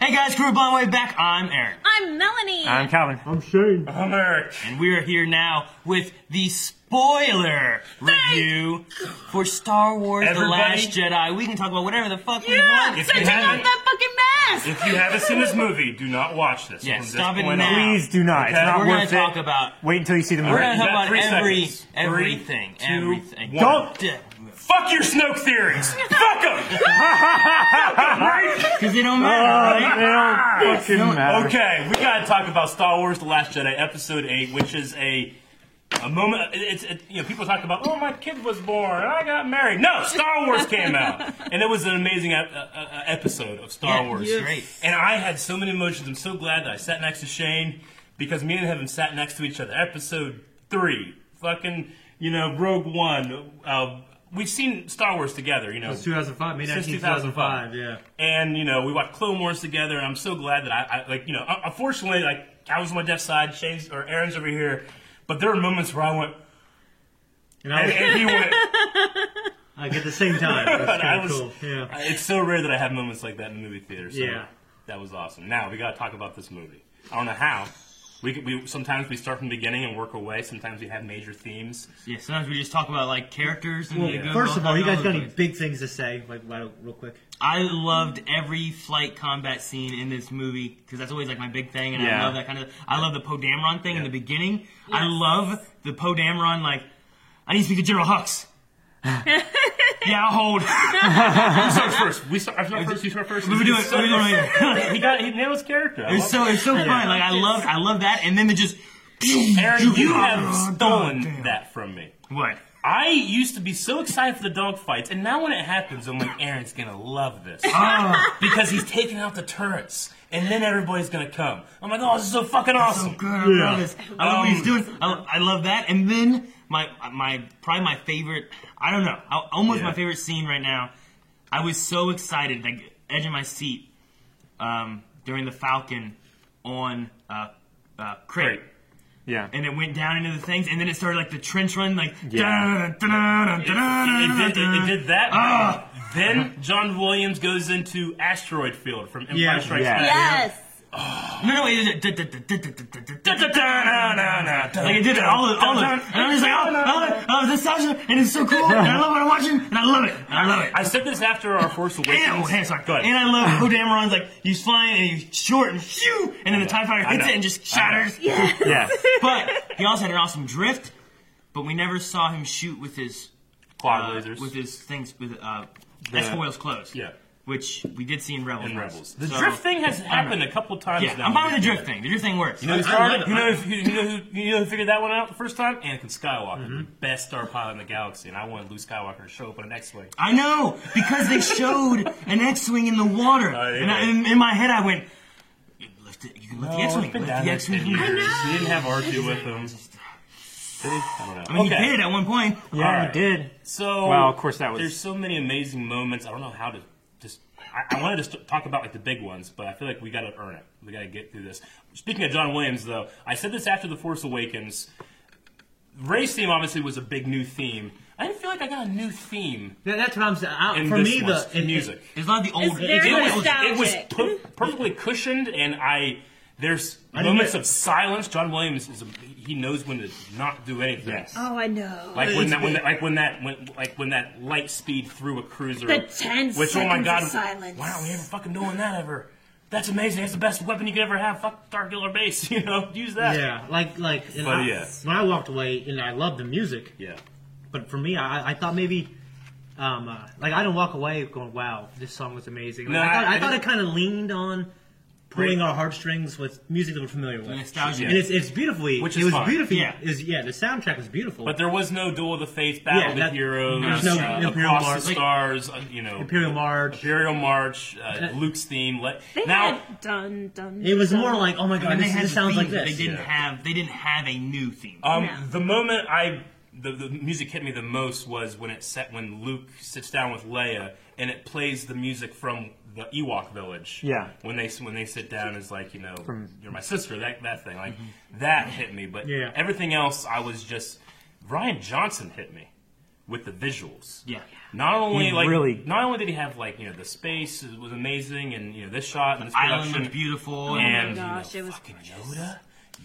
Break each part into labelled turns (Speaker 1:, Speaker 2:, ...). Speaker 1: guys, Crew Blind Way Back. I'm Aaron.
Speaker 2: I'm Melanie.
Speaker 3: I'm Calvin.
Speaker 4: I'm Shane.
Speaker 1: I'm Eric. And we're here now with the spoiler review for Star Wars The
Speaker 5: Everybody-
Speaker 1: Last Jedi. We can talk about whatever the fuck we
Speaker 2: yeah,
Speaker 1: want.
Speaker 5: If
Speaker 2: if
Speaker 5: you
Speaker 2: taking
Speaker 5: haven't-
Speaker 2: off that fucking mask.
Speaker 5: If you haven't seen this movie, do not watch this.
Speaker 1: Yeah,
Speaker 5: from this
Speaker 1: stop it
Speaker 5: point
Speaker 1: now.
Speaker 5: on.
Speaker 3: Please do not. It's
Speaker 5: Okay.
Speaker 3: not
Speaker 1: We're
Speaker 3: worth
Speaker 1: gonna talk
Speaker 3: it.
Speaker 1: about
Speaker 3: Wait until you see the movie.
Speaker 1: We're gonna
Speaker 5: You
Speaker 1: talk
Speaker 5: got
Speaker 1: about
Speaker 5: three
Speaker 1: every
Speaker 5: seconds. Three,
Speaker 1: everything,
Speaker 5: two,
Speaker 1: everything.
Speaker 5: one. Don't-
Speaker 1: because
Speaker 5: Fuck your Snoke theories. Fuck them.
Speaker 1: they don't matter. right?
Speaker 3: It don't fucking matter.
Speaker 5: Okay, we gotta talk about Star Wars: The Last Jedi, Episode Eight, which is a a moment. It's it, you know people talk about oh my kid was born, I got married. No, Star Wars came out, and it was an amazing ep- uh, uh, uh, episode of Star
Speaker 1: Yeah,
Speaker 5: Wars.
Speaker 1: yes. Great.
Speaker 5: And I had so many emotions. I'm so glad that I sat next to Shane because me and him sat next to each other. Episode three, fucking you know Rogue One. Uh, we've seen Star Wars together. You know,
Speaker 4: 2005, May
Speaker 5: Since
Speaker 4: 19,
Speaker 5: 2005.
Speaker 4: 2005, yeah.
Speaker 5: and you know we watched Clone Wars together, and I'm so glad that I, I like you know un- unfortunately like I was on my deaf side, Shane's or Aaron's over here, but there were moments where I went
Speaker 4: And I
Speaker 5: and,
Speaker 4: was
Speaker 5: and he went.
Speaker 4: like, at the same time.
Speaker 5: and
Speaker 4: That's
Speaker 5: I
Speaker 4: kind
Speaker 5: was,
Speaker 4: of cool. Yeah.
Speaker 5: I- it's so rare that I have moments like that in the movie theater. So
Speaker 4: Yeah.
Speaker 5: that was awesome. Now we got to talk about this movie. I don't know how. We, could- we sometimes we start from the beginning and work away. Sometimes we have major themes.
Speaker 1: Yeah, sometimes we just talk about like characters. And
Speaker 4: Well,
Speaker 1: they go
Speaker 4: first of all, you guys got any
Speaker 1: places.
Speaker 4: big things to say? Like, right- real quick.
Speaker 1: I loved every flight combat scene in this movie because that's always like my big thing, and I
Speaker 3: Yeah.
Speaker 1: love that kind of. I love the Poe Dameron thing in the
Speaker 5: Yeah.
Speaker 1: beginning. I love the Poe Dameron like. I need to speak to General Hux. yeah, I'll hold.
Speaker 5: Who starts first? We start. I start first. You start first.
Speaker 1: We're doing it. We're doing it.
Speaker 5: He got. He nailed his character. I
Speaker 1: It
Speaker 5: love
Speaker 1: was so it was so fun. Like I loved I love that, and then the just
Speaker 5: Aaron, you have
Speaker 1: Oh,
Speaker 5: stolen that from me.
Speaker 1: what.
Speaker 5: I used to be so excited for the dog fights, and now when it happens, I'm like, Aaron's gonna love this.
Speaker 1: Ah.
Speaker 5: because he's taking out the turrets, and then everybody's gonna come. I'm like, oh, this is so fucking
Speaker 1: so
Speaker 5: awesome.
Speaker 1: good. I love this. I love what he's doing. I, I love that. And then my my probably my favorite. I don't know. I, almost my
Speaker 5: Yeah.
Speaker 1: favorite scene right now. I was so excited, like edge of my seat, um, during the Falcon on uh, uh, crate.
Speaker 5: Great.
Speaker 3: Yeah.
Speaker 1: And it went down into the things, and then it started like the trench run, like
Speaker 3: Yeah.
Speaker 1: dun, dun, dun,
Speaker 5: It,
Speaker 1: dun,
Speaker 5: it- it did, it- it did that.
Speaker 1: Ah.
Speaker 5: Then John Williams goes into Asteroid Field from Empire
Speaker 4: Yeah.
Speaker 5: Strikes
Speaker 3: Yeah.
Speaker 5: Back.
Speaker 2: yes.
Speaker 1: No, no, it did. dun, dun, dun, dun, dun, dun, dun, dun,
Speaker 5: Da-da-da-da-da-da.
Speaker 1: Like it did it all of all of and I'm just like, oh, oh, oh this Sasha, and it's so cool, and I love what I'm watching, and I love it, and I love it.
Speaker 5: I said this after our Force
Speaker 1: Ew,
Speaker 5: Awakens.
Speaker 1: hey, sorry.
Speaker 5: Go ahead.
Speaker 1: And I love Poe Dameron's like he's flying and he's short and phew, and then the Tie Fighter
Speaker 5: I
Speaker 1: hits
Speaker 5: know.
Speaker 1: it and just
Speaker 5: I know.
Speaker 1: shatters.
Speaker 2: Yes.
Speaker 3: Yeah.
Speaker 1: But he also had an awesome drift, but we never saw him shoot with his
Speaker 5: Quad
Speaker 1: uh,
Speaker 5: lasers.
Speaker 1: with his things with uh, that's foils closed.
Speaker 5: Yeah.
Speaker 1: Which we did see in Rebels.
Speaker 5: and Rebels. The
Speaker 1: So-
Speaker 5: drift thing has happened a couple times
Speaker 1: Yeah,
Speaker 5: now.
Speaker 1: I'm fine with the drift thing. The drift thing works.
Speaker 5: You know, who
Speaker 4: I
Speaker 5: started,
Speaker 4: like it.
Speaker 5: you, know who, you, know who, you know who figured that one out the first time? Anakin Skywalker, the best star pilot in the galaxy, and I wanted Luke Skywalker to show up on an X-wing.
Speaker 1: I know because they showed an X-wing in the water,
Speaker 5: Oh, yeah.
Speaker 1: and I, in, in my head I went, lift it, "You can lift the X-wing,
Speaker 5: it's been
Speaker 1: lift
Speaker 5: down
Speaker 1: the
Speaker 5: there
Speaker 1: X-wing."
Speaker 5: 10
Speaker 1: from here."
Speaker 5: years. He didn't have R2 with him. Did he? I don't
Speaker 1: I
Speaker 5: know.
Speaker 1: mean, he did it at one point.
Speaker 3: Yeah,
Speaker 5: Alright.
Speaker 3: he did.
Speaker 5: So,
Speaker 3: Well, of course, that was-
Speaker 5: There's so many amazing moments. I don't know how to just. I, I wanted to st- talk about like the big ones, but I feel like we got to earn it. We got to get through this. Speaking of John Williams, though, I said this after the Force Awakens. Race theme obviously was a big new theme. I didn't feel like I got a new theme
Speaker 4: That- That's what I'm saying. I-
Speaker 5: in
Speaker 4: For
Speaker 5: this
Speaker 4: me,
Speaker 5: one's
Speaker 4: the... in-
Speaker 5: music.
Speaker 1: It's not the old.
Speaker 2: It's very
Speaker 1: it's-
Speaker 5: It was, it was
Speaker 2: Nostalgic.
Speaker 5: per- perfectly cushioned, and I there's
Speaker 4: didn't
Speaker 5: moments
Speaker 4: get-
Speaker 5: of silence. John Williams is a, he knows when to not do anything.
Speaker 3: Yes.
Speaker 2: Oh, I know.
Speaker 5: Like when that, when that, like when that, when, like when that light speed through a cruiser.
Speaker 2: The 10
Speaker 5: which oh my
Speaker 2: seconds
Speaker 5: god!
Speaker 2: of silence.
Speaker 5: Wow, we haven't fucking doing that ever. That's amazing. That's the best weapon you could ever have. Fuck Dark Killer Base. You know, use that.
Speaker 4: Yeah, like, like... and
Speaker 5: But
Speaker 4: I-
Speaker 5: yeah.
Speaker 4: When I walked away, and I loved the music,
Speaker 5: Yeah.
Speaker 4: but for me, I, I thought maybe... Um, uh, like I didn't walk away going, "Wow, this song was amazing." Like,
Speaker 5: No,
Speaker 4: I thought,
Speaker 5: I-
Speaker 4: I,
Speaker 5: I
Speaker 4: thought it
Speaker 5: didn't-
Speaker 4: kind of leaned on pulling our heartstrings with music that we're familiar with.
Speaker 1: Nostalgia.
Speaker 4: And it's, it's beautifully,
Speaker 5: Which
Speaker 4: it
Speaker 5: is
Speaker 4: was
Speaker 5: fine.
Speaker 4: beautifully,
Speaker 1: Yeah.
Speaker 4: is yeah. The soundtrack was beautiful.
Speaker 5: But there was no Duel of the Faith, Battle
Speaker 4: Yeah,
Speaker 5: of
Speaker 4: that-
Speaker 5: the Heroes,
Speaker 4: there's no
Speaker 5: uh,
Speaker 4: Imperial
Speaker 5: Across
Speaker 4: March.
Speaker 5: the Stars, uh, you know,
Speaker 4: Imperial March.
Speaker 5: Imperial March, uh,
Speaker 4: That-
Speaker 5: Luke's theme. Let,
Speaker 2: They
Speaker 5: now,
Speaker 2: had dun dun.
Speaker 4: it was
Speaker 2: dun.
Speaker 4: more like, oh my god,
Speaker 1: And
Speaker 4: this, this sounds like
Speaker 1: themes, but
Speaker 4: this.
Speaker 1: They didn't
Speaker 5: Yeah.
Speaker 1: have. They didn't have a new theme.
Speaker 5: Um,
Speaker 2: Yeah.
Speaker 5: The moment I the, the music hit me the most was when it set when Luke sits down with Leia and it plays the music from the Ewok village.
Speaker 3: Yeah.
Speaker 5: When they when they sit down is like you know you're my sister that that thing like that hit me but
Speaker 4: Yeah.
Speaker 5: everything else I was just Ryan Johnson hit me. with the visuals.
Speaker 1: Yeah.
Speaker 5: Not only
Speaker 3: He
Speaker 5: like
Speaker 3: really-
Speaker 5: not only did he have like you know the space was amazing and you know this shot and this
Speaker 1: Island
Speaker 5: production
Speaker 1: looked beautiful.
Speaker 2: Oh my
Speaker 5: and
Speaker 2: gosh,
Speaker 5: you
Speaker 2: it
Speaker 5: know,
Speaker 2: was
Speaker 5: fucking Yoda.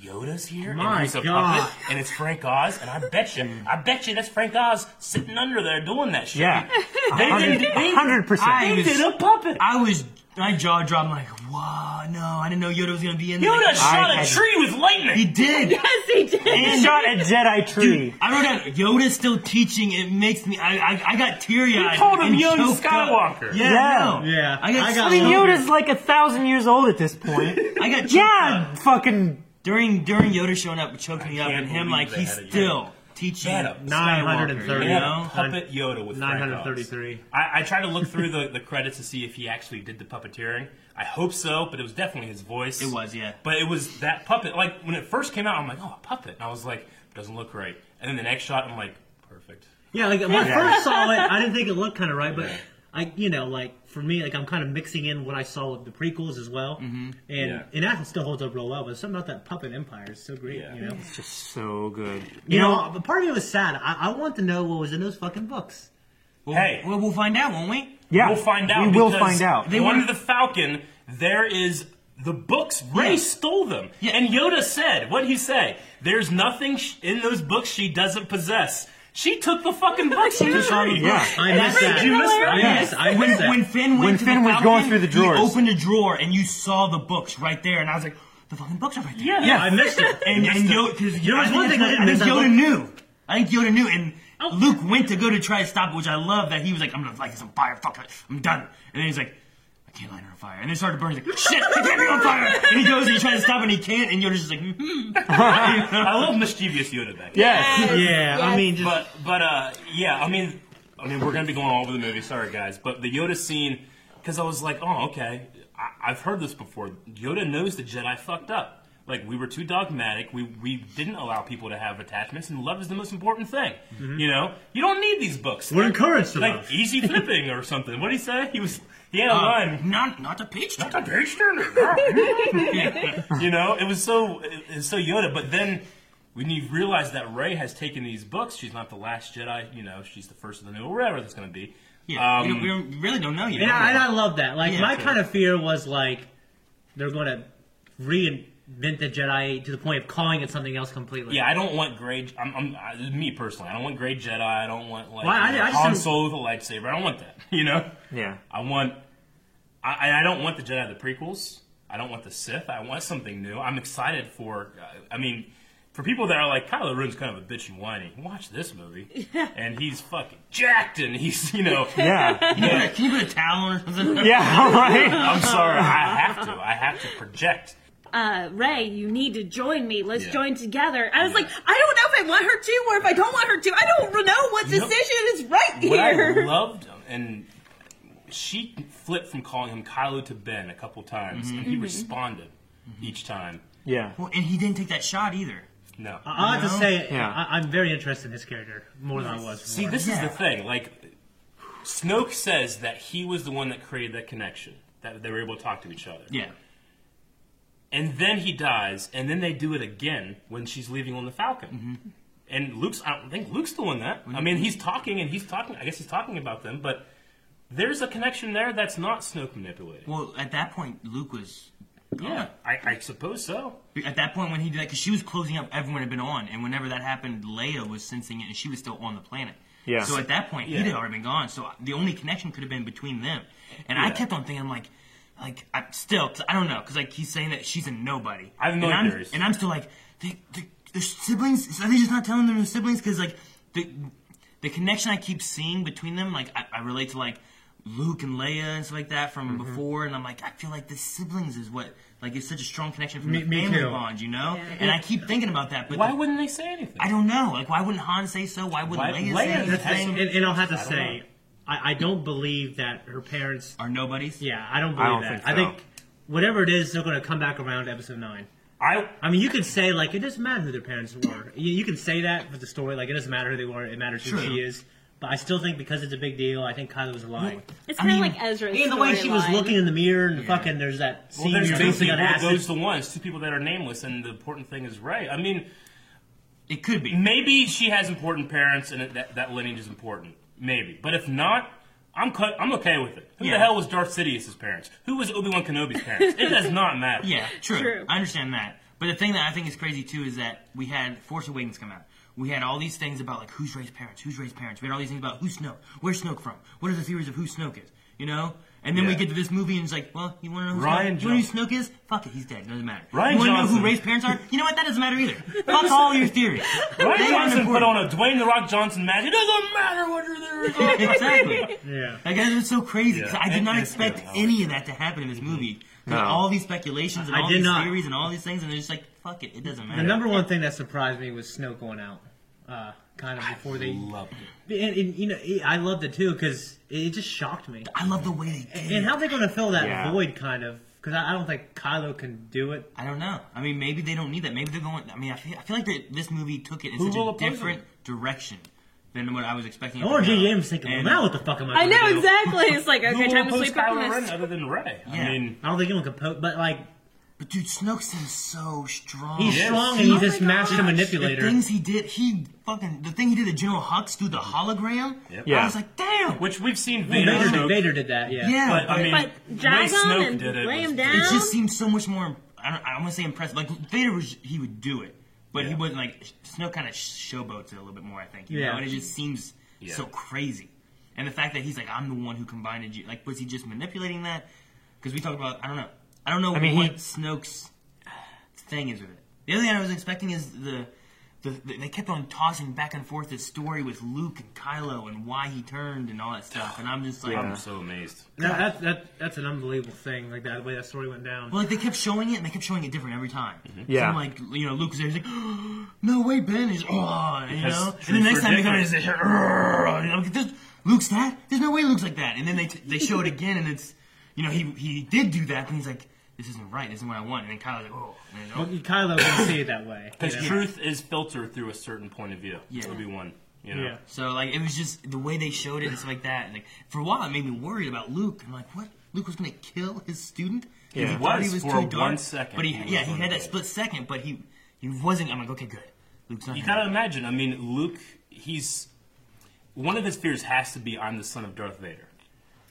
Speaker 5: Yoda's here,
Speaker 4: My
Speaker 5: and he's a
Speaker 4: God.
Speaker 5: puppet, and it's Frank Oz, and I bet you, I bet you that's Frank Oz sitting under there doing that shit.
Speaker 3: Yeah.
Speaker 5: they did, they,
Speaker 3: 100%.
Speaker 1: I-
Speaker 5: they did a puppet.
Speaker 1: I was my jaw dropped. I'm like, wow, no, I didn't know Yoda was gonna be in there.
Speaker 5: Yoda shot
Speaker 3: had-
Speaker 5: a tree with lightning.
Speaker 1: He did.
Speaker 2: Yes, he did.
Speaker 3: He shot a Jedi tree.
Speaker 1: I wrote down Yoda's still teaching. It makes me. I I, I got teary eyed.
Speaker 5: You called him young Skywalker.
Speaker 1: Yeah,
Speaker 3: Yeah.
Speaker 1: no.
Speaker 4: Yeah.
Speaker 1: I got.
Speaker 4: I
Speaker 1: I
Speaker 4: got
Speaker 1: got.
Speaker 3: I mean, Yoda's like a thousand years old at this point.
Speaker 1: I got choked up.
Speaker 3: yeah, fucking.
Speaker 1: During during Yoda showing up, choked me up,
Speaker 5: can't
Speaker 1: and him
Speaker 5: believe
Speaker 1: like
Speaker 5: they
Speaker 1: he's
Speaker 5: had a Yoda.
Speaker 1: still teaching.
Speaker 5: They had a
Speaker 1: Skywalker,
Speaker 4: 930.
Speaker 1: You
Speaker 5: They had a
Speaker 1: know?
Speaker 5: puppet Yoda with Frank Oz.
Speaker 4: 933.
Speaker 5: I, I tried to look through the, the credits to see if he actually did the puppeteering. I hope so, but it was definitely his voice.
Speaker 1: It was, yeah.
Speaker 5: But it was that puppet. Like when it first came out, I'm like, oh, a puppet. And I was like, doesn't look right. And then the next shot, I'm like, perfect.
Speaker 4: Yeah, like when I first saw it, I didn't think it looked kind of right, but I, you know, like for me, like I'm kind of mixing in what I saw with the prequels as well, mm-hmm. and
Speaker 5: Yeah.
Speaker 4: and that still holds up real well. But something about that puppet empire is so great,
Speaker 5: Yeah.
Speaker 4: you know.
Speaker 3: It's just so good.
Speaker 4: You know, but part of it was sad. I, I want to know what was in those fucking books.
Speaker 5: hey,
Speaker 1: Well, we'll find out, won't we?
Speaker 3: Yeah,
Speaker 5: we'll find out.
Speaker 3: We will
Speaker 5: because
Speaker 3: find out.
Speaker 5: They wanted the Falcon. There is the books. Ray
Speaker 1: Yeah.
Speaker 5: stole them.
Speaker 1: Yeah.
Speaker 5: And Yoda said, "What would he say? There's nothing sh- in those books she doesn't possess. She took the fucking books. from the tree.
Speaker 3: Yeah.
Speaker 4: I missed
Speaker 5: Did
Speaker 4: that.
Speaker 5: you miss that?
Speaker 4: I missed. I
Speaker 1: when,
Speaker 4: missed that.
Speaker 1: when Finn went
Speaker 3: When
Speaker 1: to
Speaker 3: Finn
Speaker 1: the
Speaker 3: was
Speaker 1: Falcon,
Speaker 3: going through the drawers.
Speaker 1: he opened a drawer and you saw the books right there, and I was like, the fucking books are right there.
Speaker 5: Yeah.
Speaker 4: I missed it.
Speaker 1: And, and Yoda, cause
Speaker 4: There
Speaker 1: I
Speaker 4: was
Speaker 1: think
Speaker 4: one thing
Speaker 1: that's
Speaker 4: I
Speaker 1: what-
Speaker 4: didn't
Speaker 1: think Yoda
Speaker 4: miss.
Speaker 1: knew. I think Yoda knew, and Luke went to go to try to stop it, which I love that he was like, I'm gonna light this on fire, fuck it, I'm done. And then he's like, I can't light her on fire. And then it started to burn, he's like, shit, it can't be on fire! And he goes and he tries to stop it, and he can't, and Yoda's just like, hmm.
Speaker 5: I love mischievous Yoda back.
Speaker 3: yes.
Speaker 4: yeah, I
Speaker 2: Yes.
Speaker 4: mean, just
Speaker 5: But but uh yeah, I mean I mean we're gonna be going all over the movie. Sorry guys, but the Yoda scene because I was like, oh okay, I, I've heard this before. Yoda knows the Jedi fucked up. Like we were too dogmatic. We we didn't allow people to have attachments, and love is the most important thing. You know, you don't need these books.
Speaker 4: we're encouraged to
Speaker 5: like
Speaker 4: love.
Speaker 5: easy flipping or something. What did he say? He was he had a
Speaker 1: Uh,
Speaker 5: line.
Speaker 1: not, not a pitch.
Speaker 5: "Not a page turner, no." you know, it was so it was so Yoda. But then when you realize that Ray has taken these books, she's not the last Jedi. You know, she's the first of the new, or whatever that's going to be.
Speaker 1: Yeah, we,
Speaker 5: Um,
Speaker 1: don't, we don't- really don't know yet.
Speaker 4: And I, and I love that. Like
Speaker 1: Yeah,
Speaker 4: my
Speaker 1: sure.
Speaker 4: kind of fear was like they're going to reinvent the Jedi to the point of calling it something else completely.
Speaker 5: yeah, I don't want gray. I'm, I'm I, me personally. I don't want gray Jedi. I don't want like
Speaker 4: Why, I-
Speaker 5: you know,
Speaker 4: I just
Speaker 5: Han
Speaker 4: don't-
Speaker 5: Solo with a lightsaber. I don't want that. You know,
Speaker 3: Yeah.
Speaker 5: I want. I, I- I don't want the Jedi of the prequels. I don't want the Sith. I want something new. I'm excited for. I mean, for people that are like Kylo Ren's kind of a bitch and whiny, watch this movie, and he's fucking jacked, and he's you know.
Speaker 3: Yeah.
Speaker 1: Can you put a- Can you put a towel on or something?
Speaker 3: Yeah. Right.
Speaker 5: I'm sorry. I have to. I have to project.
Speaker 2: Uh, Ray, you need to join me. Let's
Speaker 5: Yeah.
Speaker 2: join together. I was like, I don't know if I want her to or if I don't want her to. I don't know what
Speaker 5: Nope.
Speaker 2: decision is right
Speaker 5: What I
Speaker 2: here.
Speaker 5: loved him, and she flipped from calling him Kylo to Ben a couple times, and he responded each time.
Speaker 3: Yeah.
Speaker 1: Well, and he didn't take that shot either.
Speaker 5: No.
Speaker 4: I have to
Speaker 1: know?
Speaker 4: say,
Speaker 3: Yeah.
Speaker 4: I, I'm very interested in his character more than I was.
Speaker 5: See,
Speaker 4: before.
Speaker 5: this is
Speaker 1: Yeah.
Speaker 5: the thing. Like, Snoke says that he was the one that created that connection, that they were able to talk to each other.
Speaker 1: Yeah.
Speaker 5: And then he dies, and then they do it again when she's leaving on the Falcon. And Luke's, I don't think Luke's doing that. I mean, he's talking, and he's talking, I guess he's talking about them, but there's a connection there that's not Snoke manipulating.
Speaker 1: Well, at that point, Luke was.
Speaker 5: yeah, I, I suppose so.
Speaker 1: At that point, when he did that, because she was closing up, everyone had been on, and whenever that happened, Leia was sensing it, and she was still on the planet.
Speaker 3: Yeah.
Speaker 1: So at that point,
Speaker 5: Yeah.
Speaker 1: he'd already been gone. So the only connection could have been between them. And I
Speaker 5: Yeah.
Speaker 1: kept on thinking, I'm like, like I still, 'cause I don't know, because like he's saying that she's a nobody.
Speaker 5: I have no
Speaker 1: and I'm,
Speaker 5: theories.
Speaker 1: And I'm still like, they, they, they're siblings. Are they just not telling them they're siblings? Because like the the connection I keep seeing between them, like I, I relate to like Luke and Leia and stuff like that from before, and I'm like, I feel like the siblings is what like it's such a strong connection from
Speaker 4: Me-
Speaker 1: the
Speaker 4: me
Speaker 1: family
Speaker 4: too.
Speaker 1: bond, you know. And I keep thinking about that, but
Speaker 5: Why
Speaker 1: the-
Speaker 5: wouldn't they say anything?
Speaker 1: I don't know. Like, why wouldn't Han say so? Why wouldn't
Speaker 5: Why-
Speaker 1: Leia,
Speaker 5: Leia
Speaker 1: say
Speaker 5: has
Speaker 1: anything?
Speaker 5: some-
Speaker 4: and, and I'll have to
Speaker 5: I don't
Speaker 4: say,
Speaker 5: know.
Speaker 4: I, I don't believe that her parents.
Speaker 1: Are nobodies?
Speaker 4: Yeah, I don't believe
Speaker 3: I don't
Speaker 4: that.
Speaker 3: think
Speaker 4: I
Speaker 3: so.
Speaker 4: think whatever it is, they're going to come back around to episode nine.
Speaker 5: I
Speaker 4: I mean, you could say like it doesn't matter who their parents were. You, you can say that with the story, like it doesn't matter who they were. It matters who
Speaker 1: Sure.
Speaker 4: she is. But I still think because it's a big deal, I think Kylo was lying.
Speaker 2: It's
Speaker 1: I
Speaker 2: kind of
Speaker 1: mean,
Speaker 2: like Ezra's.
Speaker 4: And the way she was
Speaker 2: storyline.
Speaker 4: looking in the mirror and fucking there's that
Speaker 5: Well,
Speaker 4: scene
Speaker 5: there's
Speaker 4: where
Speaker 5: two
Speaker 4: basically
Speaker 5: people.
Speaker 4: got acid.
Speaker 5: Those the ones, two people that are nameless, and the important thing is Ray. I mean,
Speaker 1: It could be.
Speaker 5: Maybe she has important parents, and it- that, that lineage is important. Maybe, but if not, I'm cut, I'm okay with it. Who
Speaker 1: Yeah.
Speaker 5: the hell was Darth Sidious's parents? Who was Obi Wan Kenobi's parents? it does not matter.
Speaker 1: Yeah, true.
Speaker 2: True.
Speaker 1: I understand that. But the thing that I think is crazy too is that we had Force Awakens come out. We had all these things about like who's raised parents, who's raised parents. We had all these things about who's Snoke, where's Snoke from, what are the theories of who Snoke is, you know? And then we
Speaker 5: Yeah.
Speaker 1: get to this movie and it's like, well, you want to know who
Speaker 5: Ryan
Speaker 1: Snoke, you wanna know
Speaker 5: Johnson.
Speaker 1: who Snoke is? Fuck it, he's dead. Doesn't matter.
Speaker 5: Ryan
Speaker 1: you wanna know
Speaker 5: Johnson.
Speaker 1: who raised parents are? You know what? That doesn't matter either. Fuck all your theories.
Speaker 5: Ryan
Speaker 1: They aren't
Speaker 5: Johnson put
Speaker 1: important.
Speaker 5: on a Dwayne the Rock Johnson match. It doesn't matter what your theories are.
Speaker 1: exactly.
Speaker 4: Yeah.
Speaker 1: Like that was so crazy. 'cause
Speaker 5: Yeah.
Speaker 1: I did
Speaker 5: And-
Speaker 1: not
Speaker 5: and it's
Speaker 1: expect
Speaker 5: good. I like
Speaker 1: any of that to happen in this movie. There's
Speaker 3: No.
Speaker 1: all these speculations and
Speaker 4: I
Speaker 1: all
Speaker 4: did
Speaker 1: these
Speaker 4: not.
Speaker 1: theories and all these things, and they're just like, fuck it, it doesn't matter.
Speaker 4: The number one thing that surprised me was Snoke going out, uh, kind of before they.
Speaker 5: Loved it.
Speaker 4: And, and, you know, it- I loved it too because it just shocked me.
Speaker 1: I love the way they did. it.
Speaker 4: And how they going to fill that
Speaker 3: Yeah.
Speaker 4: void, kind of? Because I, I don't think Kylo can do it.
Speaker 1: I don't know. I mean, maybe they don't need that. Maybe they're going. I mean, I feel, I feel like that this movie took it in
Speaker 5: Who
Speaker 1: such
Speaker 5: will
Speaker 1: a
Speaker 5: oppose
Speaker 1: different direction than what I was expecting. it
Speaker 4: Or
Speaker 1: to go.
Speaker 4: JJM's thinking, well,
Speaker 1: And-
Speaker 4: now what the fuck am I?
Speaker 2: I
Speaker 4: gonna
Speaker 2: know
Speaker 4: do?
Speaker 2: exactly. It's like
Speaker 5: Who
Speaker 2: okay,
Speaker 5: will
Speaker 2: time to
Speaker 5: oppose
Speaker 2: sleep up
Speaker 5: Kylo
Speaker 2: on
Speaker 5: Ren
Speaker 2: this.
Speaker 5: other than Ray?
Speaker 1: Yeah.
Speaker 5: I mean,
Speaker 4: I don't think anyone can poke, but like
Speaker 1: But dude, Snoke seems so strong.
Speaker 4: he's
Speaker 5: Yes.
Speaker 4: strong and he's
Speaker 2: Oh
Speaker 4: this
Speaker 2: my
Speaker 4: master
Speaker 2: gosh.
Speaker 1: The
Speaker 4: manipulator.
Speaker 1: things he did, he fucking the thing he did to General Hux through the hologram.
Speaker 5: Yep.
Speaker 1: I
Speaker 3: Yeah.
Speaker 1: was like, damn.
Speaker 5: which we've seen Vader,
Speaker 4: Vader, did,
Speaker 5: Snoke,
Speaker 4: Vader did that, yeah.
Speaker 1: yeah,
Speaker 5: but I mean,
Speaker 2: But
Speaker 5: the way
Speaker 2: drag him
Speaker 5: Snoke
Speaker 2: and
Speaker 5: did it
Speaker 2: lay
Speaker 5: was-
Speaker 2: him down.
Speaker 1: It just seems so much more. I don't. I want to say impressive. Like Vader was, he would do it, but he
Speaker 5: Yeah.
Speaker 1: wasn't like Snow. Kind of showboats it a little bit more. I think. You
Speaker 4: Yeah.
Speaker 1: Know? And it just seems
Speaker 5: Yeah.
Speaker 1: so crazy. And the fact that he's like, I'm the one who combined you. Like, was he just manipulating that? Because we talked about. I don't know. I don't know
Speaker 3: I mean,
Speaker 1: what
Speaker 3: he-
Speaker 1: Snoke's thing is with it. The other thing I was expecting is the. The, the, they kept on tossing back and forth this story with Luke and Kylo and why he turned and all that stuff, and I'm just like,
Speaker 5: I'm so amazed.
Speaker 4: That, that, that, that's an unbelievable thing, like that the way that story went down. Mm-hmm.
Speaker 1: Well, like they kept showing it, and they kept showing it different every time.
Speaker 3: Yeah.
Speaker 1: So, like you know, Luke was there, he's like, "No way, Ben!" He's oh, you
Speaker 5: Because
Speaker 1: know. And the
Speaker 5: truths
Speaker 1: next
Speaker 5: are
Speaker 1: time they come in, he's
Speaker 5: different.
Speaker 1: like, "Arrgh," and I'm like, "There's- "Luke's that? There's no way Luke's like that." And then they t- they show it again, and it's you know he he did do that, but he's like, "This isn't right. This isn't what I want." And then Kyle's like, "Oh, and then,
Speaker 4: But
Speaker 1: oh.
Speaker 4: Kylo can see it that way. you
Speaker 5: Because
Speaker 4: know?
Speaker 5: truth is filtered through a certain point of view.
Speaker 1: Yeah.
Speaker 5: Obi Wan. You know.
Speaker 4: Yeah.
Speaker 1: So like it was just the way they showed it and stuff like that. And, like for a while, it made me worried about Luke. I'm like, what? Luke was gonna kill his student? 'Cause
Speaker 3: Yeah.
Speaker 1: he
Speaker 3: He
Speaker 1: thought he
Speaker 5: was
Speaker 1: was
Speaker 5: for
Speaker 1: too dark.
Speaker 5: one second.
Speaker 1: But he,
Speaker 5: He was
Speaker 1: yeah, he
Speaker 5: gonna
Speaker 1: had
Speaker 5: do
Speaker 1: that
Speaker 5: it.
Speaker 1: split second, but he he wasn't. I'm like, okay, good. Luke's not.
Speaker 5: You
Speaker 1: gonna-
Speaker 5: gotta imagine. I mean, Luke. He's one of his fears has to be I'm the son of Darth Vader,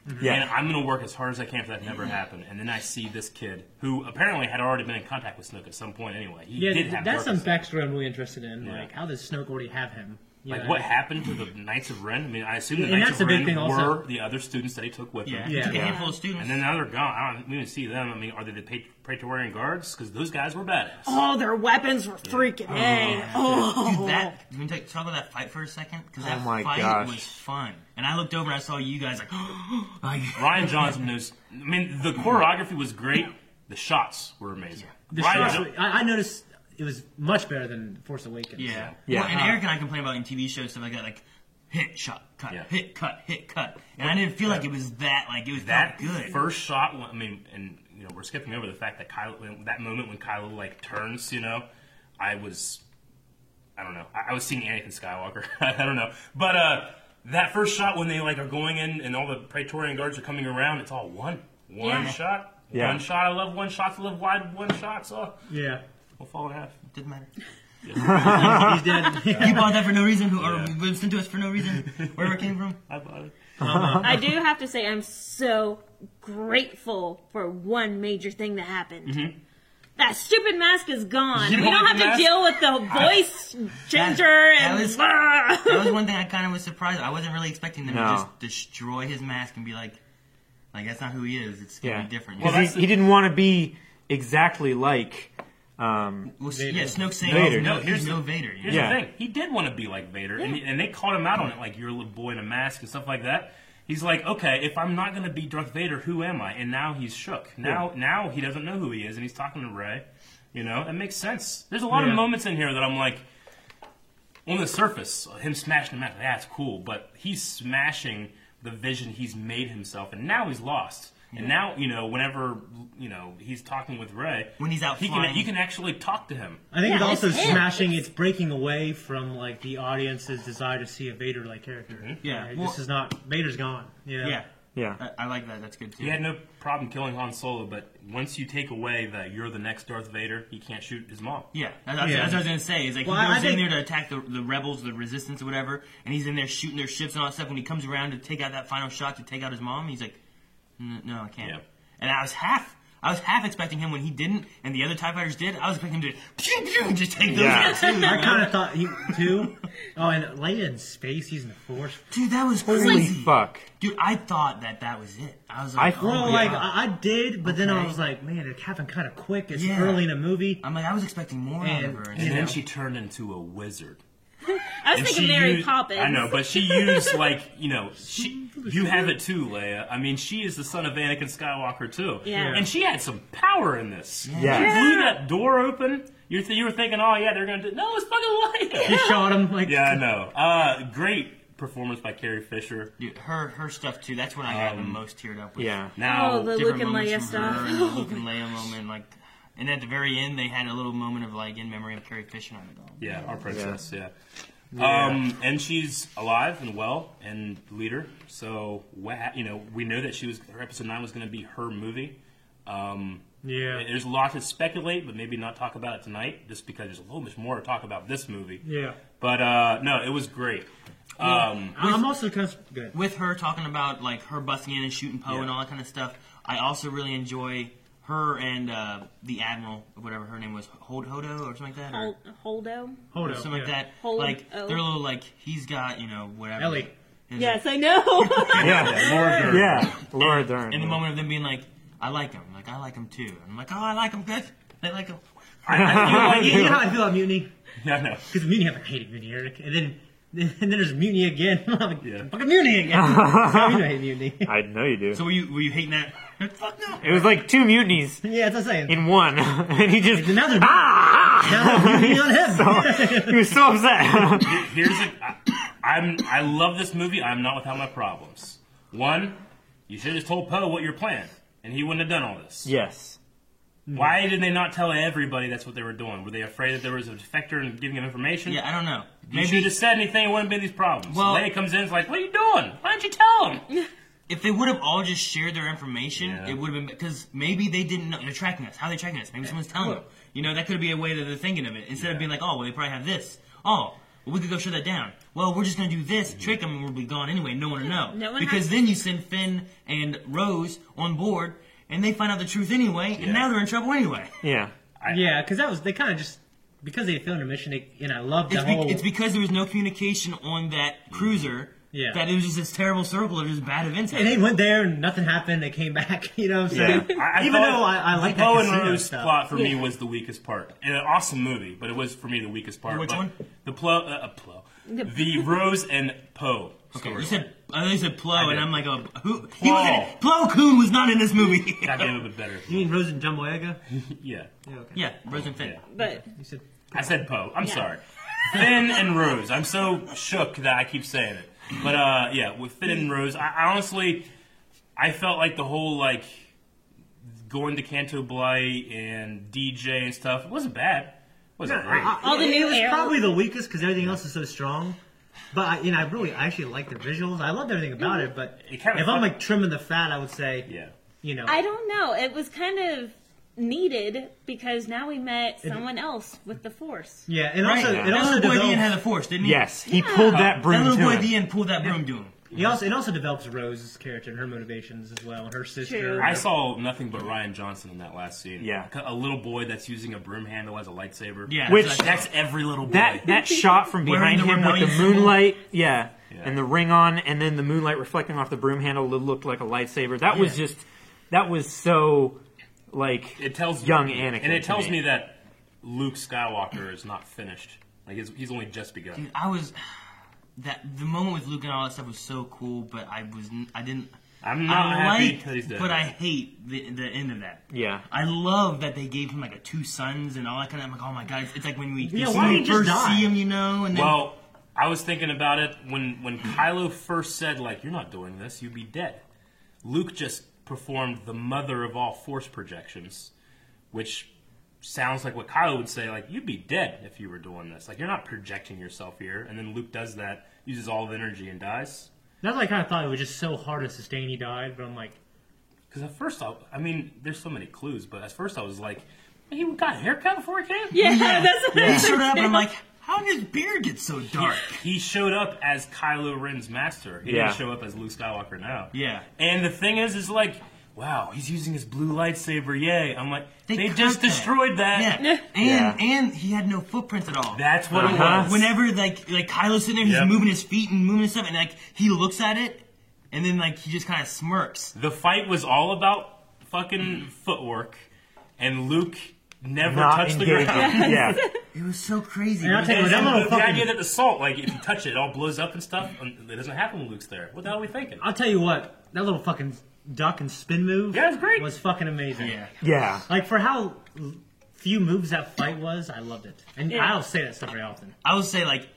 Speaker 4: Mm-hmm.
Speaker 5: and
Speaker 3: Yeah.
Speaker 5: I'm gonna work as hard as I can for that to never happen. And then I see this kid who apparently had already been in contact with Snoke at some point. Anyway, he
Speaker 4: Yeah,
Speaker 5: did
Speaker 4: th-
Speaker 5: have dark
Speaker 4: that's some
Speaker 5: side.
Speaker 4: backstory I'm really interested in.
Speaker 5: Yeah.
Speaker 4: Like, how does Snoke already have him? You
Speaker 5: Like
Speaker 4: know?
Speaker 5: what happened to the Knights of Ren? I mean, I assume the
Speaker 4: And
Speaker 5: Knights
Speaker 4: that's
Speaker 5: of
Speaker 4: a big
Speaker 5: Ren
Speaker 4: thing
Speaker 5: were
Speaker 4: also.
Speaker 5: the other students that he took with
Speaker 1: Yeah,
Speaker 5: him.
Speaker 1: he took a
Speaker 4: Yeah.
Speaker 1: handful of students.
Speaker 5: And then now they're gone. I don't we even see them. I mean, are they the pra- Praetorian guards? Because those guys were badass.
Speaker 2: Oh, their weapons were freaking a. Oh,
Speaker 1: Dude, that can we take, talk about that fight for a second? Because that
Speaker 3: Oh my
Speaker 1: fight
Speaker 3: gosh.
Speaker 1: was fun. And I looked over and I saw you guys like, like
Speaker 5: Ryan Johnson knows. I mean, the choreography was great. The shots were amazing.
Speaker 4: The
Speaker 5: Ryan
Speaker 4: shots
Speaker 5: Jo-
Speaker 4: were- I, I noticed it was much better than Force Awakens.
Speaker 1: Yeah.
Speaker 3: Yeah.
Speaker 1: Well, and Eric and I complain about in TV shows stuff like that, like hit, shot, cut,
Speaker 5: Yeah.
Speaker 1: hit, cut, hit, cut. And I didn't feel like it was that, like it was
Speaker 5: that
Speaker 1: that good.
Speaker 5: first shot. I mean, and you know, we're skipping over the fact that Kylo. when- That moment when Kylo like turns, you know, I was, I don't know, I, I was seeing Anakin Skywalker. I don't know, but uh, that first shot when they like are going in and all the Praetorian guards are coming around, it's all one, one
Speaker 2: Yeah.
Speaker 5: shot.
Speaker 3: Yeah.
Speaker 5: One shot, I love one shots, I love wide one shots. Oh,
Speaker 4: Yeah.
Speaker 5: we'll fall in half.
Speaker 1: Didn't matter.
Speaker 4: He's dead.
Speaker 1: You bought that for no reason, who, or
Speaker 5: Yeah.
Speaker 1: was sent to us for no reason, wherever it came from.
Speaker 5: I bought it.
Speaker 2: I do have to say, I'm so grateful for one major thing that happened. That stupid mask is gone.
Speaker 5: Mm-hmm. You
Speaker 2: we
Speaker 5: don't
Speaker 2: don't have
Speaker 5: want the
Speaker 2: to
Speaker 5: mask?
Speaker 2: deal with the voice ginger
Speaker 1: that
Speaker 2: and.
Speaker 1: was- That was one thing I kind of was surprised. I wasn't really expecting them to
Speaker 3: No.
Speaker 1: just destroy his mask and be like, like that's not who he is. It's gonna
Speaker 3: Yeah.
Speaker 1: be different.
Speaker 5: Well,
Speaker 3: he,
Speaker 5: that's the-
Speaker 3: he didn't want to be exactly like. Um,
Speaker 1: Well, yeah, Snoke saying
Speaker 3: Vader.
Speaker 1: no,
Speaker 5: No,
Speaker 1: he's
Speaker 5: here's
Speaker 1: no
Speaker 5: the-
Speaker 1: Vader. you know?
Speaker 5: Here's
Speaker 3: Yeah.
Speaker 5: the thing. He did want to be like Vader, and, and they called him out on it, like, you're a little boy in a mask and stuff like that. He's like, okay, if I'm not going to be Darth Vader, who am I? And now he's shook. Now now he doesn't know who he is, and he's talking to Rey. You know, it makes sense. There's a lot
Speaker 4: Yeah.
Speaker 5: of moments in here that I'm like, on the surface, him smashing the mask, that's cool, but he's smashing the vision he's made himself, and now he's lost. And now, you know, whenever, you know, he's talking with Rey,
Speaker 1: When he's out
Speaker 5: he
Speaker 1: flying.
Speaker 5: can, you can actually talk to him.
Speaker 4: I think
Speaker 2: Yeah,
Speaker 4: it's also
Speaker 2: it's him.
Speaker 4: smashing. It's breaking away from like the audience's desire to see a Vader-like character.
Speaker 1: Mm-hmm. Yeah,
Speaker 4: Right?
Speaker 1: well-
Speaker 4: this is not Vader's gone. You know?
Speaker 1: Yeah.
Speaker 3: Yeah.
Speaker 1: I, I like that. That's good too.
Speaker 5: He had no problem killing Han Solo, but once you take away that you're the next Darth Vader, he can't shoot his mom.
Speaker 1: Yeah, that's, that's-
Speaker 4: Yeah.
Speaker 1: that's what I was gonna say. Is like
Speaker 4: Well,
Speaker 1: he
Speaker 4: I-
Speaker 1: goes
Speaker 4: I
Speaker 1: in
Speaker 4: think-
Speaker 1: there to attack the, the rebels, the resistance, or whatever, and he's in there shooting their ships and all that stuff. When he comes around to take out that final shot to take out his mom, he's like, "N- "No, I can't."
Speaker 5: Yeah.
Speaker 1: And I was half, I was half expecting him when he didn't, and the other Tie Fighters did. I was expecting him to pew, pew, just take those
Speaker 3: Yeah.
Speaker 1: out too.
Speaker 4: I kind of thought he too. Oh, and Leia in space using the Force.
Speaker 1: Dude, that was
Speaker 3: Holy
Speaker 1: crazy.
Speaker 3: fuck.
Speaker 1: Dude, I thought that that was it. I was like,
Speaker 3: I-
Speaker 1: oh,
Speaker 4: Well,
Speaker 1: my
Speaker 4: like
Speaker 1: God.
Speaker 4: I, I did, but then I
Speaker 1: Okay.
Speaker 4: was like, man, it happened kind of quick. It's
Speaker 1: Yeah.
Speaker 4: early in a movie.
Speaker 1: I'm like, I was expecting more out of
Speaker 4: And-
Speaker 1: her.
Speaker 5: And
Speaker 4: Yeah.
Speaker 5: then she turned into a wizard.
Speaker 2: I was
Speaker 5: And
Speaker 2: thinking
Speaker 5: she
Speaker 2: Mary
Speaker 5: used-
Speaker 2: Poppins.
Speaker 5: I know, but she used like you know, she you have it too, Leia. I mean, she is the son of Anakin Skywalker too,
Speaker 2: Yeah.
Speaker 5: and she had some power in this.
Speaker 3: Yeah.
Speaker 5: she blew that door open. You th- you were thinking, oh yeah, they're gonna do no, it's fucking Leia.
Speaker 4: He shot him like
Speaker 5: Yeah, I know. Uh, great performance by Carrie Fisher.
Speaker 1: Dude, her her stuff too. That's when I got
Speaker 4: Um,
Speaker 1: the most teared up with.
Speaker 3: Yeah.
Speaker 5: Now,
Speaker 2: Oh, the Luke
Speaker 1: different
Speaker 2: and
Speaker 1: moments
Speaker 2: Leia
Speaker 1: from her
Speaker 2: stuff.
Speaker 1: and the Luke and Leia moment, like, and at the very end they had a little moment of like in memory of Carrie Fisher on it all.
Speaker 5: yeah, our princess. Yeah. Um, and she's alive and well and leader. So what ha- you know, we know that she was her episode nine was going to be her movie. Um,
Speaker 4: Yeah.
Speaker 5: There's a lot to speculate, but maybe not talk about it tonight, just because there's a little bit more to talk about this movie.
Speaker 4: Yeah.
Speaker 5: But uh, no, it was great. Um,
Speaker 4: I'm also kind of good.
Speaker 1: With her talking about like her busting in and shooting Poe and
Speaker 5: Yeah.
Speaker 1: all that kind of stuff, I also really enjoy her and uh, the Admiral, whatever her name was, Hold Hodo or something like that, or,
Speaker 2: Hol- Holdo.
Speaker 4: Hold
Speaker 1: or
Speaker 4: up.
Speaker 1: something like
Speaker 4: yeah.
Speaker 1: that.
Speaker 2: Hold-
Speaker 1: like
Speaker 2: oh.
Speaker 1: they're a little like he's got you know whatever.
Speaker 4: Ellie.
Speaker 1: His-
Speaker 2: Yes, I know.
Speaker 3: Yeah.
Speaker 5: Laura Dern.
Speaker 3: Yeah. Laura Dern.
Speaker 1: In the moment of them being like, I like him, like I like him too, and I'm like, oh, I like him good. They like him.
Speaker 4: I, you know how I feel about Mutiny?
Speaker 5: Yeah, I know.
Speaker 4: Because Mutiny, I've hated Mutiny, Eric. And then, and then there's Mutiny again. I'm like,
Speaker 5: Yeah.
Speaker 4: fucking Mutiny again. I mean, I hate Mutiny.
Speaker 3: I know you do.
Speaker 1: So were you were you hating that? Fuck no.
Speaker 3: it was like two mutinies
Speaker 4: Yeah, that's what I'm saying.
Speaker 3: in one, and he just
Speaker 4: Now there's-
Speaker 3: ah,
Speaker 4: Now there's Mutiny on him.
Speaker 3: he was so upset.
Speaker 5: Here's a, I, I'm I love this movie. I'm not without my problems. One, you should have just told Poe what your plan, and he wouldn't have done all this.
Speaker 3: yes.
Speaker 5: Why did they not tell everybody that's what they were doing? Were they afraid that there was a defector and giving them information?
Speaker 1: Yeah, I don't know.
Speaker 5: You should have just said anything, it wouldn't be these problems.
Speaker 1: Well-
Speaker 5: Leia comes in and is like, What are you doing? Why didn't you tell him?
Speaker 1: if they would have all just shared their information,
Speaker 5: Yeah.
Speaker 1: it would have been because maybe they didn't know they're tracking us. How are they tracking us? Maybe someone's telling them. You know, that could be a way that they're thinking of it instead of being like, oh, well, they probably have this. Oh, well, we could go shut that down. Well, we're just gonna do this,
Speaker 4: Mm-hmm.
Speaker 1: trick them, and we'll be gone anyway. No one will know
Speaker 2: No one
Speaker 1: because
Speaker 2: has-
Speaker 1: then you send Finn and Rose on board, and they find out the truth anyway,
Speaker 5: Yeah.
Speaker 1: and now they're in trouble anyway.
Speaker 3: Yeah.
Speaker 4: Yeah, because that was they kind of just because they filmed a mission, they, and I love the
Speaker 1: It's, be-
Speaker 4: whole.
Speaker 1: it's because there was no communication on that cruiser.
Speaker 4: Yeah.
Speaker 1: That it was just this terrible circle of just bad events.
Speaker 4: and they
Speaker 1: happening.
Speaker 4: went there and nothing happened. They came back, you know. what I'm saying?
Speaker 5: Yeah. I- I
Speaker 4: even
Speaker 5: thought
Speaker 4: though I, I like
Speaker 5: the Poe
Speaker 4: that
Speaker 5: and
Speaker 4: casino
Speaker 5: Rose
Speaker 4: stuff.
Speaker 5: plot for me was the weakest part. And an awesome movie, but it was for me the weakest part.
Speaker 1: Which
Speaker 5: But
Speaker 1: one?
Speaker 5: The Plo, uh, uh, Plo. the Rose and Poe.
Speaker 1: Okay,
Speaker 5: storyline.
Speaker 1: you said I thought you said Plo, and
Speaker 5: did.
Speaker 1: I'm like, oh, who? He was in it.
Speaker 5: Plo.
Speaker 1: Plo Koon was not in this movie.
Speaker 5: I gave it a bit better.
Speaker 4: You mean Rose and Jumboyega?
Speaker 5: Yeah.
Speaker 4: Yeah, okay.
Speaker 1: yeah, Rose and Finn.
Speaker 5: Yeah.
Speaker 2: but
Speaker 4: You said
Speaker 5: I said Poe. I'm sorry. Finn and Rose. I'm so shook that I keep saying it. But uh, yeah, with Finn and Rose, I, I honestly, I felt like the whole like going to Canto Blight and DJ and stuff it wasn't bad. It wasn't great.
Speaker 2: All the new
Speaker 4: It was
Speaker 2: era.
Speaker 4: probably the weakest because everything else is so strong. But I, you know, I really, I actually like the visuals. I loved everything about it. But
Speaker 5: It
Speaker 4: if
Speaker 5: kinda
Speaker 4: I'm
Speaker 5: fuck-
Speaker 4: like trimming the fat, I would say,
Speaker 5: yeah.
Speaker 4: you know,
Speaker 2: I don't know. It was kind of needed because now we met someone else with the Force.
Speaker 4: yeah, and
Speaker 1: Right.
Speaker 4: also, it
Speaker 1: That
Speaker 4: also
Speaker 1: little boy at the end
Speaker 4: develops.
Speaker 1: had the force, didn't he?
Speaker 3: Yes. He pulled that broom
Speaker 1: That little
Speaker 3: to
Speaker 1: boy
Speaker 3: him.
Speaker 1: at the end pulled that broom to him.
Speaker 4: He also, it also develops Rose's character and her motivations as well, and her sister.
Speaker 2: True.
Speaker 5: I saw nothing but Ryan Johnson in that last scene.
Speaker 3: Yeah.
Speaker 5: A little boy that's using a broom handle as a lightsaber.
Speaker 1: Yeah,
Speaker 3: Which-
Speaker 1: that's what I
Speaker 5: That's
Speaker 1: thought.
Speaker 5: every little boy.
Speaker 3: That that shot from
Speaker 1: Wearing
Speaker 3: behind
Speaker 1: the
Speaker 3: him with
Speaker 1: rebellion
Speaker 3: the
Speaker 1: symbol.
Speaker 3: moonlight, yeah,
Speaker 5: Yeah.
Speaker 3: and the ring on, and then the moonlight reflecting off the broom handle that looked like a lightsaber. That was
Speaker 1: Yeah.
Speaker 3: just that was so like
Speaker 5: it tells
Speaker 3: young Anakin,
Speaker 5: and it
Speaker 3: to
Speaker 5: tells
Speaker 3: me.
Speaker 5: me that Luke Skywalker is not finished. Like he's, he's only just begun.
Speaker 1: I was that the moment with Luke and all that stuff was so cool, but I was n- I didn't.
Speaker 5: I'm not
Speaker 1: I
Speaker 5: happy
Speaker 1: like,
Speaker 5: that he's dead.
Speaker 1: but I hate the the end of that.
Speaker 3: Yeah.
Speaker 1: I love that they gave him like a two sons and all that kind of. I'm like, oh my god, it's, it's like when we
Speaker 4: Yeah,
Speaker 1: when
Speaker 4: why
Speaker 1: we
Speaker 4: didn't he
Speaker 1: first
Speaker 4: just die?
Speaker 1: see him, you know, and then
Speaker 5: well, I was thinking about it when when Kylo first said like, "You're not doing this. You'd be dead." Luke just performed the mother of all force projections, which sounds like what Kylo would say, like, "You'd be dead if you were doing this. Like, you're not projecting yourself here." And then Luke does that, uses all of energy, and dies.
Speaker 4: That's why I kind of thought it was just so hard to sustain. He died, but I'm like,
Speaker 5: Because at first, I, I mean, there's so many clues, but at first I was like, "Man, he got a haircut before he came?
Speaker 2: Yeah, that's what
Speaker 1: He
Speaker 2: I'm
Speaker 1: showed up, and I'm
Speaker 2: saying.
Speaker 1: like, how did his beard get so dark?
Speaker 5: He showed up as Kylo Ren's master. He
Speaker 3: Yeah.
Speaker 5: didn't show up as Luke Skywalker now.
Speaker 1: Yeah.
Speaker 5: And the thing is, is like, wow, he's using his blue lightsaber. Yay! I'm like,
Speaker 1: They
Speaker 5: they,
Speaker 1: cut
Speaker 5: just
Speaker 1: that.
Speaker 5: destroyed that.
Speaker 1: Yeah, and
Speaker 3: Yeah.
Speaker 1: and he had no footprints at all.
Speaker 5: That's what it
Speaker 3: Uh-huh.
Speaker 5: was.
Speaker 1: Whenever like like Kylo's sitting there, he's
Speaker 5: Yep.
Speaker 1: moving his feet and moving his stuff, and like he looks at it, and then like he just kind of smirks.
Speaker 5: the fight was all about fucking footwork, and Luke never
Speaker 3: Not
Speaker 5: touched the
Speaker 3: engaging.
Speaker 5: ground.
Speaker 3: Yeah.
Speaker 1: It was so crazy.
Speaker 4: And I'll tell you what, that
Speaker 5: And
Speaker 4: little
Speaker 5: the, the
Speaker 4: fucking-
Speaker 5: idea that the salt, like if you touch it, it all blows up and stuff. And it doesn't happen when Luke's there. What the hell are we thinking?
Speaker 4: I'll tell you what, that little fucking duck and spin move.
Speaker 5: Yeah, it was great.
Speaker 4: Was fucking amazing.
Speaker 1: yeah,
Speaker 3: Yeah.
Speaker 4: Like for how l- few moves that fight was, I loved it. And I'll say that stuff very often.
Speaker 1: I would say like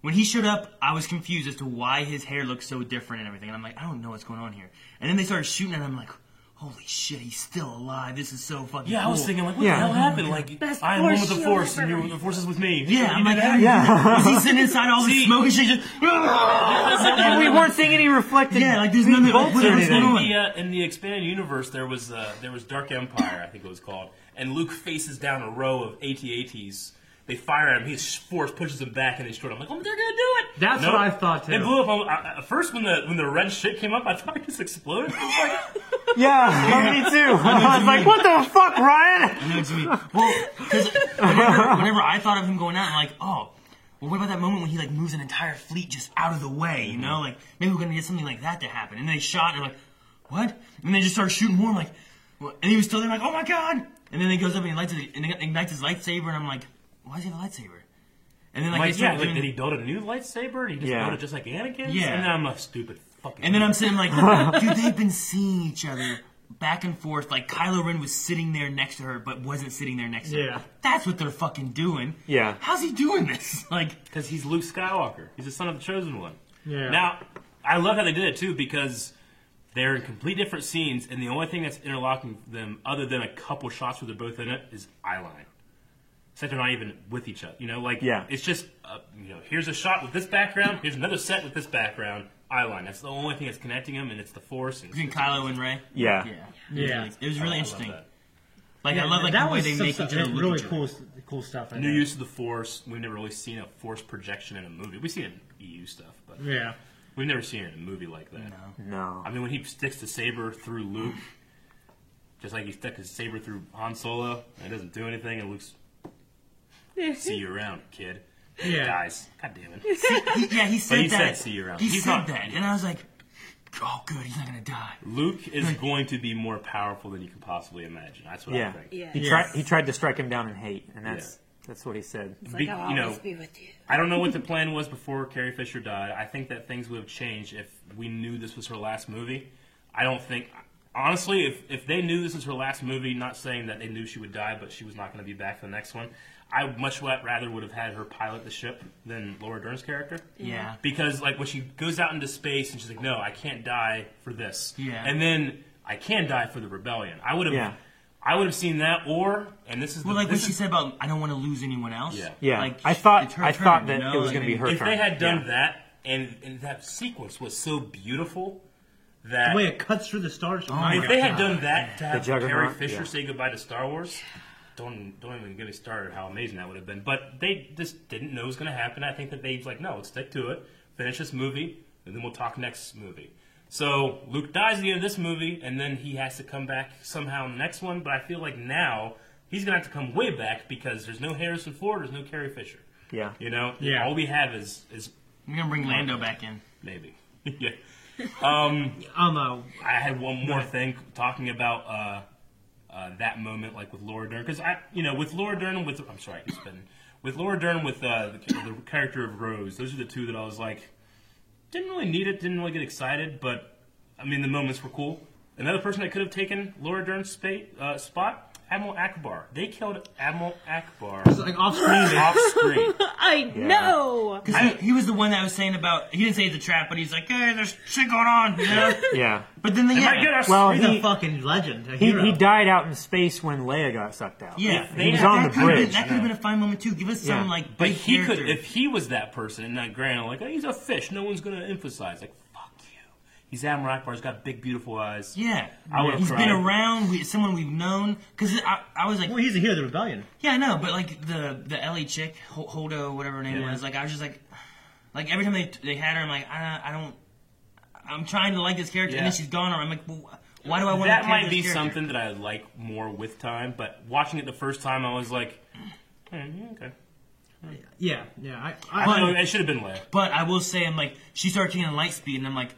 Speaker 1: when he showed up, I was confused as to why his hair looked so different and everything. And I'm like, I don't know what's going on here. And then they started shooting, and I'm like, holy shit, he's still alive. This is so fucking.
Speaker 5: Yeah, I was
Speaker 1: cool.
Speaker 5: thinking like, what
Speaker 3: Yeah.
Speaker 5: the hell happened? Like,
Speaker 2: Best
Speaker 5: I'm one with
Speaker 2: force
Speaker 5: the force, and
Speaker 2: shield
Speaker 5: you're the force is with me.
Speaker 1: Yeah, I'm like, how
Speaker 3: Yeah.
Speaker 1: is he sitting inside all this
Speaker 5: See-
Speaker 1: smoke and shit? Just,
Speaker 3: And we weren't seeing any reflected.
Speaker 1: yeah, like there's nothing. Like,
Speaker 3: bolts
Speaker 1: what,
Speaker 3: or
Speaker 1: what's going
Speaker 3: anything.
Speaker 1: on?
Speaker 5: in the, uh, in the expanded universe, there was uh, there was Dark Empire, I think it was called, and Luke faces down a row of AT-ATs. They fire at him. His force pushes him back, and they destroy him. I'm like, oh, they're gonna do it.
Speaker 4: That's what I thought, too.
Speaker 5: It blew up. on- I- I- At first, when the when the red shit came up, I thought it just exploded. I was like,
Speaker 3: Yeah, me too. I was like, what the fuck, Ryan?
Speaker 1: know what you mean. Well, because whenever, whenever I thought of him going out, I'm like, oh, well, what about that moment when he like moves an entire fleet just out of the way? You know, like maybe we're gonna get something like that to happen. And they shot, and they're like, what? And they just started shooting more. I'm like, what? and he was still there, like, oh my god! And then he goes up and he lights it, and he ignites his lightsaber, and I'm like, why does he have a lightsaber? And then like,
Speaker 5: like
Speaker 1: they
Speaker 5: yeah,
Speaker 1: started
Speaker 5: like,
Speaker 1: doing-
Speaker 5: did he build a new lightsaber? Did he just
Speaker 3: Yeah.
Speaker 5: build it just like Anakin's?
Speaker 1: Yeah.
Speaker 5: And then I'm a stupid fucking.
Speaker 1: And then I'm sitting like, dude, they've been seeing each other back and forth. Like Kylo Ren was sitting there next to her, but wasn't sitting there next to
Speaker 4: Yeah.
Speaker 1: her. That's what they're fucking doing.
Speaker 3: Yeah.
Speaker 1: How's he doing this? Like,
Speaker 5: Because he's Luke Skywalker. He's the son of the Chosen One.
Speaker 4: Yeah.
Speaker 5: Now, I love how they did it too because they're in complete different scenes, and the only thing that's interlocking them, other than a couple shots where they're both in it, is eye line. Except they're not even with each other. You know, like
Speaker 3: Yeah.
Speaker 5: it's just uh, you know, here's a shot with this background, here's another set with this background. Eye line. That's the only thing that's connecting them, and it's the Force. And
Speaker 1: between Kylo and Ray.
Speaker 3: Yeah.
Speaker 1: Yeah.
Speaker 4: Yeah.
Speaker 1: It was really
Speaker 5: I love
Speaker 1: interesting.
Speaker 5: that.
Speaker 1: Like, I
Speaker 4: Yeah,
Speaker 1: love like
Speaker 4: that
Speaker 1: the way
Speaker 4: was
Speaker 1: they
Speaker 4: some
Speaker 1: make each
Speaker 4: stuff-
Speaker 1: other look
Speaker 4: really
Speaker 1: each other.
Speaker 4: cool, s- cool stuff. in
Speaker 5: New
Speaker 4: there.
Speaker 5: use of the Force. We've never really seen a Force projection in a movie. We've seen it in EU stuff, but
Speaker 4: Yeah.
Speaker 5: we've never seen it in a movie like that.
Speaker 3: No.
Speaker 5: I mean, when he sticks the saber through Luke, just like he stuck his saber through Han Solo, and it doesn't do anything, and Luke's, see you around, kid.
Speaker 4: Yeah.
Speaker 5: Dies. God damn it.
Speaker 1: He- yeah, he said
Speaker 5: he said,
Speaker 1: that.
Speaker 5: "See you around."
Speaker 1: He
Speaker 5: He's
Speaker 1: said
Speaker 5: not-
Speaker 1: that, and I was like, oh, good, he's not gonna die.
Speaker 5: Luke is going to be more powerful than you can possibly imagine. That's what
Speaker 3: Yeah.
Speaker 5: I think.
Speaker 2: Yeah.
Speaker 3: He
Speaker 2: Yes.
Speaker 3: tried. He tried to strike him down in hate, and that's that's what he said.
Speaker 5: Be- you know,
Speaker 2: with you.
Speaker 5: I don't know what the plan was before Carrie Fisher died. I think that things would have changed if we knew this was her last movie. I don't think, honestly, if, if they knew this was her last movie, not saying that they knew she would die, but she was not going to be back for the next one, I much wa- rather would have had her pilot the ship than Laura Dern's character.
Speaker 1: Yeah.
Speaker 5: Because, like, when she goes out into space and she's like, no, I can't die for this.
Speaker 1: Yeah.
Speaker 5: And then I can die for the rebellion. I would have.
Speaker 3: Yeah.
Speaker 5: I would have seen that, or and this is the,
Speaker 1: Well, like what
Speaker 5: this is
Speaker 1: she said about I don't want to lose anyone else.
Speaker 5: Yeah.
Speaker 3: Yeah,
Speaker 1: Like,
Speaker 3: I thought-
Speaker 1: it's her
Speaker 3: I
Speaker 1: turn,
Speaker 3: thought that
Speaker 1: you know?
Speaker 3: it was
Speaker 1: Like,
Speaker 3: gonna be
Speaker 1: I mean,
Speaker 3: her
Speaker 5: if
Speaker 3: turn.
Speaker 5: they had done
Speaker 3: Yeah.
Speaker 5: that and, and that sequence was so beautiful that
Speaker 4: The way it cuts through the stars. Oh
Speaker 1: my
Speaker 5: if they had done that to have
Speaker 3: Juggernaut,
Speaker 5: Carrie Fisher
Speaker 3: yeah.
Speaker 5: say goodbye to Star Wars, don't don't even get me started how amazing that would have been. But they just didn't know it was going to happen. I think that they was like, no, let's stick to it, finish this movie, and then we'll talk next movie. So Luke dies at the end of this movie, and then he has to come back somehow in the next one. But I feel like now he's going to have to come way back because there's no Harrison Ford, there's no Carrie Fisher.
Speaker 3: Yeah.
Speaker 5: You know,
Speaker 4: Yeah.
Speaker 5: all we have is is
Speaker 1: We're gonna bring Lando back in.
Speaker 5: Maybe. yeah.
Speaker 4: Um, uh,
Speaker 5: I had one more thing talking about uh, uh, that moment, like with Laura Dern, because I, you know, with Laura Dern, with I'm sorry, I keep spinning. With Laura Dern, with uh, the, the character of Rose, those are the two that I was like, didn't really need it, didn't really get excited, but I mean, the moments were cool. Another person that could have taken Laura Dern's spa- uh, spot, Admiral Akbar. They killed Admiral Akbar
Speaker 4: like off screen. they-
Speaker 5: off screen.
Speaker 2: I know.
Speaker 1: Because he, he was the one that was saying about he didn't say it's a trap, but he's like, hey, there's shit going on, you know.
Speaker 3: Yeah.
Speaker 1: But then the
Speaker 5: Am I good?
Speaker 1: yeah,
Speaker 5: I
Speaker 3: Well,
Speaker 4: He's a
Speaker 3: he-
Speaker 4: fucking legend. A
Speaker 3: He,
Speaker 4: hero.
Speaker 3: he died out in space when Leia got sucked out.
Speaker 1: yeah,
Speaker 5: They-
Speaker 3: he was on
Speaker 1: that
Speaker 3: the
Speaker 1: could've been-
Speaker 3: bridge.
Speaker 1: that could have been a fine moment too. Give us some
Speaker 3: Yeah.
Speaker 1: like,
Speaker 5: But
Speaker 1: big
Speaker 5: he could,
Speaker 1: character.
Speaker 5: if he was that person, and not Grant, like, oh, he's a fish, no one's going to emphasize. Like, fuck you. He's Adam Rockbar. He's got big, beautiful eyes.
Speaker 1: Yeah,
Speaker 5: I would've
Speaker 1: he's been
Speaker 5: cried.
Speaker 1: around. We, someone we've known. Because I, I was like,
Speaker 4: Well, he's a hero of the rebellion.
Speaker 1: yeah, I know, but like the the Ellie chick, Ho- Holdo, whatever her name
Speaker 5: Yeah.
Speaker 1: was. Like I was just like, like every time they they had her, I'm like, I, I don't. I'm trying to like this character, and then
Speaker 5: Yeah.
Speaker 1: she's gone. Or I'm like, well, why do I want to?
Speaker 5: That
Speaker 1: care
Speaker 5: might
Speaker 1: this
Speaker 5: be
Speaker 1: character?
Speaker 5: something that I like more with time, but watching it the first time, I was like, "Hmm, okay.
Speaker 4: Yeah, yeah. I,
Speaker 5: I
Speaker 4: I,
Speaker 5: don't know, it should have been Leia.
Speaker 1: But I will say, I'm like, she started taking light speed, and I'm like,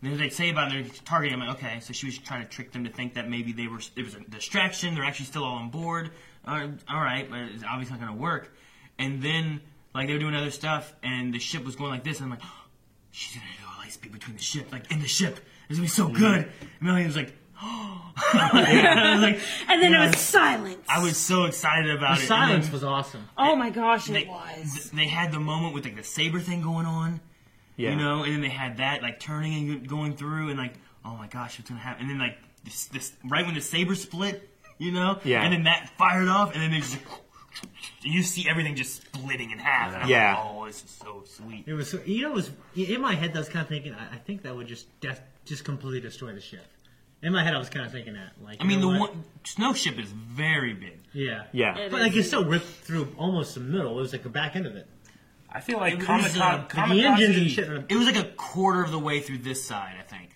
Speaker 1: and they say about their targeting. I'm like, okay, so she was trying to trick them to think that maybe they were it was a distraction. They're actually still all on board. Uh, all right, but it's obviously not going to work. And then like they were doing other stuff, and the ship was going like this, and I'm like, she's going to do a light speed between the ship, like in the ship. It's going to be so good.
Speaker 2: Mm-hmm.
Speaker 1: And Melanie was like, I was like,
Speaker 2: And then it was
Speaker 1: Yes.
Speaker 2: silence.
Speaker 1: I was so excited about it. And
Speaker 4: silence
Speaker 1: then-
Speaker 4: was awesome.
Speaker 2: oh my gosh,
Speaker 1: they,
Speaker 2: it was.
Speaker 1: th- they had the moment with like the saber thing going on,
Speaker 3: Yeah.
Speaker 1: you know, and then they had that like turning and going through, and like, oh my gosh, what's gonna happen? And then like this, this right when the saber split, you know,
Speaker 3: Yeah.
Speaker 1: and then that fired off, and then they just you see everything just splitting in half. And I'm
Speaker 3: Yeah.
Speaker 1: like, oh, this is so sweet.
Speaker 4: It was, you know, it was in my head. I was kind of thinking, I, I think that would just def, just completely destroy the ship. In my head, I was kind of thinking that. Like,
Speaker 1: I mean, the
Speaker 4: you know what?
Speaker 1: one snow ship is very big.
Speaker 4: yeah,
Speaker 3: Yeah.
Speaker 4: But like, it still ripped through almost the middle. It was like the back end of it.
Speaker 5: I feel like
Speaker 1: It was,
Speaker 5: Comic
Speaker 1: uh,
Speaker 5: Con,
Speaker 1: the
Speaker 5: Comic
Speaker 4: The engines and shit. Are,
Speaker 1: It was like a quarter of the way through this side, I think,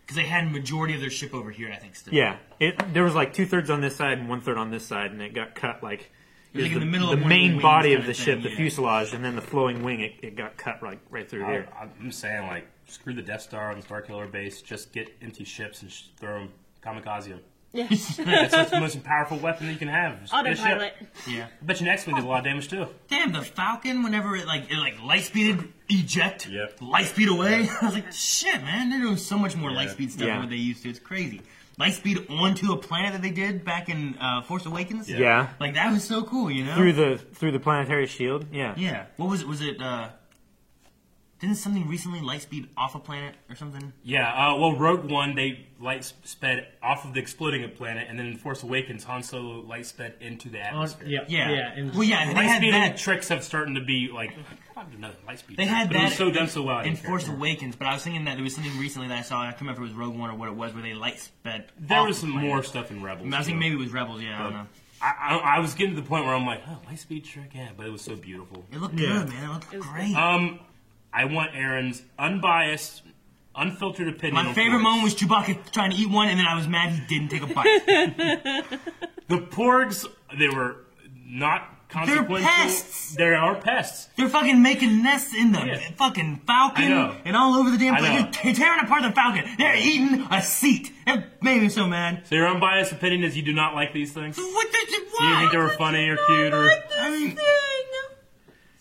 Speaker 1: because they had majority of their ship over here, I think. Still,
Speaker 3: Yeah. It there was like two thirds on this side and one third on this side, and it got cut like. It
Speaker 1: was, like, in
Speaker 3: the,
Speaker 1: the middle of one of the
Speaker 3: main
Speaker 1: wings
Speaker 3: body
Speaker 1: kind
Speaker 3: of the
Speaker 1: of
Speaker 3: ship,
Speaker 1: thing,
Speaker 3: the
Speaker 1: yeah. Oh.
Speaker 3: fuselage, and then the flowing wing. It, it got cut like right through
Speaker 5: I,
Speaker 3: here.
Speaker 5: I'm saying, like, screw the Death Star on the Star Killer base. Just get empty ships and sh- throw them. Kamikaze 'em. That's, that's the most powerful weapon that you can have. is- is a ship.
Speaker 2: Autopilot.
Speaker 1: yeah.
Speaker 5: I bet you next one did a lot of damage too.
Speaker 1: Damn, the Falcon, whenever it like it like light speeded eject,
Speaker 5: Yep.
Speaker 1: light speed away. I was like, shit, man, they're doing so much more light speed stuff
Speaker 3: Yeah.
Speaker 1: than what they used to. It's crazy. Light speed onto a planet that they did back in uh, Force Awakens.
Speaker 5: Yeah.
Speaker 3: Yeah.
Speaker 1: Like that was so cool, you know?
Speaker 3: Through the through the planetary shield. Yeah.
Speaker 1: yeah. What was it? Was it uh didn't something recently light speed off a planet or something?
Speaker 5: Yeah, uh, well, Rogue One, they light s- sped off of the exploding a planet, and then in Force Awakens, Han Solo light sped into the
Speaker 4: on,
Speaker 5: atmosphere.
Speaker 4: yeah,
Speaker 1: Yeah.
Speaker 4: yeah. And
Speaker 1: well, yeah, they
Speaker 5: Light
Speaker 1: had
Speaker 5: speed and
Speaker 1: that.
Speaker 5: tricks have starting to be like I don't know, light speed.
Speaker 1: They
Speaker 5: tricks,
Speaker 1: had
Speaker 5: but
Speaker 1: that
Speaker 5: it was so done so well.
Speaker 1: in
Speaker 5: I didn't care.
Speaker 1: Force Awakens, but I was thinking that there was something recently that I saw. I can't remember if it was Rogue One or what it was, where they light sped.
Speaker 5: There
Speaker 1: off
Speaker 5: was
Speaker 1: a
Speaker 5: some
Speaker 1: planet.
Speaker 5: more stuff in Rebels.
Speaker 1: I was thinking
Speaker 5: too.
Speaker 1: maybe it was Rebels. Yeah, I don't know.
Speaker 5: I, I, I was getting to the point where I'm like, oh, light speed trick, yeah, but it was so beautiful.
Speaker 1: It looked
Speaker 4: Yeah.
Speaker 1: good, man. It looked great.
Speaker 5: Um, I want Aaron's unbiased, unfiltered opinion.
Speaker 1: My
Speaker 5: on
Speaker 1: favorite
Speaker 5: Force.
Speaker 1: moment was Chewbacca trying to eat one, and then I was mad he didn't take a bite.
Speaker 5: The Porgs, they were not consequential.
Speaker 1: pests!
Speaker 5: They are pests.
Speaker 1: They're fucking making nests in the
Speaker 5: Yeah.
Speaker 1: fucking
Speaker 5: I
Speaker 1: Falcon
Speaker 5: know.
Speaker 1: and all over the damn
Speaker 5: I know.
Speaker 1: place. They're te- tearing apart the Falcon. They're eating a seat. It made me so mad.
Speaker 5: So your unbiased opinion is you do not like these things? You
Speaker 1: What did you
Speaker 5: didn't
Speaker 1: why?
Speaker 5: think they were funny or cute or...
Speaker 1: I mean,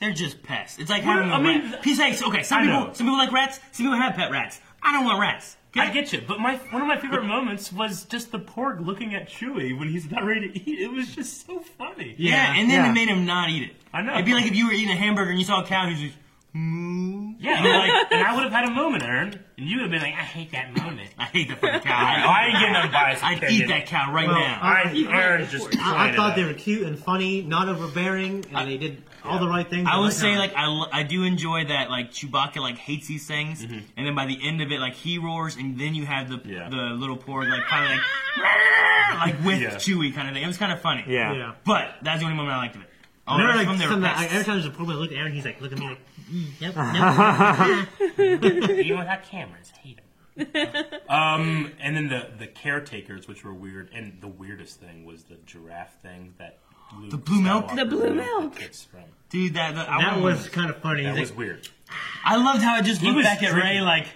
Speaker 1: they're just pests. It's like having a
Speaker 5: I mean,
Speaker 1: rat. Piece of- okay. Some
Speaker 5: I know.
Speaker 1: people, some people like rats. Some people have pet rats. I don't want rats.
Speaker 5: I get you, but my one of my favorite moments was just the Porg looking at Chewie when he's about ready to eat. It was just so funny.
Speaker 1: Yeah, and then
Speaker 3: yeah.
Speaker 1: it made him not eat it.
Speaker 5: I know.
Speaker 1: It'd be like if you were eating a hamburger and you saw a cow and he's just, moo.
Speaker 5: Yeah, and, I'm like, and I would have had a moment, Aaron, and you would have been like, I hate that moment.
Speaker 1: I hate that fucking cow.
Speaker 5: I ain't getting unbiased
Speaker 1: I'd eat
Speaker 5: opinion.
Speaker 1: that cow right now.
Speaker 5: I, Aaron's just
Speaker 4: I, I
Speaker 5: pointed
Speaker 4: thought
Speaker 5: at
Speaker 4: they
Speaker 5: it.
Speaker 4: were cute and funny, not overbearing, and they did all the right things.
Speaker 1: I will
Speaker 4: like
Speaker 1: say,
Speaker 4: how-
Speaker 1: like, I, lo- I do enjoy that, like, Chewbacca, like, hates these things, and then by the end of it, like, he roars, and then you have the
Speaker 5: Yeah.
Speaker 1: the little porg, like, kind of like, like, with
Speaker 5: Yeah.
Speaker 1: Chewie kind of thing. It was kind of funny.
Speaker 3: Yeah.
Speaker 4: yeah.
Speaker 1: But that's the only moment I liked of it. Oh,
Speaker 4: Remember,
Speaker 1: the
Speaker 4: like,
Speaker 1: rest of them,
Speaker 4: some,
Speaker 1: they were
Speaker 4: like,
Speaker 1: pests.
Speaker 4: every time there's a problem, I look at Aaron, he's like, look at me, like, mm, yep, yep.
Speaker 5: you know without cameras, hate them. um, and then the the caretakers, which were weird, and the weirdest thing was the giraffe thing that Luke
Speaker 1: The blue milk?
Speaker 5: Skywalker
Speaker 1: The
Speaker 2: blue
Speaker 5: got
Speaker 2: milk.
Speaker 5: the kids From.
Speaker 1: Dude, that, that, I
Speaker 4: That
Speaker 1: wanna-
Speaker 4: was kind of funny.
Speaker 5: That
Speaker 4: He's
Speaker 5: was
Speaker 4: like,
Speaker 5: weird.
Speaker 1: I loved how it just looked
Speaker 5: was
Speaker 1: back at Ray,
Speaker 5: drinking-
Speaker 1: like,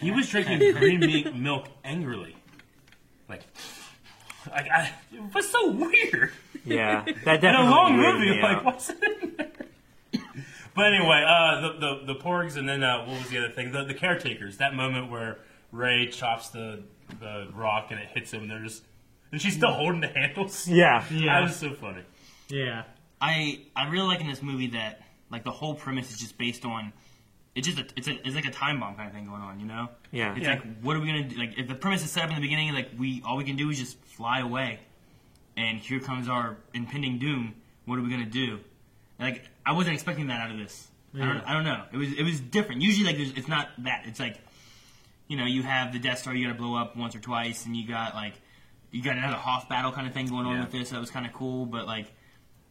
Speaker 5: He was drinking green meat milk angrily, like. Like I, it was so weird.
Speaker 3: Yeah. That
Speaker 5: In a
Speaker 3: definitely
Speaker 5: long
Speaker 3: weirded
Speaker 5: movie,
Speaker 3: me
Speaker 5: like
Speaker 3: out.
Speaker 5: what's it? in there? But anyway, uh, the, the the porgs, and then uh, what was the other thing? The, the caretakers. That moment where Ray chops the the rock and it hits him, and they're just and she's still holding the handles.
Speaker 3: Yeah.
Speaker 5: That
Speaker 4: yeah,
Speaker 5: was so funny.
Speaker 4: yeah.
Speaker 1: I I really like in this movie that like the whole premise is just based on it's just a, it's a, it's like a time bomb kind of thing going on, you know?
Speaker 3: Yeah.
Speaker 1: It's
Speaker 3: Yeah.
Speaker 1: like what are we gonna do? Like if the premise is set up in the beginning, like we all we can do is just fly away, and here comes our impending doom. What are we gonna do? And, like I wasn't expecting that out of this. I, don't, I don't know. It was it was different. Usually like there's, it's not that. It's like you know, you have the Death Star you got to blow up once or twice, and you got like you got another Hoth battle kind of thing going on
Speaker 5: Yeah.
Speaker 1: with this. That was kind of cool, but like.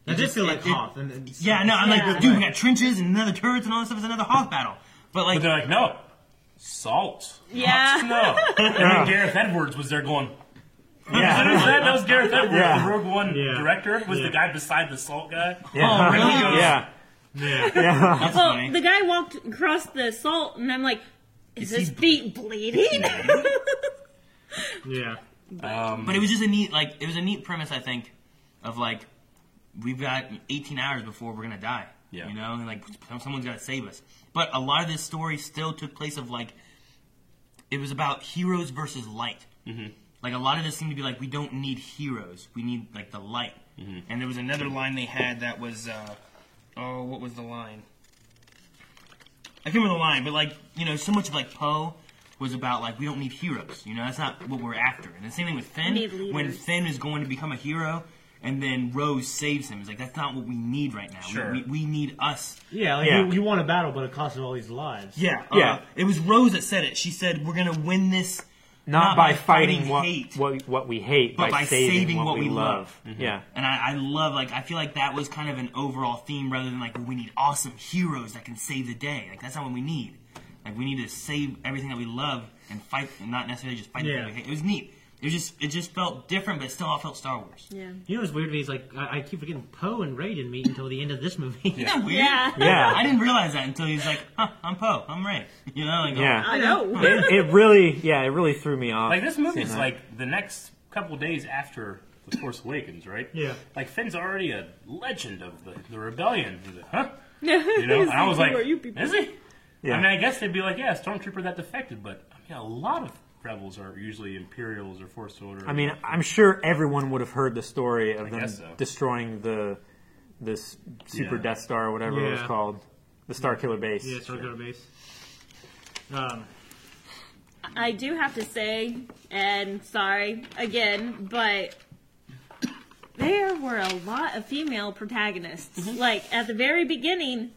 Speaker 4: I
Speaker 1: it
Speaker 4: just feel like
Speaker 1: it- it-
Speaker 4: Hoth. And, and
Speaker 1: Yeah, no, I'm
Speaker 2: Yeah.
Speaker 1: like, dude, we got trenches and another turrets and all this stuff. It's another Hoth battle. But like,
Speaker 5: But they're like, no, salt.
Speaker 2: Yeah.
Speaker 5: No. and then Gareth Edwards was there going.
Speaker 1: Oh,
Speaker 5: What
Speaker 3: Yeah.
Speaker 5: is that? That was Gareth Edwards,
Speaker 3: Yeah.
Speaker 5: the Rogue One
Speaker 4: Yeah.
Speaker 5: director, was
Speaker 4: Yeah.
Speaker 5: the guy beside the salt guy.
Speaker 1: oh, really?
Speaker 3: Yeah.
Speaker 1: That's
Speaker 2: Well,
Speaker 1: funny.
Speaker 2: the guy walked across the salt, and I'm like, is,
Speaker 1: Is he
Speaker 2: his feet bleeding?
Speaker 4: yeah. Um,
Speaker 1: But it was just a neat, like, it was a neat premise, I think, of like, we've got 18 hours before we're gonna die.
Speaker 5: Yeah.
Speaker 1: You know, and like, some- someone's gotta save us. But a lot of this story still took place of like, it was about heroes versus light. Mm-hmm. Like a lot of this seemed to be like, we don't need heroes, we need like the light. And there was another line they had that was, uh, oh, what was the line? I can't remember the line, but like you know, so much of like Poe was about like we don't need heroes. You know, that's not what we're after. And the same thing with Finn.
Speaker 2: need leaders.
Speaker 1: When Finn is going to become a hero, and then Rose saves him, it's like that's not what we need right now. We-
Speaker 5: Sure.
Speaker 1: We, we need us.
Speaker 4: Yeah, like
Speaker 3: Yeah.
Speaker 4: You, you want a battle, but it costs all these lives.
Speaker 1: Yeah,
Speaker 3: Yeah.
Speaker 1: It was Rose that said it. She said, "We're gonna win this."
Speaker 3: Not, by, fighting,
Speaker 1: hate.
Speaker 3: what, what what we hate,
Speaker 1: But
Speaker 3: by, saving, what, we love.
Speaker 1: love. Mm-hmm.
Speaker 3: Yeah.
Speaker 1: And I, I love, like, I feel like that was kind of an overall theme rather than, like, we need awesome heroes that can save the day. Like, that's not what we need. Like, we need to save everything that we love and fight, and not necessarily just fight the
Speaker 4: Yeah.
Speaker 1: thing we hate. It was neat. It was just, it just felt different, but it still all felt Star Wars.
Speaker 2: yeah.
Speaker 4: You know what's weird? He's like, I, I keep forgetting Poe and Ray didn't meet until the end of this movie.
Speaker 1: Isn't that weird?
Speaker 2: Yeah.
Speaker 3: Yeah.
Speaker 1: I didn't realize that until he's like, huh, I'm Poe, I'm Ray. You know, like,
Speaker 3: Yeah.
Speaker 2: I know.
Speaker 3: It, it really, yeah, it really threw me off.
Speaker 5: Like this movie's
Speaker 3: that.
Speaker 5: like the next couple days after The Force Awakens, right?
Speaker 4: Yeah.
Speaker 5: Like Finn's already a legend of the, the rebellion. He's like, huh? You know, and I was like,
Speaker 2: Who are you people?
Speaker 5: is he?
Speaker 3: Yeah.
Speaker 5: I mean, I guess they'd be like, yeah, stormtrooper that defected, but I mean, a lot of rebels are usually Imperials or Force Order.
Speaker 3: I mean, I'm sure everyone would have heard the story of them
Speaker 5: guess so.
Speaker 3: destroying the this super
Speaker 5: Yeah.
Speaker 3: Death Star or whatever it was
Speaker 4: Yeah.
Speaker 3: called, the Star Killer base.
Speaker 4: Yeah, it's regular base. Um,
Speaker 2: I do have to say, and sorry again, but there were a lot of female protagonists. Like at the very beginning,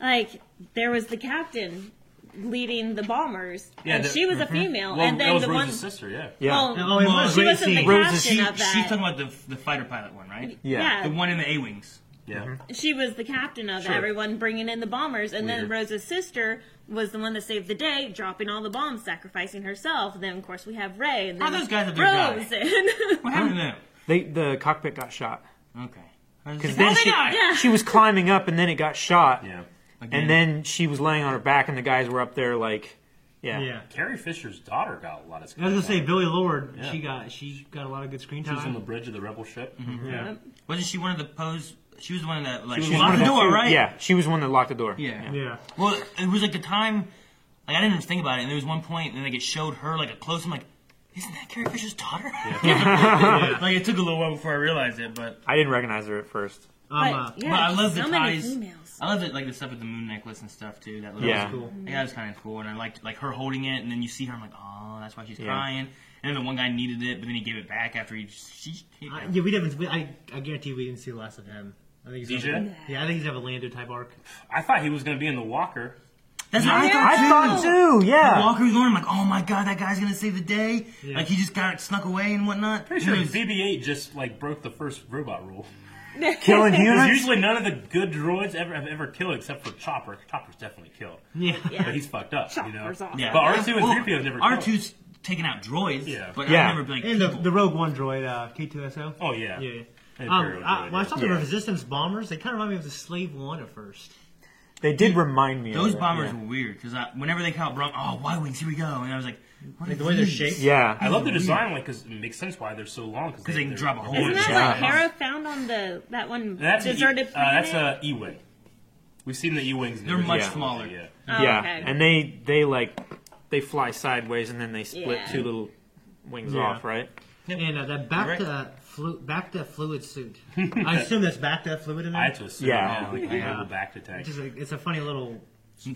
Speaker 2: like there was the captain leading the bombers,
Speaker 5: Yeah,
Speaker 2: and
Speaker 5: the- Mm-hmm.
Speaker 2: she was a female,
Speaker 5: well,
Speaker 2: and then
Speaker 5: that was
Speaker 2: the
Speaker 5: Rose's
Speaker 2: one.
Speaker 5: sister, yeah.
Speaker 3: Yeah.
Speaker 2: Well,
Speaker 4: Oh, it was
Speaker 2: she
Speaker 4: Ray
Speaker 2: wasn't the
Speaker 4: Singh.
Speaker 1: Rose
Speaker 2: captain
Speaker 1: is she,
Speaker 2: of that.
Speaker 1: she's talking about the, the fighter pilot one, right?
Speaker 3: Yeah.
Speaker 1: The one in the A wings.
Speaker 5: Yeah.
Speaker 4: Mm-hmm.
Speaker 2: she was the captain of
Speaker 5: Sure.
Speaker 2: everyone bringing in the bombers, and then
Speaker 5: Weird.
Speaker 2: Rose's sister was the one that saved the day, dropping all the bombs, sacrificing herself. Then, of course, we have Ray. And
Speaker 1: How
Speaker 2: then
Speaker 1: those guys have their
Speaker 2: Rose. and-
Speaker 1: What happened to them?
Speaker 3: They, the cockpit got shot.
Speaker 1: Okay. How
Speaker 3: Because
Speaker 1: does-
Speaker 3: then
Speaker 1: How'd they
Speaker 3: she,
Speaker 1: die?
Speaker 2: Yeah.
Speaker 3: she was climbing up and then it got shot.
Speaker 5: Yeah.
Speaker 1: Again.
Speaker 3: And then she was laying on her back and the guys were up there like, yeah.
Speaker 4: yeah.
Speaker 5: Carrie Fisher's daughter got a lot of
Speaker 4: I was gonna say Billy Lord.
Speaker 5: Yeah.
Speaker 4: She got she got a lot of good screen
Speaker 5: She was on
Speaker 4: time.
Speaker 5: the bridge of the rebel ship.
Speaker 4: Mm-hmm.
Speaker 2: Yep.
Speaker 1: Wasn't she one of the pose? She was the one that like
Speaker 5: She
Speaker 1: she,
Speaker 5: was one
Speaker 1: locked
Speaker 5: of
Speaker 1: the
Speaker 5: the
Speaker 1: door,
Speaker 3: She-
Speaker 1: right?
Speaker 3: Yeah, she was the one that locked the door.
Speaker 1: Yeah.
Speaker 4: yeah.
Speaker 1: Well, it was like the time. Like I didn't even think about it, and there was one point, and like it showed her like a close. I'm like, isn't that Carrie Fisher's daughter? like it took a little while before I realized it, but
Speaker 3: I didn't recognize her at first.
Speaker 4: Um, uh,
Speaker 2: But, yeah,
Speaker 1: but I love
Speaker 2: so
Speaker 1: the
Speaker 2: many
Speaker 1: ties.
Speaker 2: females.
Speaker 1: I love it like the stuff with the moon necklace and stuff too. That little
Speaker 3: Yeah.
Speaker 4: cool.
Speaker 1: Yeah, it was kind of cool, and I liked like her holding it, and then you see her. I'm like, oh, that's why she's
Speaker 3: Yeah.
Speaker 1: crying. And then the one guy needed it, but then he gave it back after he. She, he
Speaker 4: I, yeah, we didn't. We, I I guarantee we didn't see the last of him. I think he's
Speaker 5: DJ?
Speaker 4: gonna- yeah, I think he's gonna have a Lando type arc.
Speaker 5: I thought he was going to be in the walker.
Speaker 1: that's how I thought
Speaker 3: I thought too, yeah.
Speaker 1: Walker was going. I'm like, oh my god, that guy's gonna save the day.
Speaker 4: Yeah.
Speaker 1: Like he just got snuck away and whatnot.
Speaker 5: Pretty sure
Speaker 1: And it was-
Speaker 5: BB-8 just like broke the first robot rule.
Speaker 3: Killing
Speaker 5: Because
Speaker 3: humans.
Speaker 5: usually none of the good droids ever have ever killed except for Chopper. Chopper's definitely killed,
Speaker 4: Yeah.
Speaker 2: Yeah.
Speaker 5: but he's fucked up. you know?
Speaker 2: Chopper's awesome.
Speaker 1: yeah.
Speaker 5: But R2 and 3PO never killed.
Speaker 1: R2's taking out droids.
Speaker 5: Yeah.
Speaker 1: But
Speaker 3: Yeah.
Speaker 1: I've never been like
Speaker 4: And the,
Speaker 1: people.
Speaker 4: the Rogue One droid, uh, K2SO.
Speaker 5: Oh yeah.
Speaker 4: Yeah.
Speaker 5: Imperial
Speaker 4: Um, I,
Speaker 5: droid,
Speaker 4: when I
Speaker 5: yeah.
Speaker 4: saw the Resistance bombers, they kind of remind me of the Slave One at first.
Speaker 3: They did remind me of
Speaker 1: Those
Speaker 3: it,
Speaker 1: bombers
Speaker 3: yeah.
Speaker 1: were weird because whenever they caught Brom, oh, Y wings, here we go, and I was like, what are
Speaker 4: the way they're
Speaker 1: these?
Speaker 4: shaped.
Speaker 3: Yeah.
Speaker 5: I love the design, like, because it makes sense why they're so long.
Speaker 1: 'Cause they can
Speaker 5: they're-
Speaker 1: drop a hole
Speaker 5: they're-
Speaker 1: in
Speaker 2: Isn't that
Speaker 3: Yeah.
Speaker 2: what Hera found on the that one
Speaker 5: That's an
Speaker 2: deserted
Speaker 5: E- uh,
Speaker 2: planet?
Speaker 5: that's a E-wing. We've seen the E-wings. in the
Speaker 1: They're much
Speaker 5: original
Speaker 1: smaller.
Speaker 5: movie, Yeah.
Speaker 2: Oh,
Speaker 3: yeah,
Speaker 2: okay.
Speaker 3: and they they like they fly sideways and then they split
Speaker 2: Yeah.
Speaker 3: two little wings
Speaker 4: Yeah.
Speaker 3: off, right?
Speaker 4: And uh, that back to flu- back to fluid suit. I assume that's back to fluid in there.
Speaker 5: I had to assume.
Speaker 3: Yeah.
Speaker 5: Yeah. Like,
Speaker 4: Yeah.
Speaker 5: yeah. back to tank.
Speaker 4: It's just a, it's a funny little,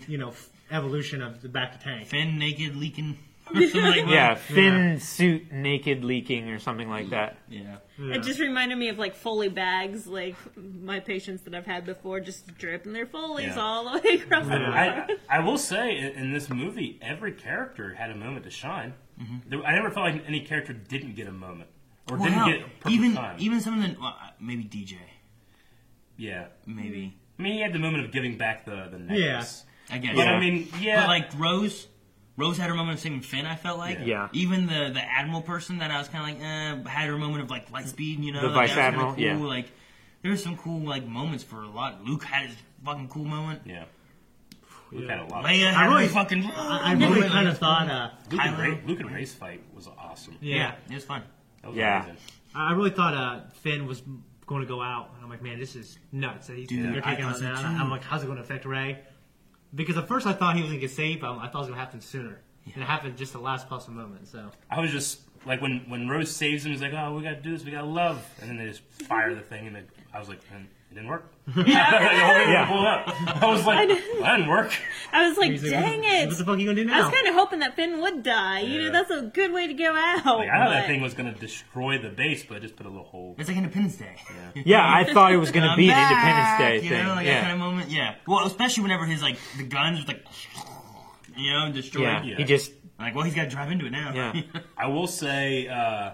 Speaker 4: you know, f- evolution of the back to tank.
Speaker 1: Finn naked leaking or something like that.
Speaker 3: Yeah, Finn suit naked leaking or something like that.
Speaker 1: Yeah.
Speaker 2: It just reminded me of like Foley bags, like my patients that I've had before, just dripping their Foleys
Speaker 5: Yeah.
Speaker 2: all the way across the room.
Speaker 5: I, I will say, in, in this movie, every character had a moment to shine. There, I never felt like any character didn't get a moment or
Speaker 1: Well,
Speaker 5: didn't
Speaker 1: hell,
Speaker 5: get perfect
Speaker 1: even
Speaker 5: time.
Speaker 1: even some of the well, uh, maybe DJ,
Speaker 5: yeah,
Speaker 1: maybe
Speaker 5: I mean, he had the moment of giving back the the necklace.
Speaker 1: I guess.
Speaker 5: But I
Speaker 3: Yeah.
Speaker 5: mean, yeah,
Speaker 1: But like Rose, Rose had her moment of saving Finn. I felt like.
Speaker 5: Yeah.
Speaker 3: Yeah.
Speaker 1: Even the the admiral person that I was kind of like eh, had her moment of like light speed. You know,
Speaker 3: The
Speaker 1: like,
Speaker 3: vice
Speaker 1: that was kinda
Speaker 3: admiral,
Speaker 1: Cool.
Speaker 3: yeah.
Speaker 1: Like there were some cool like moments for a lot. Luke had his fucking cool moment.
Speaker 5: yeah, Luke had a lot. Of,
Speaker 1: Leia had
Speaker 4: really-
Speaker 1: her fucking.
Speaker 4: I really kind of thought, uh,
Speaker 5: Luke, and
Speaker 1: Kylo.
Speaker 5: Ray, Luke and Ray's fight was awesome.
Speaker 1: Yeah,
Speaker 4: yeah,
Speaker 1: it was fun.
Speaker 5: That was
Speaker 3: Yeah.
Speaker 5: amazing.
Speaker 4: I I really thought uh, Finn was going to go out, and I'm like, man, this is nuts. That he's,
Speaker 1: Dude,
Speaker 4: they're
Speaker 1: I
Speaker 4: taking
Speaker 1: thought
Speaker 4: on
Speaker 1: so
Speaker 4: that.
Speaker 1: too.
Speaker 4: I'm like, how's it going to affect Ray? Because at first I thought he was going to get saved, but I thought it was going to happen sooner, and it happened just the last possible moment. So
Speaker 5: I was just like when when Rose saves him, he's like, "Oh, we gotta do this. We gotta love," and then they just fire the thing, and then I was like, "Man, "It didn't work." yeah. I was like, well, "That didn't work."
Speaker 2: I was like,
Speaker 4: He's like,
Speaker 2: dang
Speaker 4: what,
Speaker 2: it!
Speaker 4: What the fuck are you going to do
Speaker 2: I
Speaker 4: now?
Speaker 2: was kind of hoping that Finn would die. You
Speaker 5: Yeah.
Speaker 2: know, that's a good way to go out.
Speaker 5: Like, I thought that
Speaker 2: but-
Speaker 5: thing was gonna destroy the base, but it just put a little hole.
Speaker 1: It's like Independence Day.
Speaker 3: Yeah, I thought it was going to
Speaker 1: I'm
Speaker 3: be an Independence
Speaker 1: back,
Speaker 3: Day
Speaker 1: you
Speaker 3: thing.
Speaker 1: Know, like that
Speaker 3: yeah.
Speaker 1: kind of moment. Yeah. Well, especially whenever his like the guns was like, you know, destroyed.
Speaker 3: yeah.
Speaker 5: Yeah.
Speaker 3: he just
Speaker 1: Like, well, he's got to drive into it now.
Speaker 3: Yeah.
Speaker 5: I will say, uh,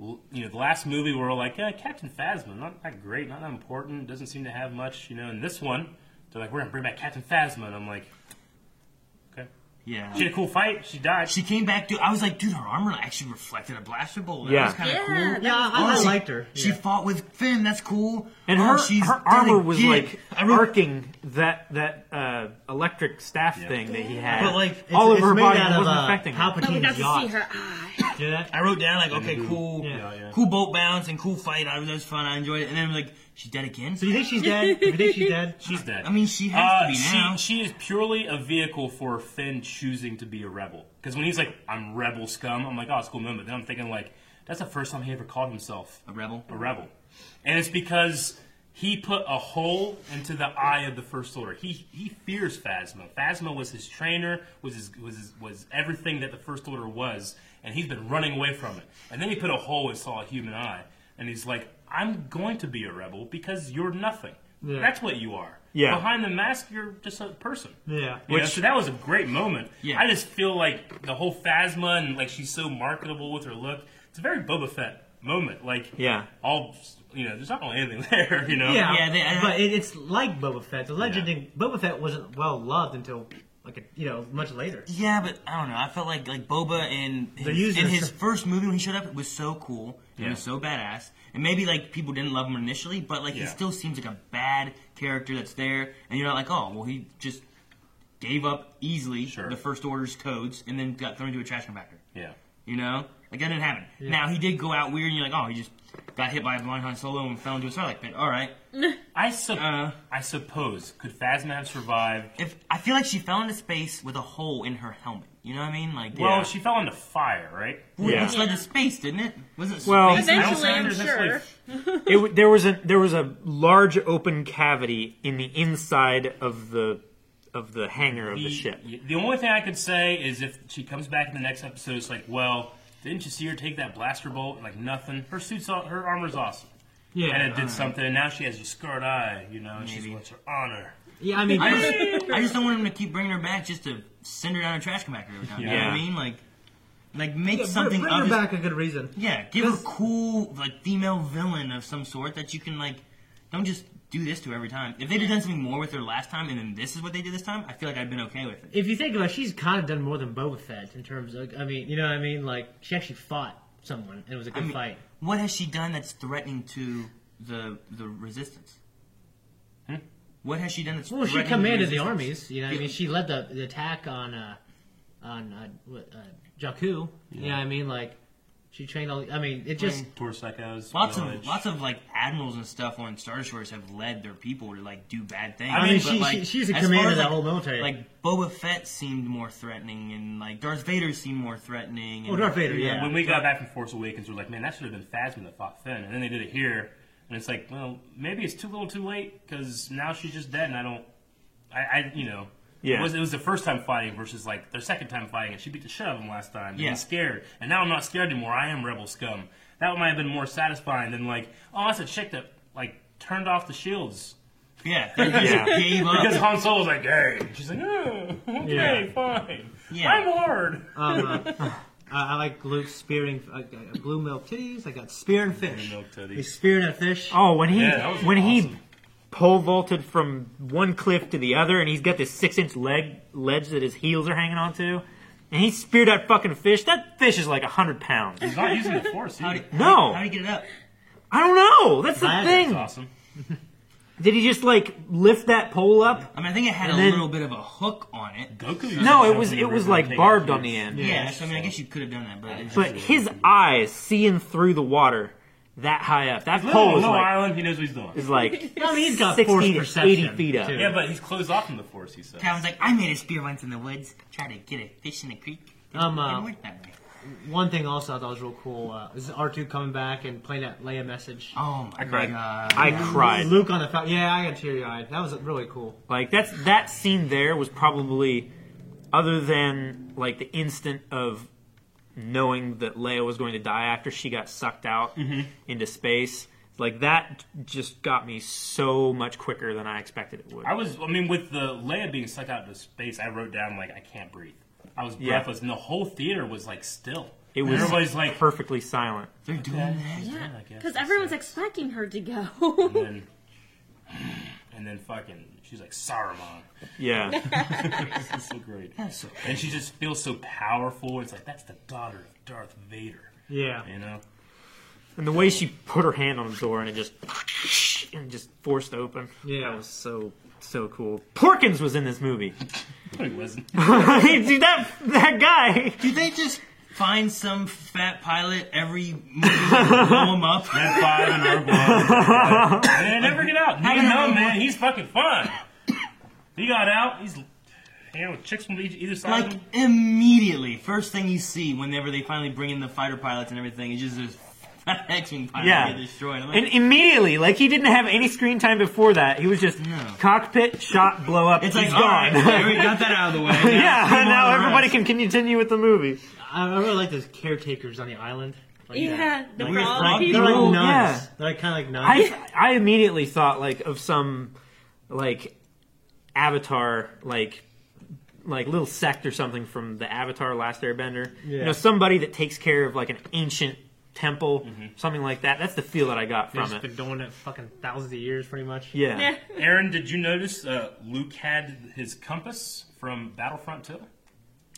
Speaker 5: l- you know, the last movie we were like, yeah, Captain Phasma, not that great, not that important, doesn't seem to have much, you know. And this one, they're like, we're gonna bring back Captain Phasma, and I'm like, okay.
Speaker 1: yeah.
Speaker 5: She had a cool fight. She died.
Speaker 1: She came back, dude. I was like, dude, her armor actually reflected a blaster bolt. That
Speaker 3: Yeah.
Speaker 1: was kind of
Speaker 2: Yeah,
Speaker 1: cool.
Speaker 2: that
Speaker 4: yeah, I, I
Speaker 1: Honestly,
Speaker 4: liked her.
Speaker 1: She
Speaker 4: Yeah.
Speaker 1: fought with Finn. That's cool.
Speaker 3: and
Speaker 1: Oh,
Speaker 3: her
Speaker 1: she's
Speaker 3: her
Speaker 1: got a
Speaker 3: armor was
Speaker 1: dick.
Speaker 3: like
Speaker 1: I wrote-
Speaker 3: arcing that that uh, electric staff
Speaker 5: Yeah.
Speaker 3: thing that he had.
Speaker 4: But like, it's,
Speaker 3: all
Speaker 4: it's
Speaker 3: over her
Speaker 4: made
Speaker 3: body
Speaker 4: out
Speaker 3: it
Speaker 4: of
Speaker 3: wasn't
Speaker 4: uh,
Speaker 3: affecting her.
Speaker 2: Oh, we
Speaker 4: Palpatine's
Speaker 2: got to
Speaker 4: yacht.
Speaker 2: see her eye.
Speaker 4: Do that?
Speaker 1: I wrote down like, okay,
Speaker 3: Mm-hmm.
Speaker 1: cool,
Speaker 4: Yeah,
Speaker 5: yeah.
Speaker 1: cool bolt bounce and cool fight. I, that was fun. I enjoyed it. And then I'm like, she's dead again.
Speaker 4: So do you think she's dead? Do you think she's dead?
Speaker 5: She's dead.
Speaker 1: I mean, she has to
Speaker 5: Uh,
Speaker 1: be
Speaker 5: she,
Speaker 1: now.
Speaker 5: she is purely a vehicle for Finn choosing to be a rebel. Because when he's like, I'm rebel scum, I'm like, oh, it's a cool moment. Then I'm thinking, like, that's the first time he ever called himself
Speaker 1: a rebel.
Speaker 5: a rebel. And it's because he put a hole into the eye of the First Order. He he fears Phasma. Phasma was his trainer, was his, was his, was everything that the First Order was, and he's been running away from it. And then he put a hole and saw a human eye, and he's like, I'm going to be a rebel because you're nothing. That's what you are.
Speaker 3: Yeah.
Speaker 5: Behind the mask, you're just a person.
Speaker 4: Yeah.
Speaker 5: You know, so that was a great moment.
Speaker 1: Yeah.
Speaker 5: I just feel like the whole Phasma and like she's so marketable with her look. It's a very Boba Fett moment. Like
Speaker 3: Yeah.
Speaker 5: all you know, there's not really anything there. You know,
Speaker 4: Yeah,
Speaker 1: Yeah, they- I-
Speaker 4: but it, it's like Boba Fett. The legend
Speaker 5: Yeah.
Speaker 4: in Boba Fett wasn't well loved until like a, you know much later.
Speaker 1: Yeah, but I don't know. I felt like like Boba in
Speaker 4: They're
Speaker 1: his,
Speaker 4: using
Speaker 1: in
Speaker 4: the
Speaker 1: his
Speaker 4: sh-
Speaker 1: first movie when he showed up it was so cool. and It was
Speaker 5: Yeah.
Speaker 1: so badass. And maybe like people didn't love him initially, but like he
Speaker 5: Yeah.
Speaker 1: still seems like a bad character that's there and you're not like, "Oh, well he just gave up easily
Speaker 5: Sure.
Speaker 1: the first order's codes and then got thrown into a trash compactor."
Speaker 5: yeah,
Speaker 1: You know? Like that didn't happen. Now he did go out weird and you're like, "Oh, he just got hit by a blind Han Solo and fell into a Sarlacc pit." All right.
Speaker 5: I sup-
Speaker 1: Uh.
Speaker 5: I suppose could Phasma have survived?
Speaker 1: If I feel like she fell into space with a hole in her helmet. You know what I mean? Like
Speaker 5: Well,
Speaker 3: Yeah.
Speaker 5: she fell into fire, right?
Speaker 3: Yeah.
Speaker 1: Which led to space, didn't it? Was it
Speaker 3: Well-
Speaker 1: space?
Speaker 5: I don't
Speaker 2: Eventually,
Speaker 5: think
Speaker 2: I'm
Speaker 5: there's
Speaker 2: sure.
Speaker 5: necessarily-
Speaker 3: it, w- there was a there was a large open cavity in the inside of the of the hangar of the, ship.
Speaker 5: y- The only thing I could say is if she comes back in the next episode, it's like, well, didn't you see her take that blaster bolt and like nothing? Her suit's all, her armor's awesome.
Speaker 4: Yeah,
Speaker 5: and it did something, and now she has a scarred eye, you know, and she
Speaker 1: Maybe.
Speaker 5: wants her honor.
Speaker 4: yeah. I mean,
Speaker 1: I just, I just don't want him to keep bringing her back just to send her down a trash compactor every time. You know what
Speaker 3: Yeah.
Speaker 1: I mean? Like, like make
Speaker 4: br-
Speaker 1: something
Speaker 4: bring
Speaker 1: of
Speaker 4: her
Speaker 1: his-
Speaker 4: back a good reason.
Speaker 1: Yeah, give her
Speaker 4: Because-
Speaker 1: cool like female villain of some sort that you can like. Don't just do this to every time. If they'd have done something more with her last time, and then this is what they did this time, I feel like I'd been okay with it.
Speaker 4: If you think about, it, she's kind of done more than Boba Fett in terms of. I mean, you know what I mean? Like she actually fought someone, and it was a good
Speaker 1: I mean,
Speaker 4: fight.
Speaker 1: What has she done that's threatening to the the resistance?
Speaker 3: Hmm?
Speaker 1: What has she done that's
Speaker 4: Well, she
Speaker 1: threatening to
Speaker 4: commanded the
Speaker 1: resistance?
Speaker 4: armies. You know, what I
Speaker 1: Yeah.
Speaker 4: mean, she led the, the attack on uh, on uh, what, uh, Jakku. You know what I mean? Like she trained all. The, I mean, it just.
Speaker 5: Torsekos.
Speaker 1: Lots of lots of like admirals and stuff on Star Destroyers have led their people to like do bad things.
Speaker 4: I mean,
Speaker 1: but,
Speaker 4: she-
Speaker 1: like,
Speaker 4: she- she's a
Speaker 1: as far
Speaker 4: commander
Speaker 1: as,
Speaker 4: of that
Speaker 1: like-
Speaker 4: whole military.
Speaker 1: Like Boba Fett seemed more threatening, and like Darth Vader seemed more threatening. And,
Speaker 4: Oh, Darth Vader, yeah.
Speaker 5: When we got back from Force Awakens, we're like, man, that should have been Phasma that fought Finn, and then they did it here, and it's like, well, maybe it's too little, too late, because now she's just dead, and I don't, I, I, you know,
Speaker 3: Yeah.
Speaker 5: It was, it was the first time fighting versus like their second time fighting, and she beat the shit out of him last time. And
Speaker 1: Yeah.
Speaker 5: I'm scared, and now I'm not scared anymore. I am rebel scum. That might have been more satisfying than like, oh, that's a chick that like turned off the shields
Speaker 1: Yeah, they just
Speaker 3: Yeah.
Speaker 1: gave up.
Speaker 5: because Han Solo's like, hey, she's like, oh, okay,
Speaker 4: Yeah.
Speaker 5: fine,
Speaker 1: Yeah.
Speaker 5: I'm hard.
Speaker 4: Um, uh, I- I like Luke spearing I got blue milk titties. I got spearing fish.
Speaker 5: Milk titties.
Speaker 4: He's spearing a fish.
Speaker 3: Oh, when he
Speaker 5: Yeah, that was
Speaker 3: when he
Speaker 5: awesome.
Speaker 3: pole vaulted from one cliff to the other, and he's got this six inch leg ledge that his heels are hanging onto, and he speared that fucking fish. That fish is like a hundred pounds.
Speaker 5: He's not using the force.
Speaker 1: How'd
Speaker 5: Either.
Speaker 1: he-
Speaker 3: No.
Speaker 1: how'd he get it up?
Speaker 3: I don't know. That's the
Speaker 4: That is
Speaker 3: thing.
Speaker 5: That's awesome.
Speaker 3: Did he just like lift that pole up?
Speaker 1: I mean, I think it had
Speaker 3: And
Speaker 1: a
Speaker 3: then-
Speaker 1: little bit of a hook on it.
Speaker 5: Goku. used
Speaker 3: No, it
Speaker 5: something
Speaker 3: was
Speaker 5: to
Speaker 3: it was
Speaker 5: originally
Speaker 3: like
Speaker 5: take
Speaker 3: barbed
Speaker 5: out
Speaker 3: on the
Speaker 5: his-
Speaker 3: end.
Speaker 1: Yeah, so I mean, I guess you could have done that, but it's
Speaker 3: But
Speaker 1: just-
Speaker 3: his eyes seeing through the water that high up, that
Speaker 5: Little,
Speaker 3: pole is
Speaker 5: little
Speaker 3: like
Speaker 5: island. He knows what he's doing.
Speaker 3: is like
Speaker 5: Oh
Speaker 4: I mean, he's got
Speaker 3: six
Speaker 4: force
Speaker 3: feet,
Speaker 4: perception.
Speaker 3: eighty feet up.
Speaker 4: too.
Speaker 5: Yeah, but he's closed off from the force. He said.
Speaker 1: Calvin's like, I made a spear once in the woods, try to get a fish in a creek. Didn't
Speaker 4: Um, uh,
Speaker 1: work that way.
Speaker 4: One thing also I thought was real cool uh, is R2 coming back and playing that Leia message.
Speaker 1: Oh my
Speaker 5: cried.
Speaker 1: god.
Speaker 3: I cried.
Speaker 4: Luke on the fa- yeah, I got teary eyed. That was really cool.
Speaker 3: Like that's that scene there was probably other than like the instant of knowing that Leia was going to die after she got sucked out
Speaker 5: Mm-hmm.
Speaker 3: into space. Like that just got me so much quicker than I expected it would.
Speaker 5: I was, I mean, with the Leia being sucked out into space, I wrote down like I can't breathe. I was
Speaker 3: Yeah.
Speaker 5: breathless, and the whole theater was like still.
Speaker 3: It
Speaker 5: And
Speaker 3: was
Speaker 5: everybody's like,
Speaker 3: perfectly silent.
Speaker 1: They're doing that.
Speaker 5: Yeah, I guess
Speaker 2: because
Speaker 5: that's
Speaker 2: everyone's
Speaker 5: it.
Speaker 2: expecting her to go.
Speaker 5: and then, and then fucking, she's like Saruman.
Speaker 3: Yeah.
Speaker 5: It's so great,
Speaker 1: That's so
Speaker 5: and she just feels so powerful. It's like that's the daughter of Darth Vader,
Speaker 4: Yeah.
Speaker 5: you know.
Speaker 3: And the way she put her hand on the door and it just and just forced open.
Speaker 4: Yeah.
Speaker 3: That was so so cool. Porkins was in this movie.
Speaker 5: But he wasn't.
Speaker 3: Dude, that that guy.
Speaker 1: Do they just find some fat pilot every movie and blow him up?
Speaker 5: Red Five and Rogue One. and they never get out. You know, man, he's fucking fun. He got out. He's, you know, chicks from each- either side. of
Speaker 1: Like
Speaker 5: him.
Speaker 1: immediately, first thing you see whenever they finally bring in the fighter pilots and everything is just this fat X-wing pilot
Speaker 3: Yeah.
Speaker 1: get destroyed. I'm like,
Speaker 3: And immediately, like he didn't have any screen time before that. He was just
Speaker 1: No.
Speaker 3: cockpit, shot, blow up.
Speaker 1: it's
Speaker 3: he's
Speaker 1: like, all
Speaker 3: gone.
Speaker 1: right, okay, we got that out of the way. Now let's
Speaker 3: yeah,
Speaker 1: move on
Speaker 3: now
Speaker 1: to the
Speaker 3: everybody
Speaker 1: rest.
Speaker 3: can continue with the movie.
Speaker 4: I, I really like those caretakers on the island. Like,
Speaker 2: yeah, the
Speaker 1: Like,
Speaker 2: frog
Speaker 1: frog
Speaker 2: people.
Speaker 4: They're like
Speaker 3: Oh,
Speaker 4: nuns.
Speaker 3: yeah.
Speaker 4: They're like, kind of like nuns.
Speaker 3: I I immediately thought like of some like Avatar like like little sect or something from the Avatar Last Airbender. You
Speaker 4: Yeah.
Speaker 3: know, somebody that takes care of like an ancient temple,
Speaker 4: Mm-hmm.
Speaker 3: something like that. That's the feel that I got
Speaker 4: They've
Speaker 3: from
Speaker 4: just
Speaker 3: it.
Speaker 4: been doing it fucking thousands of years, pretty much.
Speaker 3: Yeah.
Speaker 2: Yeah.
Speaker 5: Aaron, did you notice uh, Luke had his compass from Battlefront 2?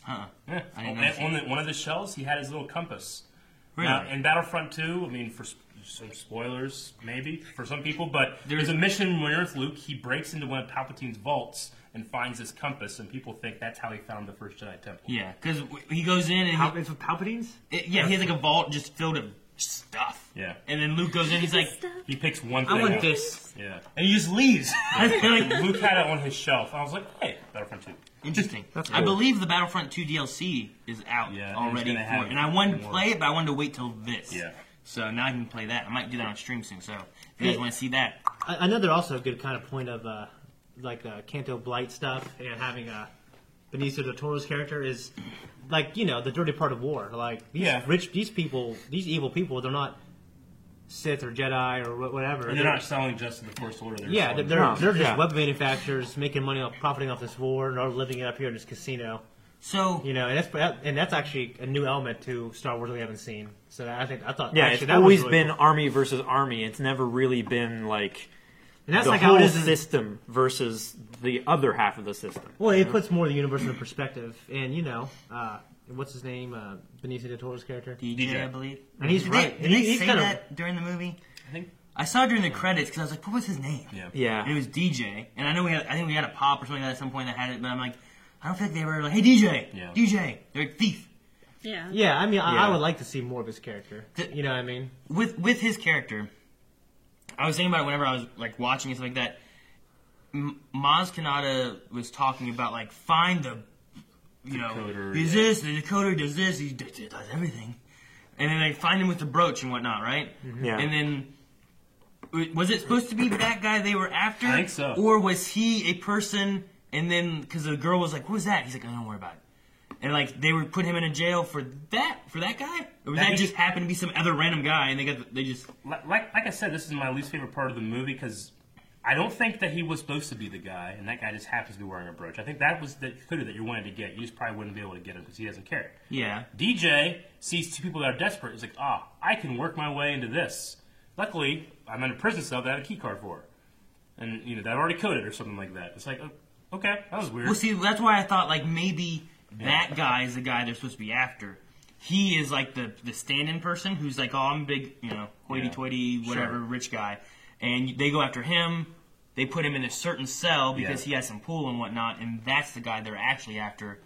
Speaker 1: Huh.
Speaker 5: Yeah.
Speaker 1: I didn't
Speaker 5: On-
Speaker 1: notice
Speaker 5: on the- one of the shells, he had his little compass.
Speaker 1: Really?
Speaker 5: Now, in Battlefront 2, I mean, for sp- some spoilers, maybe, for some people, but there's a mission where Earth Luke, he breaks into one of Palpatine's vaults and finds this compass, and people think that's how he found the first Jedi Temple.
Speaker 1: Yeah, because he goes in and
Speaker 4: Pal- it's with Palpatine's.
Speaker 1: he, it- yeah, he has like a vault just filled with stuff.
Speaker 5: Yeah.
Speaker 1: and then Luke goes in. He's like,
Speaker 5: He picks one thing
Speaker 1: I want
Speaker 5: out.
Speaker 1: this,
Speaker 5: Yeah.
Speaker 1: and he just leaves. like,
Speaker 5: Luke had it on his shelf. I was like, hey, Battlefront 2.
Speaker 1: interesting.
Speaker 3: That's
Speaker 1: I
Speaker 3: cool.
Speaker 1: believe the Battlefront 2 DLC is out
Speaker 5: Yeah, and it's
Speaker 1: already,
Speaker 5: gonna
Speaker 1: for
Speaker 5: have
Speaker 1: it. and I wanted to
Speaker 5: more.
Speaker 1: play it, but I wanted to wait till this.
Speaker 5: Yeah.
Speaker 1: So now I can play that. I might do that on stream soon. So if you guys
Speaker 4: Yeah.
Speaker 1: want to see that,
Speaker 4: I, another also good kind of point of uh, like uh, Canto Blight stuff and having uh, Benicio del Toro's character is like you know the dirty part of war. Like these
Speaker 5: Yeah.
Speaker 4: rich, these people, these evil people, they're not Sith or Jedi or wh- whatever.
Speaker 5: And they're not selling just to the First Order. They're
Speaker 4: Yeah, they're
Speaker 5: selling
Speaker 4: they're,
Speaker 3: No,
Speaker 4: they're just
Speaker 3: yeah.
Speaker 4: web manufacturers making money off profiting off this war and are living it up here in this casino.
Speaker 1: so
Speaker 4: You know, and that's and that's actually a new element to Star Wars that we haven't seen. So I think I thought
Speaker 3: Yeah,
Speaker 4: actually,
Speaker 3: it's
Speaker 4: that was
Speaker 3: always
Speaker 4: really
Speaker 3: been
Speaker 4: cool.
Speaker 3: army versus army. It's never really been like
Speaker 4: and that's
Speaker 3: the
Speaker 4: like how
Speaker 3: whole
Speaker 4: it is. in-
Speaker 3: system versus the other half of the system.
Speaker 4: Well, it puts more of the universe into perspective, and you know, uh, what's his name, uh, Benicio del Toro's character,
Speaker 1: DJ,
Speaker 5: DJ.
Speaker 1: I believe,
Speaker 4: and he's
Speaker 1: did
Speaker 4: right.
Speaker 1: They,
Speaker 4: and
Speaker 1: did
Speaker 4: he-
Speaker 1: they
Speaker 4: he's
Speaker 1: say
Speaker 4: kinda-
Speaker 1: that during the movie?
Speaker 5: I think.
Speaker 1: I saw it during the credits because I was like, what was his name?
Speaker 5: Yeah.
Speaker 3: Yeah.
Speaker 1: And it was DJ, and I know we had, I think we had a pop or something like that at some point that had it, but I'm like, I don't think they were like, hey DJ,
Speaker 5: Yeah.
Speaker 1: DJ, they're like thief.
Speaker 2: yeah.
Speaker 4: Yeah, I mean, I,
Speaker 3: Yeah.
Speaker 4: I would like to see more of his character.
Speaker 1: Th-
Speaker 4: You know what I mean?
Speaker 1: With with his character, I was thinking about it whenever I was like watching it stuff like that. M- Maz Kanata was talking about like find the, you know,
Speaker 5: Decoder,
Speaker 1: he's
Speaker 5: yeah.
Speaker 1: this, the decoder does this, he d- d- does everything, and then they find him with the brooch and whatnot, right?
Speaker 3: Yeah.
Speaker 1: And then. w- Was it supposed to be that guy they were after?
Speaker 5: I think so.
Speaker 1: Or was he a person And then because the girl was like, "What was that?" He's like, "I don't worry about it." And like they were put him in a jail for that for that guy, or that,
Speaker 5: That-
Speaker 1: just happened to be some other random guy, and they got the, they just
Speaker 5: like, like like I said, this is my least favorite part of the movie because I don't think that he was supposed to be the guy, and that guy just happens to be wearing a brooch. I think that was the clue that you wanted to get. You just probably wouldn't be able to get him because he doesn't care.
Speaker 1: yeah.
Speaker 5: DJ sees two people that are desperate. He's like, ah, I can work my way into this. Luckily, I'm in a prison cell that I have a key card for, and you know that I've already coded or something like that. It's like, oh, okay, that was weird.
Speaker 1: Well, see, that's why I thought like maybe that guy is the guy they're supposed to be after. He is like the the stand-in person who's like, oh, I'm big, you know, hoity-toity, whatever,
Speaker 5: Sure.
Speaker 1: rich guy, and they go after him. They put him in a certain cell because
Speaker 5: Yeah.
Speaker 1: he has some pool and whatnot, and that's the guy they're actually after.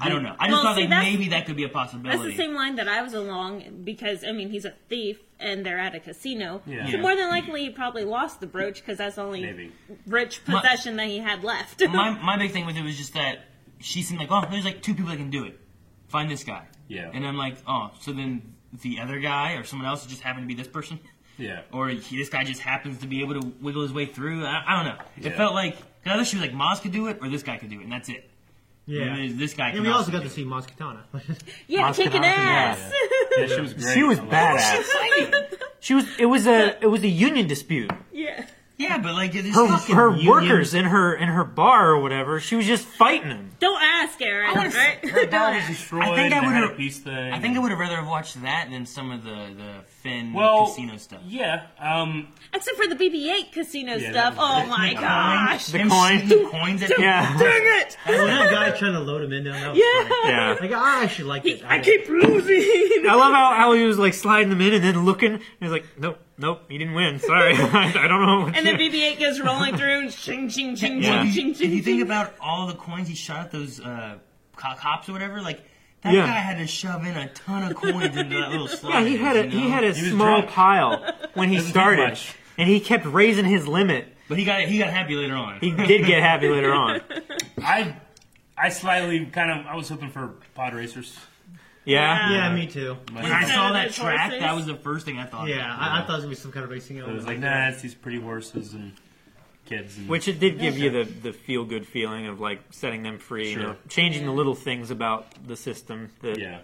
Speaker 1: I don't know. I just
Speaker 2: Well,
Speaker 1: thought
Speaker 2: see,
Speaker 1: like
Speaker 2: that's-
Speaker 1: maybe that could be a
Speaker 2: That's the
Speaker 1: possibility.
Speaker 2: same line that I was along because I mean he's a thief and they're at a casino.
Speaker 5: Yeah.
Speaker 2: So more than likely he probably lost the brooch because that's the only
Speaker 5: Maybe.
Speaker 2: rich
Speaker 1: My-
Speaker 2: possession that he had left.
Speaker 1: my my big thing with it was just that she seemed like, oh, there's like two people that can do it. Find this guy.
Speaker 5: Yeah.
Speaker 1: And I'm like, oh, so then the other guy or someone else just happened to be this person.
Speaker 5: yeah.
Speaker 1: or he, this guy just happens to be able to wiggle his way through. I, I don't know. It
Speaker 5: Yeah.
Speaker 1: felt like either she was like Moz could do it, or this guy could do it, and that's it.
Speaker 4: Yeah.
Speaker 1: And this guy.
Speaker 4: And
Speaker 1: can
Speaker 4: we also
Speaker 1: do
Speaker 4: got to
Speaker 1: it.
Speaker 4: see Moskitana.
Speaker 2: yeah,
Speaker 3: Moscow
Speaker 2: kicking
Speaker 3: House and
Speaker 2: ass.
Speaker 5: Yeah, she was great.
Speaker 3: She was
Speaker 5: I love
Speaker 3: badass. She was. It was a. It was a union dispute.
Speaker 2: yeah.
Speaker 1: Yeah, but like it's
Speaker 3: Her
Speaker 1: fucking
Speaker 3: her
Speaker 1: union-
Speaker 3: workers in her in her bar or whatever. She was just fighting them.
Speaker 2: Don't ask, Aaron.
Speaker 1: wanna
Speaker 2: Right?
Speaker 1: see- her
Speaker 5: That
Speaker 1: daughter-
Speaker 5: was destroyed.
Speaker 1: I think I
Speaker 5: they had a
Speaker 1: would've-
Speaker 5: peace thing.
Speaker 1: I think I would have rather have watched that than some of the the Finn
Speaker 5: well,
Speaker 1: casino stuff.
Speaker 5: Yeah. Um,
Speaker 2: Except for the BB-8 casino
Speaker 5: Yeah,
Speaker 2: stuff.
Speaker 5: that was
Speaker 2: Oh
Speaker 5: great.
Speaker 2: my
Speaker 5: The
Speaker 2: gosh.
Speaker 3: The
Speaker 1: Him
Speaker 3: coin.
Speaker 1: shooting coins at
Speaker 3: Yeah.
Speaker 2: Dang it!
Speaker 4: that guy trying to load him in there. That was funny.
Speaker 2: Yeah.
Speaker 3: Yeah.
Speaker 4: Like I actually like it.
Speaker 2: I keep losing.
Speaker 3: I love how, how he was like sliding them in and then looking. And he was like, nope, nope, you didn't win. Sorry. I, I don't know. What
Speaker 2: And
Speaker 3: you-
Speaker 2: then BB-8 goes rolling through and ching, ching, ching,
Speaker 3: Yeah.
Speaker 2: ching,
Speaker 1: If
Speaker 2: ching,
Speaker 1: you,
Speaker 2: ching.
Speaker 1: if you
Speaker 2: ching.
Speaker 1: think about all the coins he shot at those uh, co- cops or whatever, like that
Speaker 3: Yeah.
Speaker 1: guy had to shove in a ton of coins into that little slot.
Speaker 3: yeah, he had a, he had a
Speaker 5: was
Speaker 3: small
Speaker 5: drunk.
Speaker 3: pile when he
Speaker 5: Doesn't do
Speaker 3: started.
Speaker 5: much.
Speaker 3: And he kept raising his limit.
Speaker 1: but he got he got happy later on.
Speaker 3: He did get happy later on.
Speaker 5: I, I slightly kind of I was hoping for pod racers.
Speaker 3: Yeah.
Speaker 4: Yeah, me too.
Speaker 1: When I saw that
Speaker 2: Those
Speaker 1: track,
Speaker 2: horses.
Speaker 1: that was the first thing I thought.
Speaker 4: Yeah, I, I thought it was gonna be some kind of racing
Speaker 5: It
Speaker 4: element.
Speaker 5: was like, nah, it's these pretty horses and kids. And,
Speaker 3: Which it did give you the, the feel good feeling of like setting them free, you know,
Speaker 5: Sure.
Speaker 3: changing the little things about the system that
Speaker 5: yeah,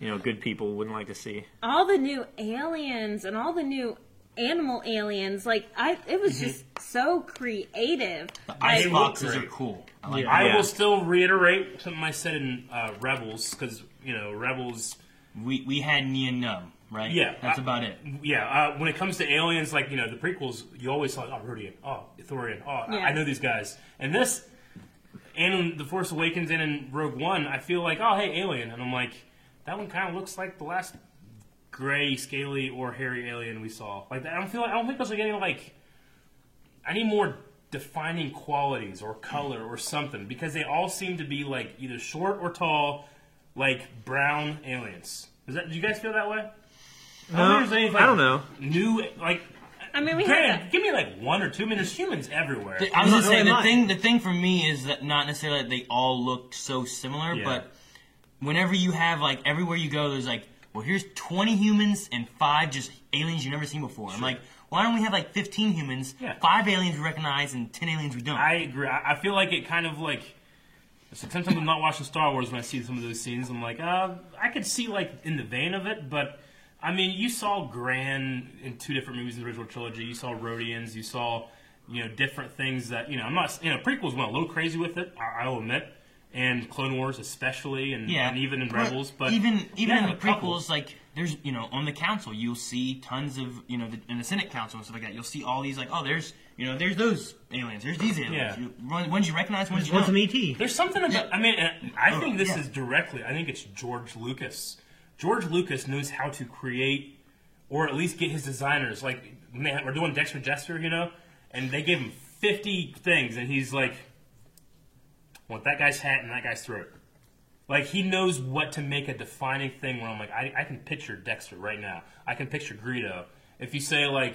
Speaker 3: you know good people wouldn't like to see.
Speaker 2: all the new aliens and all the new animal aliens like i it
Speaker 1: Mm-hmm.
Speaker 2: was just so creative
Speaker 1: Ice
Speaker 2: Like,
Speaker 1: boxes are
Speaker 5: great.
Speaker 1: cool. I like
Speaker 5: I
Speaker 3: Yeah.
Speaker 5: will still reiterate something I said in uh, Rebels because you know Rebels.
Speaker 1: that. We we had Neon Numb, right?
Speaker 5: Yeah,
Speaker 1: that's
Speaker 5: I-
Speaker 1: about it.
Speaker 5: Yeah, uh, when it comes to aliens, like you know the prequels, you always saw oh Rudian, oh Ithorian, oh I-
Speaker 2: Yeah.
Speaker 5: I know these guys, and this, and in the Force Awakens and in Rogue One, I feel like oh hey alien, and I'm like that one kind of looks like the last gray, scaly or hairy alien we saw. Like I don't feel I don't think there's like any like I need more defining qualities or color or something because they all seem to be like either short or tall, like brown aliens. Is that do you guys feel that way?
Speaker 3: No,
Speaker 5: think there's any,
Speaker 3: I don't know.
Speaker 5: New like
Speaker 2: i mean we had
Speaker 5: granted, give me like one or two. I mean, there's humans everywhere.
Speaker 1: I was
Speaker 4: No,
Speaker 1: just
Speaker 4: no,
Speaker 1: saying
Speaker 4: am
Speaker 1: the
Speaker 4: I?
Speaker 1: thing. The thing for me is that not necessarily that they all look so similar,
Speaker 5: Yeah.
Speaker 1: but whenever you have like everywhere you go, there's like, well, here's 20 humans and five just aliens you've never seen before. I'm like, why don't we have like 15 humans,
Speaker 5: Yeah.
Speaker 1: five aliens we recognize, and 10 aliens we don't?
Speaker 5: I agree. I, I feel like it kind of like. it's like Sometimes I'm not watching Star Wars when I see some of those scenes. I'm like, uh, I could see like in the vein of it, but I mean, you saw Gran in two different movies in the original trilogy. You saw Rodians. You saw, you know, different things that you know. I'm not, you know, prequels went a little crazy with it. I, I'll admit, and Clone Wars especially, and,
Speaker 1: yeah,
Speaker 5: and even in
Speaker 1: But
Speaker 5: Rebels. But
Speaker 1: even even
Speaker 5: yeah,
Speaker 1: in the
Speaker 5: a couple.
Speaker 1: prequels, like there's you know on the council you'll see tons of you know the, in the Senate council and stuff like that. You'll see all these like oh there's you know there's those aliens, there's these aliens.
Speaker 5: Yeah.
Speaker 1: You, one, ones you recognize, ones you
Speaker 4: Want
Speaker 1: don't.
Speaker 4: some ET?
Speaker 5: There's something about.
Speaker 1: Yeah.
Speaker 5: I mean, and I think this
Speaker 1: yeah.
Speaker 5: is directly. I think it's George Lucas. George Lucas knows how to create, or at least get his designers. Like when they had- we're doing Dexter Jester, you know, and they gave him 50 things, and he's like, I "Want that guy's hat and that guy's throat." Like he knows what to make a defining thing. Where I'm like, I, I can picture Dexter right now. I can picture Greedo. If you say like,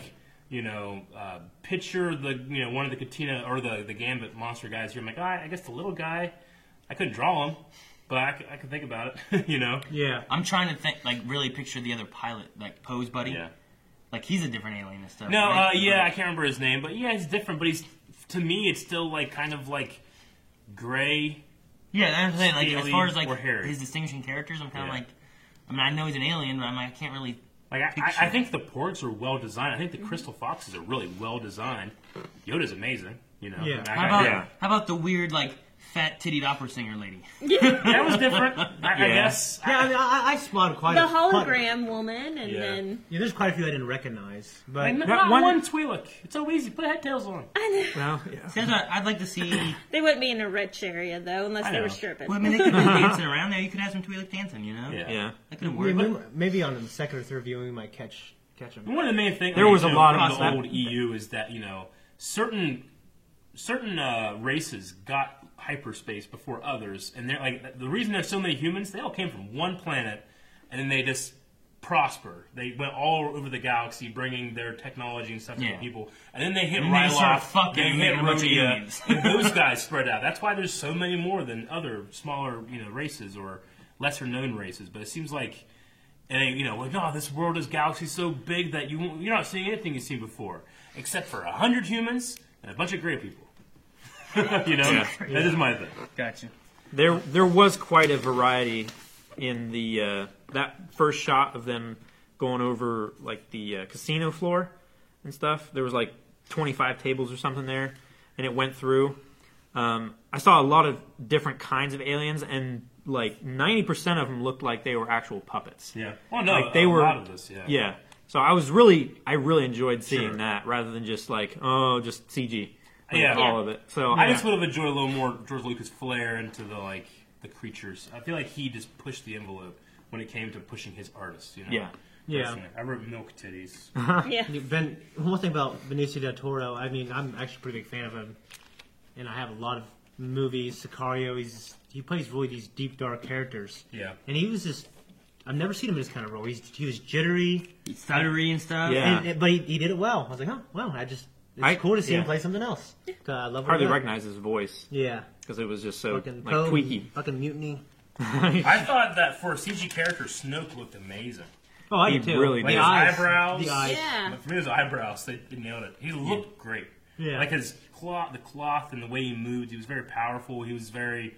Speaker 5: you know, uh, picture the you know one of the Katina or the the Gambit monster guys here. I'm like, "Oh, I, I guess the little guy. I couldn't draw him, but I, c- I can think about it. you know.
Speaker 4: Yeah.
Speaker 1: I'm trying to think like really picture the other pilot like Poe's buddy.
Speaker 5: Yeah.
Speaker 1: Like he's a different alien and stuff.
Speaker 5: No, uh,
Speaker 1: right?
Speaker 5: yeah, I can't remember his name, but yeah, he's different. But he's to me, it's still like kind of like gray.
Speaker 1: Yeah, that's what I'm saying. Like, as
Speaker 5: Steely
Speaker 1: far as like
Speaker 5: or Harry.
Speaker 1: his distinguishing characters, I'm kind
Speaker 5: Yeah.
Speaker 1: of like, I mean, I know he's an alien, but I'm like, I can't really.
Speaker 5: Like I, I, I think the porgs are well designed. I think the crystal foxes are really well designed. Yoda's amazing. You know.
Speaker 4: Yeah.
Speaker 5: Like,
Speaker 1: How
Speaker 5: I-
Speaker 1: about
Speaker 3: Yeah.
Speaker 1: how about the weird like fat tittied opera singer lady?
Speaker 5: that was different. I, I
Speaker 3: Yeah.
Speaker 5: guess.
Speaker 4: Yeah, I mean, I, I spotted quite
Speaker 2: The
Speaker 4: a quite-
Speaker 2: hologram woman, and
Speaker 5: Yeah.
Speaker 2: then
Speaker 4: yeah, there's quite a few I didn't recognize, but
Speaker 5: Not,
Speaker 3: Not
Speaker 5: one,
Speaker 3: one-
Speaker 5: one Twi'lek. It's so easy. Put head tails on.
Speaker 3: Well, yeah.
Speaker 1: See, that's what I'd like to see.
Speaker 2: they wouldn't be in a rich area though, unless
Speaker 5: I
Speaker 2: they
Speaker 5: know.
Speaker 2: were stripping.
Speaker 1: Well, I mean, they could be dancing around there. You could have some Twi'lek dancing, you know?
Speaker 3: Yeah.
Speaker 1: That could
Speaker 4: we-
Speaker 1: work.
Speaker 4: we- maybe on the second or third viewing we might catch catch them.
Speaker 5: One of the main things
Speaker 3: There was a
Speaker 5: you know,
Speaker 3: lot
Speaker 5: from
Speaker 3: of
Speaker 5: the
Speaker 3: that-
Speaker 5: old EU is that you know certain certain uh, races got hyperspace before others, and they're like the reason there's so many humans. They all came from one planet, and then they just prosper. They went all over the galaxy, bringing their technology and stuff to
Speaker 1: Yeah.
Speaker 5: the people, and then they hit
Speaker 1: And they start
Speaker 5: Ryloth,
Speaker 1: fucking
Speaker 5: they hit
Speaker 1: making a bunch of
Speaker 5: Rhodia,
Speaker 1: aliens.
Speaker 5: uh, and those guys spread out. That's why there's so many more than other smaller you know races or lesser known races. But it seems like and they, you know, like, oh, this world is galaxy so big that you won't, you're not seeing anything you've seen before, except for a hundred humans and a bunch of gray people. you know,
Speaker 3: Yeah.
Speaker 5: that is my thing.
Speaker 1: Gotcha.
Speaker 3: There, there was quite a variety in the uh, that first shot of them going over like the uh, casino floor and stuff. There was like 25 tables or something there, and it went through. Um, I saw a lot of different kinds of aliens, and like 90% of them looked like they were actual puppets.
Speaker 5: Yeah. Well, no,
Speaker 3: Like, they
Speaker 5: a
Speaker 3: were-
Speaker 5: lot of this. Yeah.
Speaker 3: Yeah. So I was really, I really enjoyed seeing
Speaker 5: Sure.
Speaker 3: that rather than just like, oh, just CG. Like,
Speaker 5: Yeah.
Speaker 3: All of it. So
Speaker 5: I just would have enjoyed a little more George Lucas flair into the like the creatures. I feel like he just pushed the envelope when it came to pushing his artists. You know.
Speaker 3: Yeah.
Speaker 4: Yeah.
Speaker 5: Personally. I wrote milk titties.
Speaker 2: yeah.
Speaker 4: Ben, one thing about Benicio del Toro, I mean, I'm actually a pretty big fan of him, and I have a lot of movies. Sicario, he's he plays really these deep dark characters,
Speaker 5: yeah.
Speaker 4: and he was just. I've never seen him in this kind of role. He's, he was jittery,
Speaker 1: Stuttery and stuff.
Speaker 3: Yeah.
Speaker 4: and, and- but he, he did it well. I was like, oh, wow, I just it's
Speaker 3: I-
Speaker 4: cool to see him
Speaker 3: yeah.
Speaker 4: play something else. 'Cause I love what
Speaker 3: hardly
Speaker 4: he does.
Speaker 3: recognize his voice
Speaker 4: Yeah,
Speaker 3: because it was just so like
Speaker 4: fucking Poe,
Speaker 3: tweaky.
Speaker 4: fucking mutiny.
Speaker 5: I thought that for a CG character, Snoke looked amazing.
Speaker 4: Oh, I
Speaker 3: He
Speaker 4: do too.
Speaker 3: really
Speaker 5: Like
Speaker 3: did.
Speaker 4: the
Speaker 5: his
Speaker 4: eyes,
Speaker 5: eyebrows.
Speaker 4: the eyes.
Speaker 2: Yeah.
Speaker 5: But for me, his eyebrows, they, they nailed it. He looked great.
Speaker 4: Yeah.
Speaker 5: Like his cloth, the cloth and the way he moved, he was very powerful. He was very,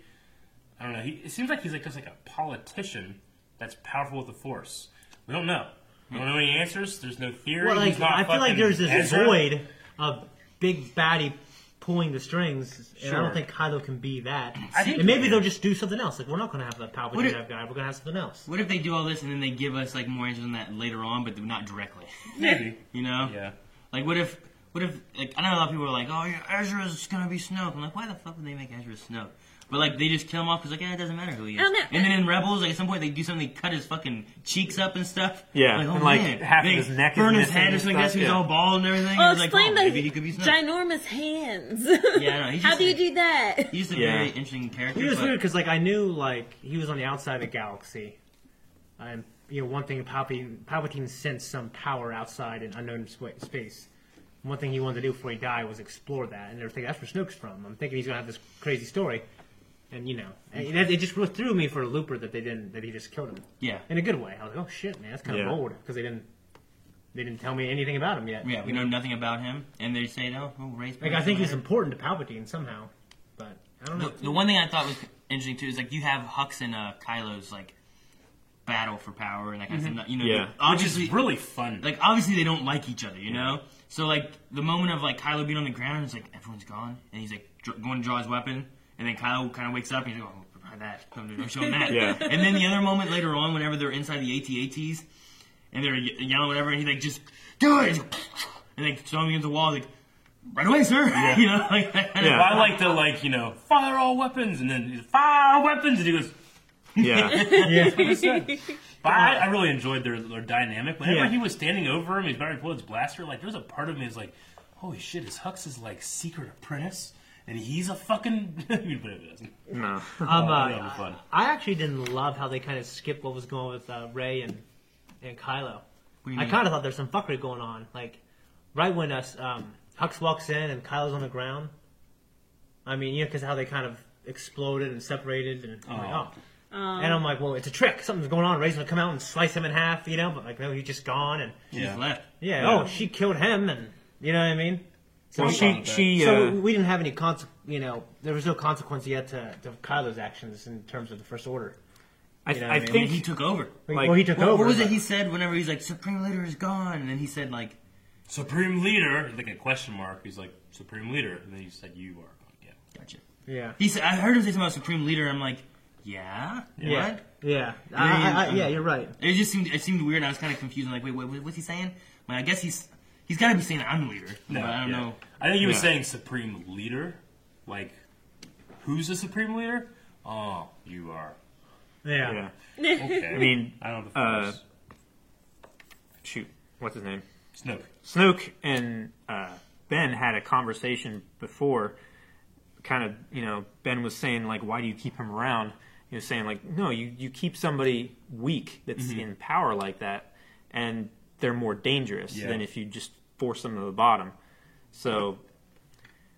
Speaker 5: I don't know. He, it seems like he's like just like a politician that's powerful with the force. We don't know. We don't know any answers. There's no theory.
Speaker 4: Well, like,
Speaker 5: he's not
Speaker 4: I feel like
Speaker 5: fucking
Speaker 4: there's this
Speaker 5: Ezra.
Speaker 4: void of big baddie pulling the strings, and I
Speaker 5: Sure.
Speaker 4: don't think Kylo can be that.
Speaker 5: I think-
Speaker 4: and maybe they'll just do something else. Like we're not going to have the Palpatine
Speaker 1: What if-
Speaker 4: type guy. We're going to have something else.
Speaker 1: What if they do all this and then they give us like more answers on that later on, but not directly?
Speaker 5: Maybe.
Speaker 1: You know?
Speaker 5: Yeah.
Speaker 1: Like, what if, what if, like, I know a lot of people are like, oh, yeah, Ezra's gonna be Snoke. I'm like, why the fuck would they make Ezra Snoke? But like, they just kill him off because like, yeah, it doesn't matter who he is.
Speaker 2: I don't know.
Speaker 1: And then in Rebels, like at some point, they do something, they cut his fucking cheeks up and stuff.
Speaker 3: Yeah,
Speaker 1: Like, oh,
Speaker 3: and, like,
Speaker 1: man.
Speaker 3: half of
Speaker 1: They
Speaker 3: his neck is
Speaker 1: burn his
Speaker 3: missing
Speaker 1: head or
Speaker 3: and
Speaker 1: something.
Speaker 3: stuff,
Speaker 1: That's who he's
Speaker 3: yeah.
Speaker 1: all bald and everything.
Speaker 2: Oh,
Speaker 1: I was like, oh,
Speaker 2: explain
Speaker 1: maybe he
Speaker 2: the
Speaker 1: could be Snoke.
Speaker 2: ginormous hands.
Speaker 1: Yeah, I know, he's
Speaker 2: How
Speaker 1: just-
Speaker 2: do you do that?
Speaker 1: He's a
Speaker 3: Yeah.
Speaker 1: very interesting character.
Speaker 4: It was
Speaker 1: but-
Speaker 4: weird because like I knew like he was on the outside of the galaxy, and you know one thing Palpatine Palpatine sensed some power outside in unknown sp- space. One thing he wanted to do before he died was explore that, and they were thinking that's where Snoke's from. I'm thinking he's gonna have this crazy story, and you know, and it, it just really threw me for a looper that they didn't that he just killed him.
Speaker 1: Yeah.
Speaker 4: in a good way. I was like, oh shit, man, that's kind of
Speaker 3: Yeah.
Speaker 4: bold because they didn't they didn't tell me anything about him yet.
Speaker 1: Yeah, we know nothing about him, and they say, "Oh, oh race."
Speaker 4: Like I think he's important to Palpatine somehow, but I don't know.
Speaker 1: The, the one thing I thought was interesting too is like you have Hux and uh, Kylo's like battle for power and that kind of stuff. You know,
Speaker 3: Yeah.
Speaker 1: they-
Speaker 5: Which is
Speaker 1: obviously,
Speaker 5: really fun.
Speaker 1: like obviously they don't like each other, you know. So like the moment of like Kylo being on the ground, it's like everyone's gone, and he's like dr- going to draw his weapon, and then Kylo kind of wakes up and he's like, "Oh, provide that, no, no, no, show him that."
Speaker 3: Yeah.
Speaker 1: And then the other moment later on, whenever they're inside the ATATs, and they're ye- yelling whatever, and he's like, "Just do it," and like throw him against the wall, like. Right away, sir. you know, like,
Speaker 3: Yeah.
Speaker 5: I like the like you know fire all weapons and then fire all weapons and he goes
Speaker 3: Yeah,
Speaker 5: But I, I really enjoyed their, their dynamic. Whenever
Speaker 4: Yeah.
Speaker 5: he was standing over him, he's about to pull his blaster. Like there was a part of me is like, holy shit, is Hux is like secret apprentice, and he's a fucking. but it isn't.
Speaker 3: no.
Speaker 4: Um, uh,
Speaker 5: that'll be fun.
Speaker 4: I actually didn't love how they kind of skipped what was going with uh, Ray and and Kylo.
Speaker 1: you
Speaker 4: I
Speaker 1: mean?
Speaker 4: kind of thought there's some fuckery going on. Like right when us um, Hux walks in and Kylo's on the ground. I mean, you know, because how they kind of exploded and separated, and I'm like,
Speaker 5: Oh.
Speaker 4: oh. and I'm like, well, it's a trick. Something's going on. Ray's gonna come out and slice him in half, you know. But like, no, he's just gone, and
Speaker 1: He's left.
Speaker 4: yeah,
Speaker 5: Yeah.
Speaker 4: oh, she killed him, and you know what I mean. So
Speaker 3: she she
Speaker 4: So
Speaker 3: uh,
Speaker 4: we didn't have any conse- you know, there was no consequence yet to, to Kylo's actions in terms of the First Order.
Speaker 3: I,
Speaker 4: you know
Speaker 3: I
Speaker 4: what I mean?
Speaker 1: I mean,
Speaker 3: think
Speaker 1: he took over.
Speaker 3: Like-
Speaker 4: well, he took
Speaker 1: What,
Speaker 4: over.
Speaker 1: what was it
Speaker 4: but-
Speaker 1: he said whenever he's like, Supreme Leader is gone? And then he said, like,
Speaker 5: Supreme Leader, like a question mark. He's like Supreme Leader, and then he said, "You are." Yeah.
Speaker 1: gotcha.
Speaker 4: Yeah.
Speaker 1: He said, I heard him say something about Supreme Leader. I'm like, yeah?
Speaker 4: Yeah.
Speaker 1: What?
Speaker 4: Yeah.
Speaker 1: mean,
Speaker 4: I, I, I,
Speaker 1: um,
Speaker 4: yeah, you're right.
Speaker 1: It just seemed it seemed weird. I was kind of confused. I'm like, wait, wait, wait, what's he saying? Well, I guess he's he's got to be saying I'm the leader. No, but I don't
Speaker 5: yeah.
Speaker 1: know.
Speaker 5: I think he was
Speaker 3: Yeah.
Speaker 5: saying Supreme Leader, like who's the Supreme Leader? Oh, you are.
Speaker 4: Yeah.
Speaker 3: yeah.
Speaker 5: Okay.
Speaker 3: I mean,
Speaker 5: I don't know the
Speaker 3: uh,
Speaker 5: force.
Speaker 3: shoot, what's his name?
Speaker 5: Snoke.
Speaker 3: Snoke and uh, Ben had a conversation before. Kind of, you know, Ben was saying like, "Why do you keep him around?" He was saying like, "No, you you keep somebody weak that's in power like that, and they're more dangerous
Speaker 5: Yeah.
Speaker 3: than if you just force them to the bottom." So,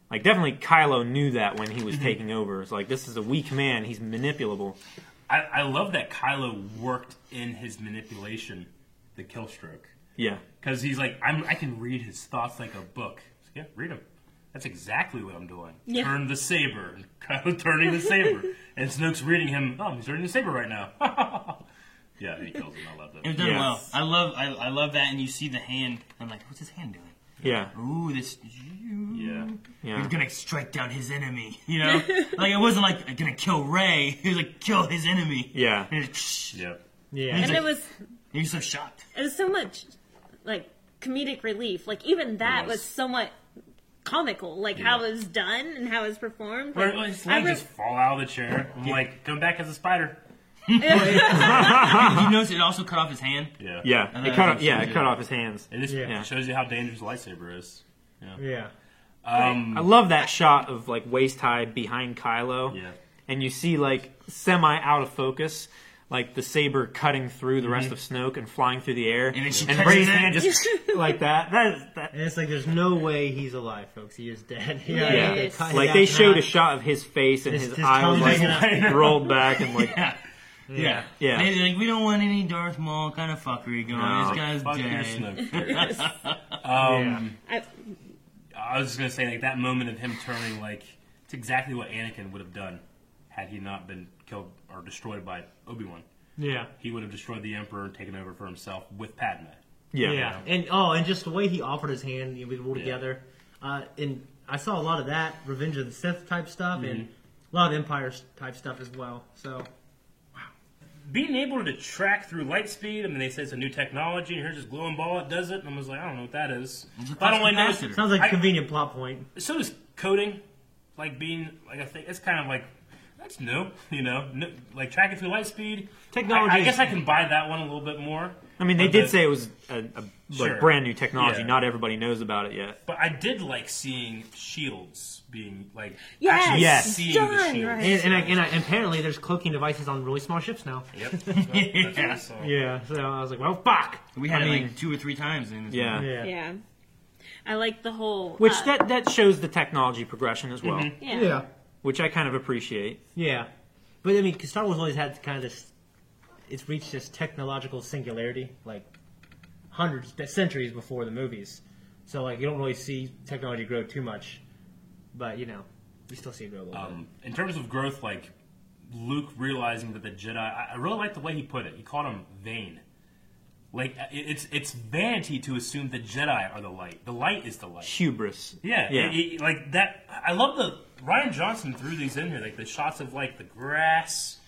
Speaker 3: like, definitely Kylo knew that when he was taking over. It's like this is a weak man; he's manipulable.
Speaker 5: I, I love that Kylo worked in his manipulation, the kill stroke,
Speaker 3: Yeah,
Speaker 5: because he's like, I'm, I can read his thoughts like a book. It's like, yeah, read them. That's exactly what I'm doing.
Speaker 2: Yeah.
Speaker 5: Turn the saber. And Kylo turning the saber, and Snoke's reading him. Oh, he's turning the saber right now. yeah, he kills him. I love
Speaker 1: It was
Speaker 5: that.
Speaker 1: done
Speaker 3: Yes.
Speaker 1: well. I love I, I love that. And you see the hand. I'm like, what's his hand doing?
Speaker 3: yeah,
Speaker 1: Ooh, this.
Speaker 5: Yeah.
Speaker 1: He's
Speaker 3: yeah.
Speaker 1: gonna strike down his enemy. You know, like it wasn't like gonna kill Ray. He was like kill his enemy.
Speaker 3: Yeah.
Speaker 1: And it's,
Speaker 5: Yeah.
Speaker 4: Yeah.
Speaker 2: And it was
Speaker 1: you're so shocked.
Speaker 2: it was so much like comedic relief. Like even that
Speaker 5: Yes.
Speaker 2: was somewhat comical. Like how
Speaker 5: Yeah.
Speaker 2: it was done and how it was performed.
Speaker 5: Where
Speaker 2: Like,
Speaker 5: his
Speaker 2: I
Speaker 5: legs
Speaker 2: re-
Speaker 5: just fall out of the chair. I'm like, come back as a spider.
Speaker 1: you notice it also cut off his hand.
Speaker 5: Yeah.
Speaker 3: Yeah, it cut off, yeah, it cut off his hands.
Speaker 5: It just
Speaker 4: Yeah.
Speaker 5: shows you how dangerous a lightsaber is.
Speaker 4: Yeah.
Speaker 5: Um,
Speaker 3: I love that shot of like waist high behind Kylo.
Speaker 5: yeah.
Speaker 3: And you see like semi out of focus, like the saber cutting through the rest of Snoke and flying through the air.
Speaker 1: And then she
Speaker 3: and
Speaker 1: catches
Speaker 3: Ray's
Speaker 1: it.
Speaker 3: hand just like that. That is that.
Speaker 4: And it's like there's no way he's alive, folks. He is dead. Yeah.
Speaker 3: Yeah.
Speaker 4: They cut
Speaker 3: Like
Speaker 4: his
Speaker 3: they
Speaker 4: ass
Speaker 3: showed a
Speaker 4: off.
Speaker 3: shot of his face and
Speaker 4: His-
Speaker 3: his,
Speaker 4: his
Speaker 3: eye was
Speaker 4: tongue
Speaker 3: like
Speaker 4: hanging
Speaker 3: rolled back and like
Speaker 1: Yeah. Yeah.
Speaker 3: Yeah.
Speaker 1: They- like, we don't want any Darth Maul kind of fuckery going.
Speaker 3: No.
Speaker 1: This guy's
Speaker 5: Fuck your
Speaker 1: dead.
Speaker 5: Snoke.
Speaker 4: Yeah.
Speaker 2: I,
Speaker 5: I was just gonna say like that moment of him turning like it's exactly what Anakin would have done had he not been killed or destroyed by Obi Wan.
Speaker 4: yeah.
Speaker 5: He would have destroyed the Emperor and taken over for himself with Padme.
Speaker 3: yeah.
Speaker 4: Yeah, and oh, and just the way he offered his hand, you know, we were together, uh, and I saw a lot of that Revenge of the Sith type stuff,
Speaker 3: Mm-hmm.
Speaker 4: and a lot of Empire s- type stuff as well. So
Speaker 5: Being able to track through light speed, I mean, they say it's a new technology, and here's this glowing ball that does it, and I was like, I don't know what that is.
Speaker 1: a
Speaker 5: But I don't really know-
Speaker 1: capacitor.
Speaker 4: sounds like a
Speaker 5: I-
Speaker 4: convenient plot point.
Speaker 5: so does coding, like being like I think it's kind of like that's new, you know, no, like tracking through light speed.
Speaker 3: Technology
Speaker 5: I, I
Speaker 3: is-
Speaker 5: guess I can buy that one a little bit more.
Speaker 3: I mean, they
Speaker 5: But
Speaker 3: did
Speaker 5: the-
Speaker 3: say it was a, a
Speaker 5: Sure.
Speaker 3: like brand new technology.
Speaker 5: Yeah.
Speaker 3: Not everybody knows about it yet.
Speaker 5: But I did like seeing shields being like
Speaker 2: Yes!
Speaker 5: actually
Speaker 3: Yes.
Speaker 5: seeing the
Speaker 2: Done,
Speaker 5: shields.
Speaker 2: right.
Speaker 4: And, and, I, and, I, and apparently, there's cloaking devices on really small ships now.
Speaker 5: Yep. That's what- that's what I saw.
Speaker 4: Yeah, so I was like, well, fuck.
Speaker 1: We had
Speaker 3: I
Speaker 1: it
Speaker 3: mean-
Speaker 1: like two or three times in this.
Speaker 3: Yeah.
Speaker 4: Yeah, yeah,
Speaker 2: yeah. I like the whole
Speaker 3: Which
Speaker 2: uh,
Speaker 3: that that shows the technology progression as well,
Speaker 2: yeah.
Speaker 4: yeah.
Speaker 3: which I kind of appreciate.
Speaker 4: But I mean, 'cause Star Wars always had kind of this. It's reached this technological singularity, like hundreds, centuries before the movies. So like, you don't really see technology grow too much, but you know, you still see it grow a little
Speaker 5: Um, in terms of growth, like Luke realizing that the Jedi, I, I really like the way he put it. He called him vain. Like uh, it- it's it's vanity to assume the Jedi are the light. The light is the light.
Speaker 3: Hubris.
Speaker 5: Yeah,
Speaker 3: Yeah.
Speaker 5: it- it- like that. I love the Ryan Johnson threw these in here, like the shots of like the grass,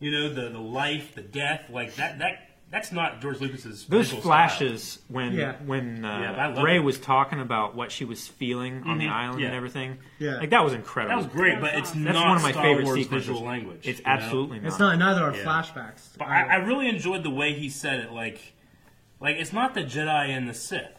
Speaker 5: you know, the the life, the death, like that. That that's not George Lucas's.
Speaker 3: Those
Speaker 5: visual
Speaker 3: flashes when
Speaker 4: Yeah.
Speaker 3: when
Speaker 5: Yeah, but I
Speaker 3: uh,
Speaker 5: love
Speaker 3: Ray
Speaker 5: it.
Speaker 3: was talking about what she was feeling on the island
Speaker 5: yeah.
Speaker 3: and everything,
Speaker 4: Mm-hmm. Yeah.
Speaker 3: like that was
Speaker 5: style. That
Speaker 3: incredible.
Speaker 5: was great, but it's
Speaker 3: That's
Speaker 5: not
Speaker 3: one of my
Speaker 5: Star
Speaker 3: favorite
Speaker 5: Wars
Speaker 3: sequences.
Speaker 5: visual language.
Speaker 3: It's
Speaker 5: you know?
Speaker 3: absolitely not.
Speaker 4: It's not. Neither are
Speaker 5: Yeah.
Speaker 4: flashbacks.
Speaker 5: But I, I really enjoyed the way he said it. Like, like it's not the Jedi and the Sith.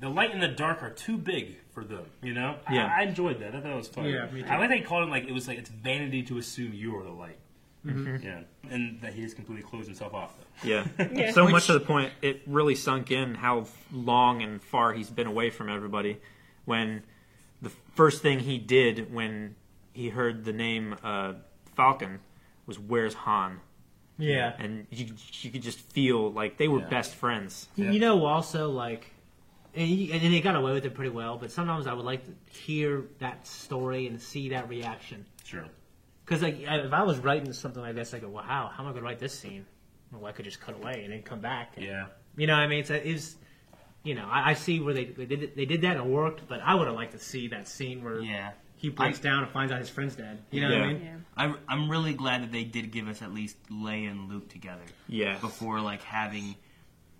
Speaker 5: The light and the dark are too big for them. You know. I-
Speaker 3: Yeah.
Speaker 5: I, enjoyed that. I thought that was fun.
Speaker 4: Yeah, me too.
Speaker 5: I like that he called him like it was like it's vanity to assume you are the light.
Speaker 4: Mm-hmm.
Speaker 5: Yeah, and that he just completely closed himself off. Though.
Speaker 3: Yeah,
Speaker 2: Yeah.
Speaker 3: so
Speaker 1: Which-
Speaker 3: much to the point it really sunk in how long and far he's been away from everybody. When the first thing he did when he heard the name uh, Falcon was "Where's Han,"
Speaker 4: yeah.
Speaker 3: and you you could just feel like they were
Speaker 5: Yeah.
Speaker 3: best friends.
Speaker 4: You know, also like and, he, and they got away with it pretty well. But sometimes I would like to hear that story and see that reaction.
Speaker 5: Sure.
Speaker 4: Because like, I- if I was writing something like this, I go, "Well, how? How am I going to write this scene? Well, I could just cut away and then come back." and-
Speaker 5: Yeah.
Speaker 4: You know, what I mean, it's, it's you know, I, I see where they they did it, they did that and it worked, but I would have liked to see that scene where
Speaker 1: Yeah.
Speaker 4: he breaks down and finds out his friend's dead. You know what I
Speaker 3: Yeah.
Speaker 4: mean?
Speaker 2: Yeah.
Speaker 1: I, I'm really glad that they did give us at least Leia and Luke together
Speaker 3: Yes.
Speaker 1: before like having,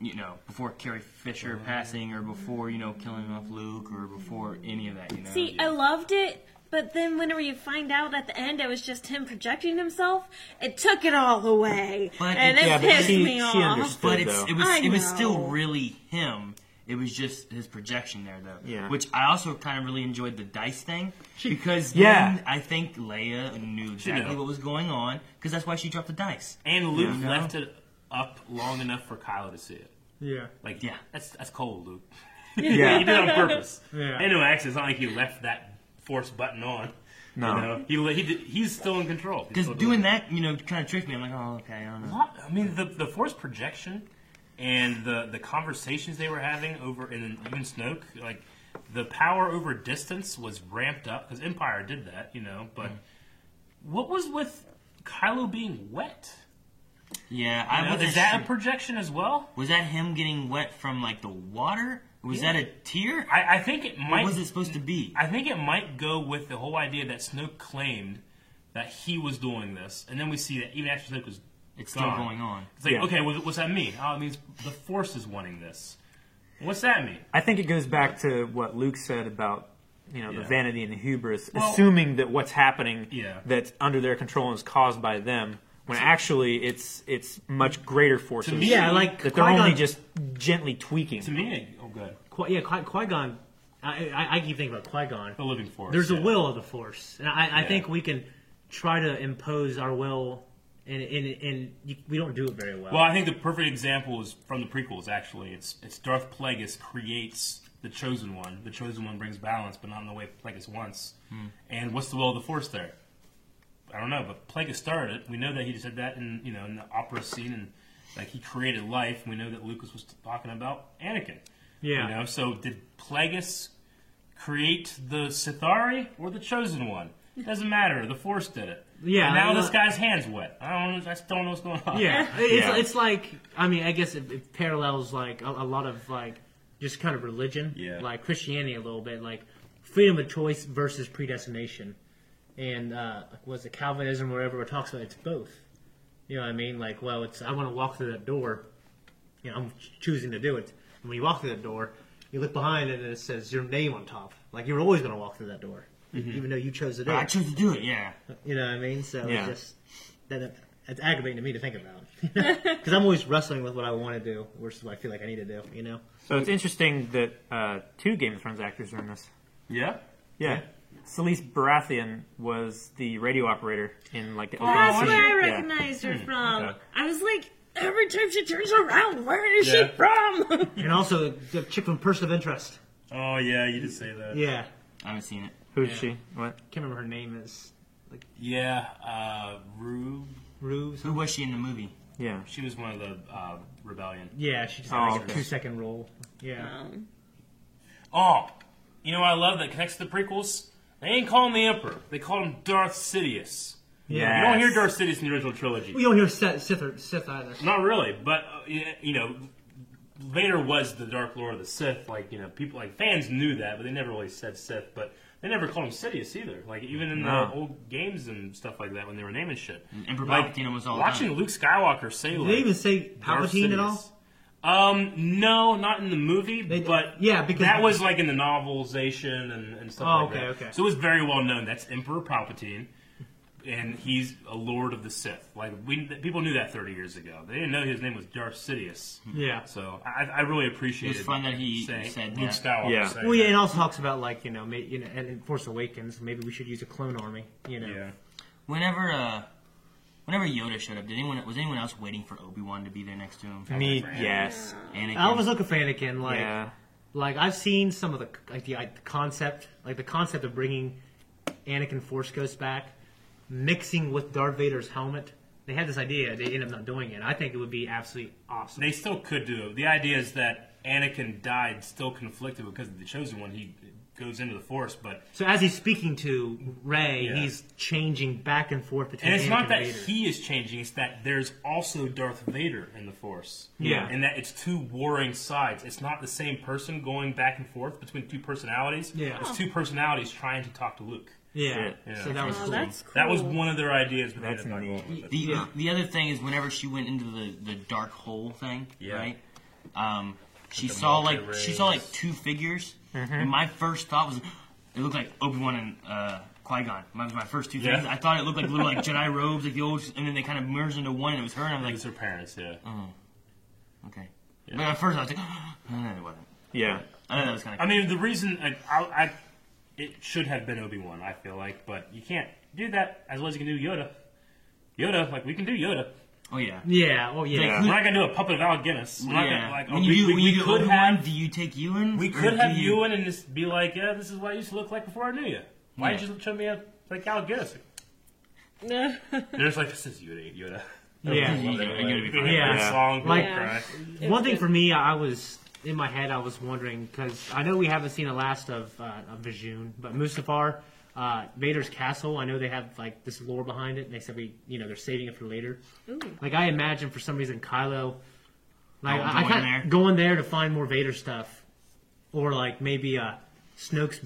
Speaker 1: you know, before Carrie
Speaker 3: Oh,
Speaker 1: Fisher passing or before you know killing off Luke or before any of that. You know.
Speaker 2: See, I loved it, but then whenever you find out at the end it was just him projecting himself, it took it all away.
Speaker 1: But
Speaker 2: and
Speaker 1: it-
Speaker 2: it
Speaker 1: yeah, but
Speaker 2: pissed
Speaker 3: she-
Speaker 2: me
Speaker 3: she
Speaker 2: off.
Speaker 3: understood.
Speaker 1: but
Speaker 3: good,
Speaker 1: it's
Speaker 3: though.
Speaker 1: it was
Speaker 2: I
Speaker 1: it was
Speaker 2: know.
Speaker 1: still really him. It was just his projection there, though.
Speaker 3: Yeah.
Speaker 1: Which I also kind of really enjoyed the dice thing because
Speaker 3: Yeah.
Speaker 1: then I think Leia knew exactly
Speaker 5: knew.
Speaker 1: what was going on because that's why she dropped the dice.
Speaker 5: And Luke
Speaker 1: Yeah.
Speaker 5: left it up long enough for Kylo to see it.
Speaker 4: Yeah.
Speaker 5: Like,
Speaker 1: Yeah.
Speaker 5: that's that's cold, Luke.
Speaker 3: Yeah.
Speaker 5: He did it on purpose.
Speaker 4: Yeah.
Speaker 5: And no accident. It's not like he left that force button on.
Speaker 3: No.
Speaker 5: You know, he, li- he did, he's still in control. He's
Speaker 1: Because
Speaker 5: still
Speaker 1: doing
Speaker 5: it.
Speaker 1: that, you know, kind of tricked me. I'm like, oh, okay, I don't know.
Speaker 5: Lot- I mean, the the force projection and the the conversations they were having over in even Snoke, like the power over distance was ramped up because Empire did that, you know. But what was with Kylo being wet?
Speaker 1: Yeah, I
Speaker 5: You know,
Speaker 1: wasn't
Speaker 5: is that a
Speaker 1: sure.
Speaker 5: projection as well?
Speaker 1: Was that him getting wet from like the water? Was
Speaker 5: Yeah.
Speaker 1: that a tear?
Speaker 5: I, I think it might.
Speaker 1: What was it supposed to be?
Speaker 5: I think it might go with the whole idea that Snoke claimed that he was doing this, and then we see that even after Snoke was,
Speaker 1: It's still
Speaker 5: gone.
Speaker 1: going on.
Speaker 5: It's like,
Speaker 3: Yeah.
Speaker 5: okay, what, what's that mean? Oh, it means the Force is wanting this. What's that mean?
Speaker 3: I think it goes back to what Luke said about you know
Speaker 5: Yeah.
Speaker 3: the vanity and the hubris,
Speaker 5: Well-
Speaker 3: assuming that what's happening
Speaker 5: Yeah.
Speaker 3: that's under their control is caused by them, when actually it's it's much greater forces.
Speaker 5: me-
Speaker 4: Yeah, like
Speaker 3: that they're only
Speaker 4: Qui-Gon-
Speaker 3: just gently tweaking.
Speaker 5: To me, oh, good,
Speaker 4: Qui- yeah, Qui- Qui-Gon. I, I, I keep thinking about Qui-Gon.
Speaker 5: the living Force.
Speaker 4: There's
Speaker 5: yeah.
Speaker 4: a will of the Force, and I, I
Speaker 5: Yeah.
Speaker 4: think we can try to impose our will, and and, and you, we don't do it very well.
Speaker 5: Well, I think the perfect example is from the prequels. Actually, it's it's Darth Plagueis creates the Chosen One. The Chosen One brings balance, but not in the way Plagueis wants.
Speaker 4: Hmm.
Speaker 5: And what's the will of the Force there? I don't know, but Plagueis started it. We know that he said that in you know in the opera scene, and like he created life. We know that Lucas was talking about Anakin.
Speaker 4: yeah,
Speaker 5: You know, so did Plagueis create the Sithari or the Chosen One? doesn't matter. The Force did it.
Speaker 4: Yeah,
Speaker 5: And now
Speaker 4: I-
Speaker 5: this guy's hands wet. I don't. know- I still don't know what's going on.
Speaker 4: yeah. It's,
Speaker 3: Yeah.
Speaker 4: it's like I mean, I guess it, it parallels like a, a lot of like just kind of religion,
Speaker 5: Yeah.
Speaker 4: like Christianity a little bit, like freedom of choice versus predestination, and uh, was it Calvinism or whatever? It talks about it's both. You know what I mean? Like, well, it's I want to walk through that door. You know, I'm choosing to do it. And when you walk through that door, you look behind and it says your name on top. Like you're always going to walk through that door, even though you chose to do
Speaker 1: I
Speaker 4: it.
Speaker 1: chose to do it. Yeah.
Speaker 4: You know what I mean? So
Speaker 3: Yeah.
Speaker 4: it's just that that- it's aggravating to me to think about because I'm always wrestling with what I want to do versus what I feel like I need to do. You know?
Speaker 3: So it's interesting that uh, two Game of Thrones actors are in this.
Speaker 5: Yeah.
Speaker 3: Yeah. Celeste Baratheon was the radio operator in like the opening
Speaker 2: That's
Speaker 3: season.
Speaker 2: where I
Speaker 3: Yeah.
Speaker 2: recognized her from.
Speaker 3: okay.
Speaker 2: I was like, every time she turns around, where is
Speaker 5: Yeah.
Speaker 2: she from?
Speaker 4: And also the chick from Person of Interest.
Speaker 5: Oh yeah, you did say that. Yeah,
Speaker 4: Yeah,
Speaker 1: I haven't seen it.
Speaker 3: Who's she? What?
Speaker 4: can't remember her name is
Speaker 5: uh, Rue.
Speaker 4: Rue.
Speaker 1: Who was she in the movie?
Speaker 3: Yeah.
Speaker 5: She was one of the uh, rebellion.
Speaker 4: Yeah, she just
Speaker 3: Oh,
Speaker 4: had like a
Speaker 3: okay.
Speaker 4: two second role. Yeah.
Speaker 2: Um,
Speaker 5: Oh, you know what I love that connects to the prequels. They ain't call him the Emperor. They call him Darth Sidious.
Speaker 3: Yeah.
Speaker 5: You don't hear Darth Sidious in the original trilogy.
Speaker 4: We don't hear Sith, Sith, or, Sith either.
Speaker 5: Not really, but uh, y- you know, Vader was the Dark Lord of the Sith. Like you know, people like fans knew that, but they never really said Sith. But they never called him Sidious either. Like even in
Speaker 3: No.
Speaker 5: the old games and stuff like that when they were naming shit.
Speaker 1: Emperor
Speaker 5: Like,
Speaker 1: Palpatine was all
Speaker 5: watching
Speaker 1: done.
Speaker 5: Luke Skywalker say
Speaker 4: Did they
Speaker 5: like
Speaker 4: even say
Speaker 5: Darth
Speaker 4: Palpatine at all?
Speaker 5: Sidious. Um, no, not in the movie,
Speaker 4: They-
Speaker 5: but
Speaker 4: yeah, because-
Speaker 5: that was like in the novelization and, and stuff
Speaker 4: Oh,
Speaker 5: like
Speaker 4: okay,
Speaker 5: that.
Speaker 4: okay.
Speaker 5: So it was very well known. That's Emperor Palpatine, and he's a Lord of the Sith. Like we people knew that 30 years ago. They didn't know his name was Darth Sidious.
Speaker 4: Yeah.
Speaker 5: So I, I really appreciate
Speaker 1: It was fun that he said
Speaker 5: Luke
Speaker 1: that.
Speaker 5: Skywalker.
Speaker 3: Yeah.
Speaker 5: saying
Speaker 4: Well, yeah, it
Speaker 5: that.
Speaker 4: also talks about like you know, may, you know, and in Force Awakens, maybe we should use a clone army. You know?
Speaker 5: yeah.
Speaker 1: Whenever uh, whenever Yoda showed up, did anyone was anyone else waiting for Obi Wan to be there next to him?
Speaker 3: Me? Yes.
Speaker 1: Anakin.
Speaker 4: I was looking for Anakin. Like,
Speaker 3: Yeah.
Speaker 4: like I've seen some of the like the, like, the concept, like the concept of bringing Anakin Force Ghost back, mixing with Darth Vader's helmet They had this idea. They ended up not doing it. I think it would be absolutely awesome.
Speaker 5: They still could do it. The idea is that Anakin died still conflicted because of the Chosen One. He goes into the Force, but
Speaker 4: so as he's speaking to Ray,
Speaker 5: Yeah.
Speaker 4: he's changing back and forth between.
Speaker 5: and it's
Speaker 4: Anakin
Speaker 5: not that
Speaker 4: Vader.
Speaker 5: he is changing; it's that there's also Darth Vader in the Force.
Speaker 3: Yeah.
Speaker 5: and that it's two warring sides. It's not the same person going back and forth between two personalities.
Speaker 4: Yeah.
Speaker 5: it's two personalities trying to talk to Luke.
Speaker 4: Yeah.
Speaker 5: Yeah.
Speaker 4: So that was
Speaker 2: Oh,
Speaker 4: cool.
Speaker 2: that's cool.
Speaker 5: That was one of their ideas, but
Speaker 3: That's
Speaker 5: they ended up not
Speaker 3: neat.
Speaker 5: going with
Speaker 1: The
Speaker 5: it.
Speaker 1: the other thing is whenever she went into the the dark hole thing,
Speaker 5: Yeah.
Speaker 1: right? Um, she
Speaker 5: the
Speaker 1: saw like she saw
Speaker 5: multi-rays.
Speaker 1: like two figures,
Speaker 4: Mm-hmm.
Speaker 1: and my first thought was it looked like Obi Wan and uh, Qui Gon. That was my first two
Speaker 5: Yeah.
Speaker 1: things. I thought it looked like little like Jedi robes, like the old, and then they kind of merged into one, and it was her. And I'm
Speaker 5: It
Speaker 1: like,
Speaker 5: was their parents. Yeah,
Speaker 1: Oh. okay. But at first I was like, no, it wasn't.
Speaker 3: Yeah.
Speaker 1: I thought that was kind of.
Speaker 5: I mean the reason like, I, I it should have been Obi Wan. I feel like, but you can't do that as well as you can do Yoda. Yoda, like we can do Yoda.
Speaker 1: Oh yeah.
Speaker 4: Yeah. Oh yeah.
Speaker 1: Like,
Speaker 5: We're not gonna do a puppet of Al Guinness. We're not
Speaker 1: yeah.
Speaker 5: gonna, like, oh,
Speaker 1: when
Speaker 5: we,
Speaker 1: you do,
Speaker 5: we-
Speaker 1: when
Speaker 5: we
Speaker 1: you do
Speaker 5: could
Speaker 1: Obi-Wan,
Speaker 5: have
Speaker 1: do you take Ewan?
Speaker 5: we
Speaker 1: or
Speaker 5: could
Speaker 1: do
Speaker 5: have
Speaker 1: you,
Speaker 5: Ewan and just be like, yeah, this is what I used to look like before I knew you. Why
Speaker 1: Yeah.
Speaker 5: did you show me up like Al Guinness? There's like this is Yoda. Yoda.
Speaker 4: Yeah.
Speaker 1: Yeah, I gotta be
Speaker 5: Yeah,
Speaker 1: fine.
Speaker 3: Yeah.
Speaker 5: song. people
Speaker 4: Like-
Speaker 5: cry.
Speaker 4: One thing for me, I was in my head. I was wondering because I know we haven't seen the last of uh, of Vijun, but Mustafar, uh, Vader's castle. I know they have like this lore behind it. And they said we, you know, they're saving it for later. Like I imagine for some reason Kylo, like
Speaker 1: Oh,
Speaker 4: I, I
Speaker 1: going
Speaker 4: kinda-
Speaker 1: there?
Speaker 4: going there to find more Vader stuff, or like maybe uh, Snoke's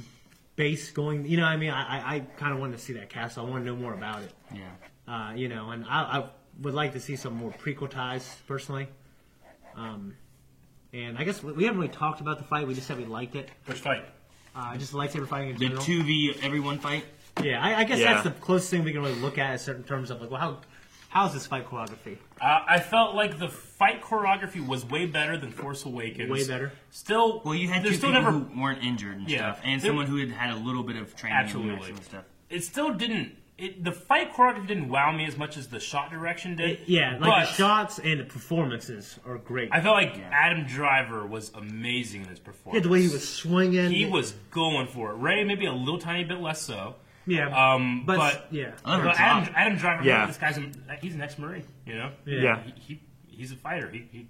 Speaker 4: base going. You know, what I mean, I I, I kind of wanted to see that castle. I want to know more about it.
Speaker 1: Yeah.
Speaker 4: Uh, you know, and I, I would like to see some more prequel ties personally. Um, and I guess we we haven't really talked about the fight. We just said we liked it.
Speaker 5: Which fight?
Speaker 4: Uh, just lightsaber fighting in
Speaker 1: The
Speaker 4: general.
Speaker 1: two v everyone fight.
Speaker 4: yeah, I, I guess
Speaker 3: Yeah.
Speaker 4: that's the closest thing we can really look at in certain terms of like, well, how how's this fight choreography?
Speaker 5: Uh, I felt like the fight choreography was way better than Force Awakens.
Speaker 4: Way better.
Speaker 5: Still,
Speaker 1: Well, you had two
Speaker 5: there's
Speaker 1: people
Speaker 5: still never.
Speaker 1: who weren't injured and
Speaker 5: Yeah.
Speaker 1: stuff, and
Speaker 5: There-
Speaker 1: someone who had had a little bit of training and
Speaker 5: Absolutely.
Speaker 1: action and stuff.
Speaker 5: It still didn't. It, the fight choreography didn't wow me as much as the shot direction did.
Speaker 4: yeah, like
Speaker 5: Uh, but
Speaker 4: the shots and the performances are great.
Speaker 5: I felt like
Speaker 1: Yeah.
Speaker 5: Adam Driver was amazing in his performance.
Speaker 4: yeah, the way he was swinging.
Speaker 5: He was going for it. Ray maybe a little tiny bit less so.
Speaker 4: Yeah.
Speaker 5: Um,
Speaker 4: but,
Speaker 5: but
Speaker 4: yeah.
Speaker 1: I love her
Speaker 5: but
Speaker 1: top.
Speaker 5: Adam, Adam Driver,
Speaker 3: Yeah.
Speaker 5: this guy's an, he's an ex-marine. You know,
Speaker 4: Yeah.
Speaker 3: Yeah.
Speaker 5: He, he he's a fighter. He, he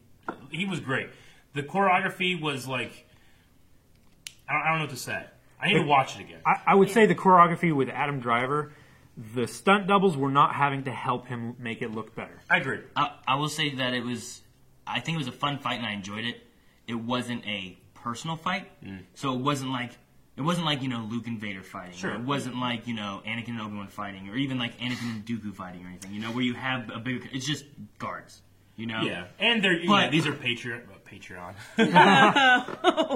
Speaker 5: he was great. The choreography was like I don't, I don't know what to say. I need to watch it again.
Speaker 3: I, I would say the choreography with Adam Driver, the stunt doubles were not having to help him make it look better.
Speaker 5: I agree.
Speaker 1: I, I will say that it was, I think it was a fun fight and I enjoyed it. It wasn't a personal fight,
Speaker 5: Mm.
Speaker 1: so it wasn't like it wasn't like you know Luke and Vader fighting. Sure. It wasn't like you know Anakin and Obi Wan fighting, or even like Anakin and Dooku fighting, or anything. You know where you have a bigger. It's just guards. You know.
Speaker 5: Yeah, and they're you
Speaker 1: But-
Speaker 5: know, these are Patreon uh, Patreon. Uh,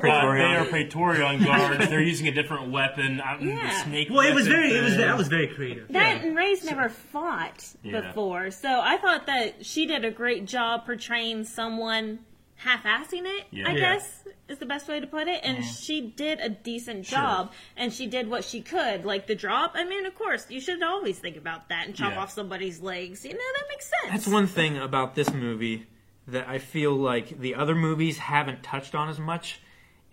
Speaker 5: they are
Speaker 3: Praetorian.
Speaker 5: Praetorian guards. they're using a different weapon. I, the
Speaker 2: Yeah.
Speaker 5: snake.
Speaker 4: Well, it was
Speaker 5: weapon
Speaker 4: very. It was
Speaker 5: thing.
Speaker 4: that was very creative.
Speaker 2: That and Ray's never fought
Speaker 5: Yeah.
Speaker 2: before, so I thought that she did a great job portraying someone half-assing it.
Speaker 5: Yeah. Mm-hmm.
Speaker 2: I
Speaker 5: Yeah.
Speaker 2: guess is the best way to put it, and she did a decent job, and she did what she could, like the drop. I mean, of course, you should always think about that and chop
Speaker 5: Yeah.
Speaker 2: off somebody's legs. You know that makes sense.
Speaker 3: That's one thing about this movie that I feel like the other movies haven't touched on as much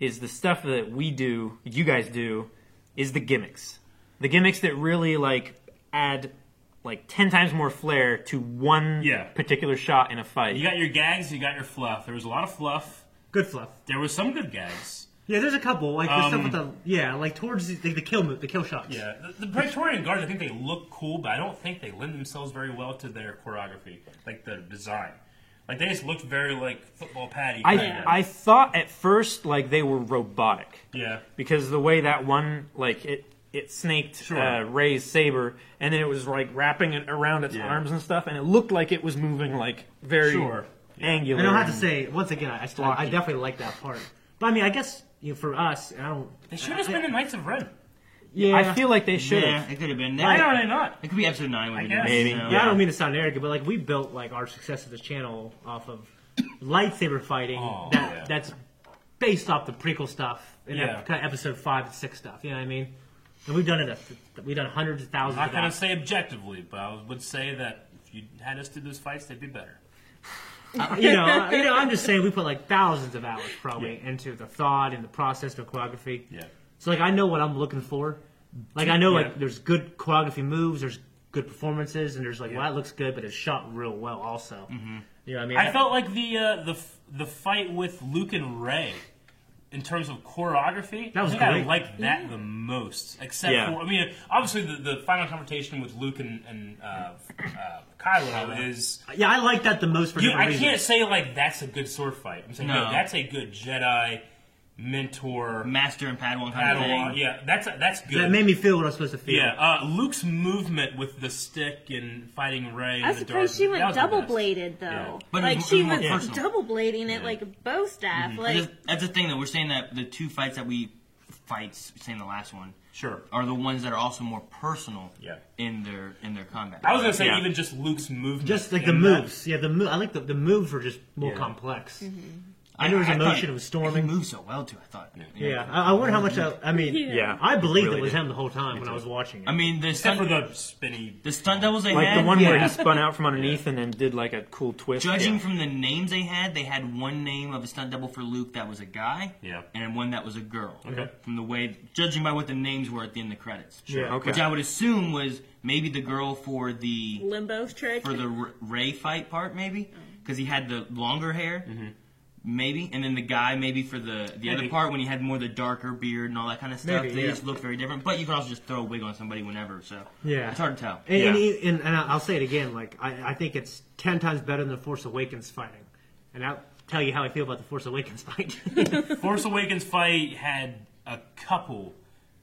Speaker 3: is the stuff that we do, you guys do, is the gimmicks. The gimmicks that really like add like 10 times more flair to one
Speaker 5: Yeah.
Speaker 3: particular shot in a fight.
Speaker 5: You got your gags. You got your fluff. There was a lot of fluff.
Speaker 4: Good fluff.
Speaker 5: There was some good gags.
Speaker 4: Yeah, there's a couple like the
Speaker 5: Um,
Speaker 4: stuff with the yeah, like towards the, the, the kill move, the kill shots.
Speaker 5: Yeah, the, the Praetorian Guards, I think they look cool, but I don't think they lend themselves very well to their choreography, like the design. Like they just looked very like football patty.
Speaker 3: I
Speaker 5: kinda.
Speaker 3: I thought at first like they were robotic.
Speaker 5: yeah,
Speaker 3: because the way that one like it it snaked
Speaker 5: Sure.
Speaker 3: uh, Ray's saber, and then it was like wrapping it around its
Speaker 5: Yeah.
Speaker 3: arms and stuff, and it looked like it was moving like very
Speaker 5: Sure.
Speaker 3: angular.
Speaker 4: And I'll have to say, once again, I, I, still, I
Speaker 3: Blocky.
Speaker 4: definitely like that part. But I mean, I guess you know, for us, I don't.
Speaker 5: they should have been in Knights of Ren.
Speaker 4: Yeah,
Speaker 3: I feel like they should.
Speaker 1: Yeah,
Speaker 3: have.
Speaker 1: it could have been.
Speaker 5: Why
Speaker 1: That-
Speaker 5: are they not?
Speaker 1: It could be episode nine.
Speaker 5: I
Speaker 1: When
Speaker 5: guess.
Speaker 3: Maybe,
Speaker 4: yeah, I don't mean to sound arrogant, but like we built like our success of this channel off of lightsaber fighting.
Speaker 5: Oh,
Speaker 4: that
Speaker 5: yeah.
Speaker 4: that's based off the prequel stuff and
Speaker 5: Yeah.
Speaker 4: ep- kind of episode five and six stuff. You know what I mean? And we've done it. A, we've done hundreds of
Speaker 5: I'm
Speaker 4: thousands.
Speaker 5: not
Speaker 4: Of
Speaker 5: gonna
Speaker 4: that.
Speaker 5: say objectively, but I would say that if you had us do those fights, they'd be better.
Speaker 4: you know, I- you know. I'm just saying we put like thousands of hours probably into the thought and the process, the choreography.
Speaker 5: Yeah.
Speaker 4: So like I know what I'm looking for. Like I know
Speaker 5: Yeah.
Speaker 4: like there's good choreography moves, there's good performances, and there's like, well, that looks good, but it's shot real well also. You know what I mean?
Speaker 5: Mm-hmm. I felt like the uh, the f- the fight with Luke and Ray, in terms of choreography,
Speaker 4: That
Speaker 5: I
Speaker 4: was
Speaker 5: think I
Speaker 4: great.
Speaker 5: liked that the most. Except
Speaker 3: Yeah.
Speaker 5: for, I mean, obviously the, the final confrontation with Luke and, and uh, uh, Kylo is.
Speaker 4: yeah, I like that the most for
Speaker 5: You,
Speaker 4: different
Speaker 5: I
Speaker 4: reasons.
Speaker 5: can't say like that's a good sword fight. I'm saying no,
Speaker 1: No.
Speaker 5: that's a good Jedi mentor
Speaker 1: Master and Padawan kind of
Speaker 5: Padawan.
Speaker 1: thing.
Speaker 5: Yeah, that's that's good.
Speaker 4: That made me feel what I was supposed to feel.
Speaker 5: yeah, uh, Luke's movement with the stick and fighting Ray.
Speaker 2: I was
Speaker 5: in the dark,
Speaker 2: surprised she
Speaker 5: that
Speaker 2: went
Speaker 5: was the
Speaker 2: double
Speaker 5: best.
Speaker 2: bladed though.
Speaker 5: Yeah.
Speaker 1: But it
Speaker 2: like
Speaker 1: was-
Speaker 2: she
Speaker 1: it was
Speaker 2: was
Speaker 1: more personal.
Speaker 2: double blading it like a bow staff.
Speaker 5: Mm-hmm.
Speaker 2: Like
Speaker 1: That's- that's the thing though. We're saying that the two fights that we fights, saying the last one,
Speaker 5: Sure.
Speaker 1: are the ones that are also more personal.
Speaker 5: Yeah.
Speaker 1: In their in their combat.
Speaker 5: I was gonna say
Speaker 3: Yeah.
Speaker 5: even just Luke's movement,
Speaker 4: Just like the
Speaker 5: in that-
Speaker 4: moves. Yeah, the move. I like the, the moves were just more
Speaker 5: Yeah.
Speaker 4: complex.
Speaker 1: I
Speaker 4: there was
Speaker 1: I
Speaker 4: emotion,
Speaker 1: thought
Speaker 4: it was storming.
Speaker 1: He moved so well too. I thought.
Speaker 4: Yeah, I, I wonder how much. I,
Speaker 5: Mm-hmm.
Speaker 4: I mean,
Speaker 2: Yeah.
Speaker 3: Yeah.
Speaker 4: I believed
Speaker 3: Really
Speaker 4: it was
Speaker 3: did.
Speaker 4: him the whole time when I was watching it.
Speaker 1: I mean, the
Speaker 5: Except
Speaker 1: stunt,
Speaker 5: for the spinny.
Speaker 1: the stunt doubles they
Speaker 3: Like
Speaker 1: had.
Speaker 3: the one where
Speaker 4: Yeah.
Speaker 3: he spun out from underneath and then did like a cool twist.
Speaker 1: Judging
Speaker 3: Yeah.
Speaker 1: from the names they had, they had one name of a stunt double for Luke that was a guy,
Speaker 5: Yeah.
Speaker 1: and one that was a girl.
Speaker 5: Okay.
Speaker 1: From the way, judging by what the names were at the end of the credits,
Speaker 4: yeah.
Speaker 3: Okay.
Speaker 1: which I would assume was maybe the girl for the
Speaker 2: limbo trick.
Speaker 1: for the R- Ray fight part, maybe because he had the longer hair, maybe, and then the guy maybe for the the other
Speaker 5: Maybe.
Speaker 1: part when he had more the darker beard and all that kind of stuff.
Speaker 4: Maybe,
Speaker 1: they
Speaker 4: yeah.
Speaker 1: just look very different. But you can also just throw a wig on somebody whenever, so
Speaker 4: Yeah.
Speaker 1: it's hard to tell.
Speaker 4: And, and,
Speaker 3: Yeah.
Speaker 4: he- and, and I'll say it again. Like I, I think it's ten times better than the Force Awakens fighting, and I'll tell you how I feel about the Force Awakens fight. it
Speaker 5: Force Awakens fight had a couple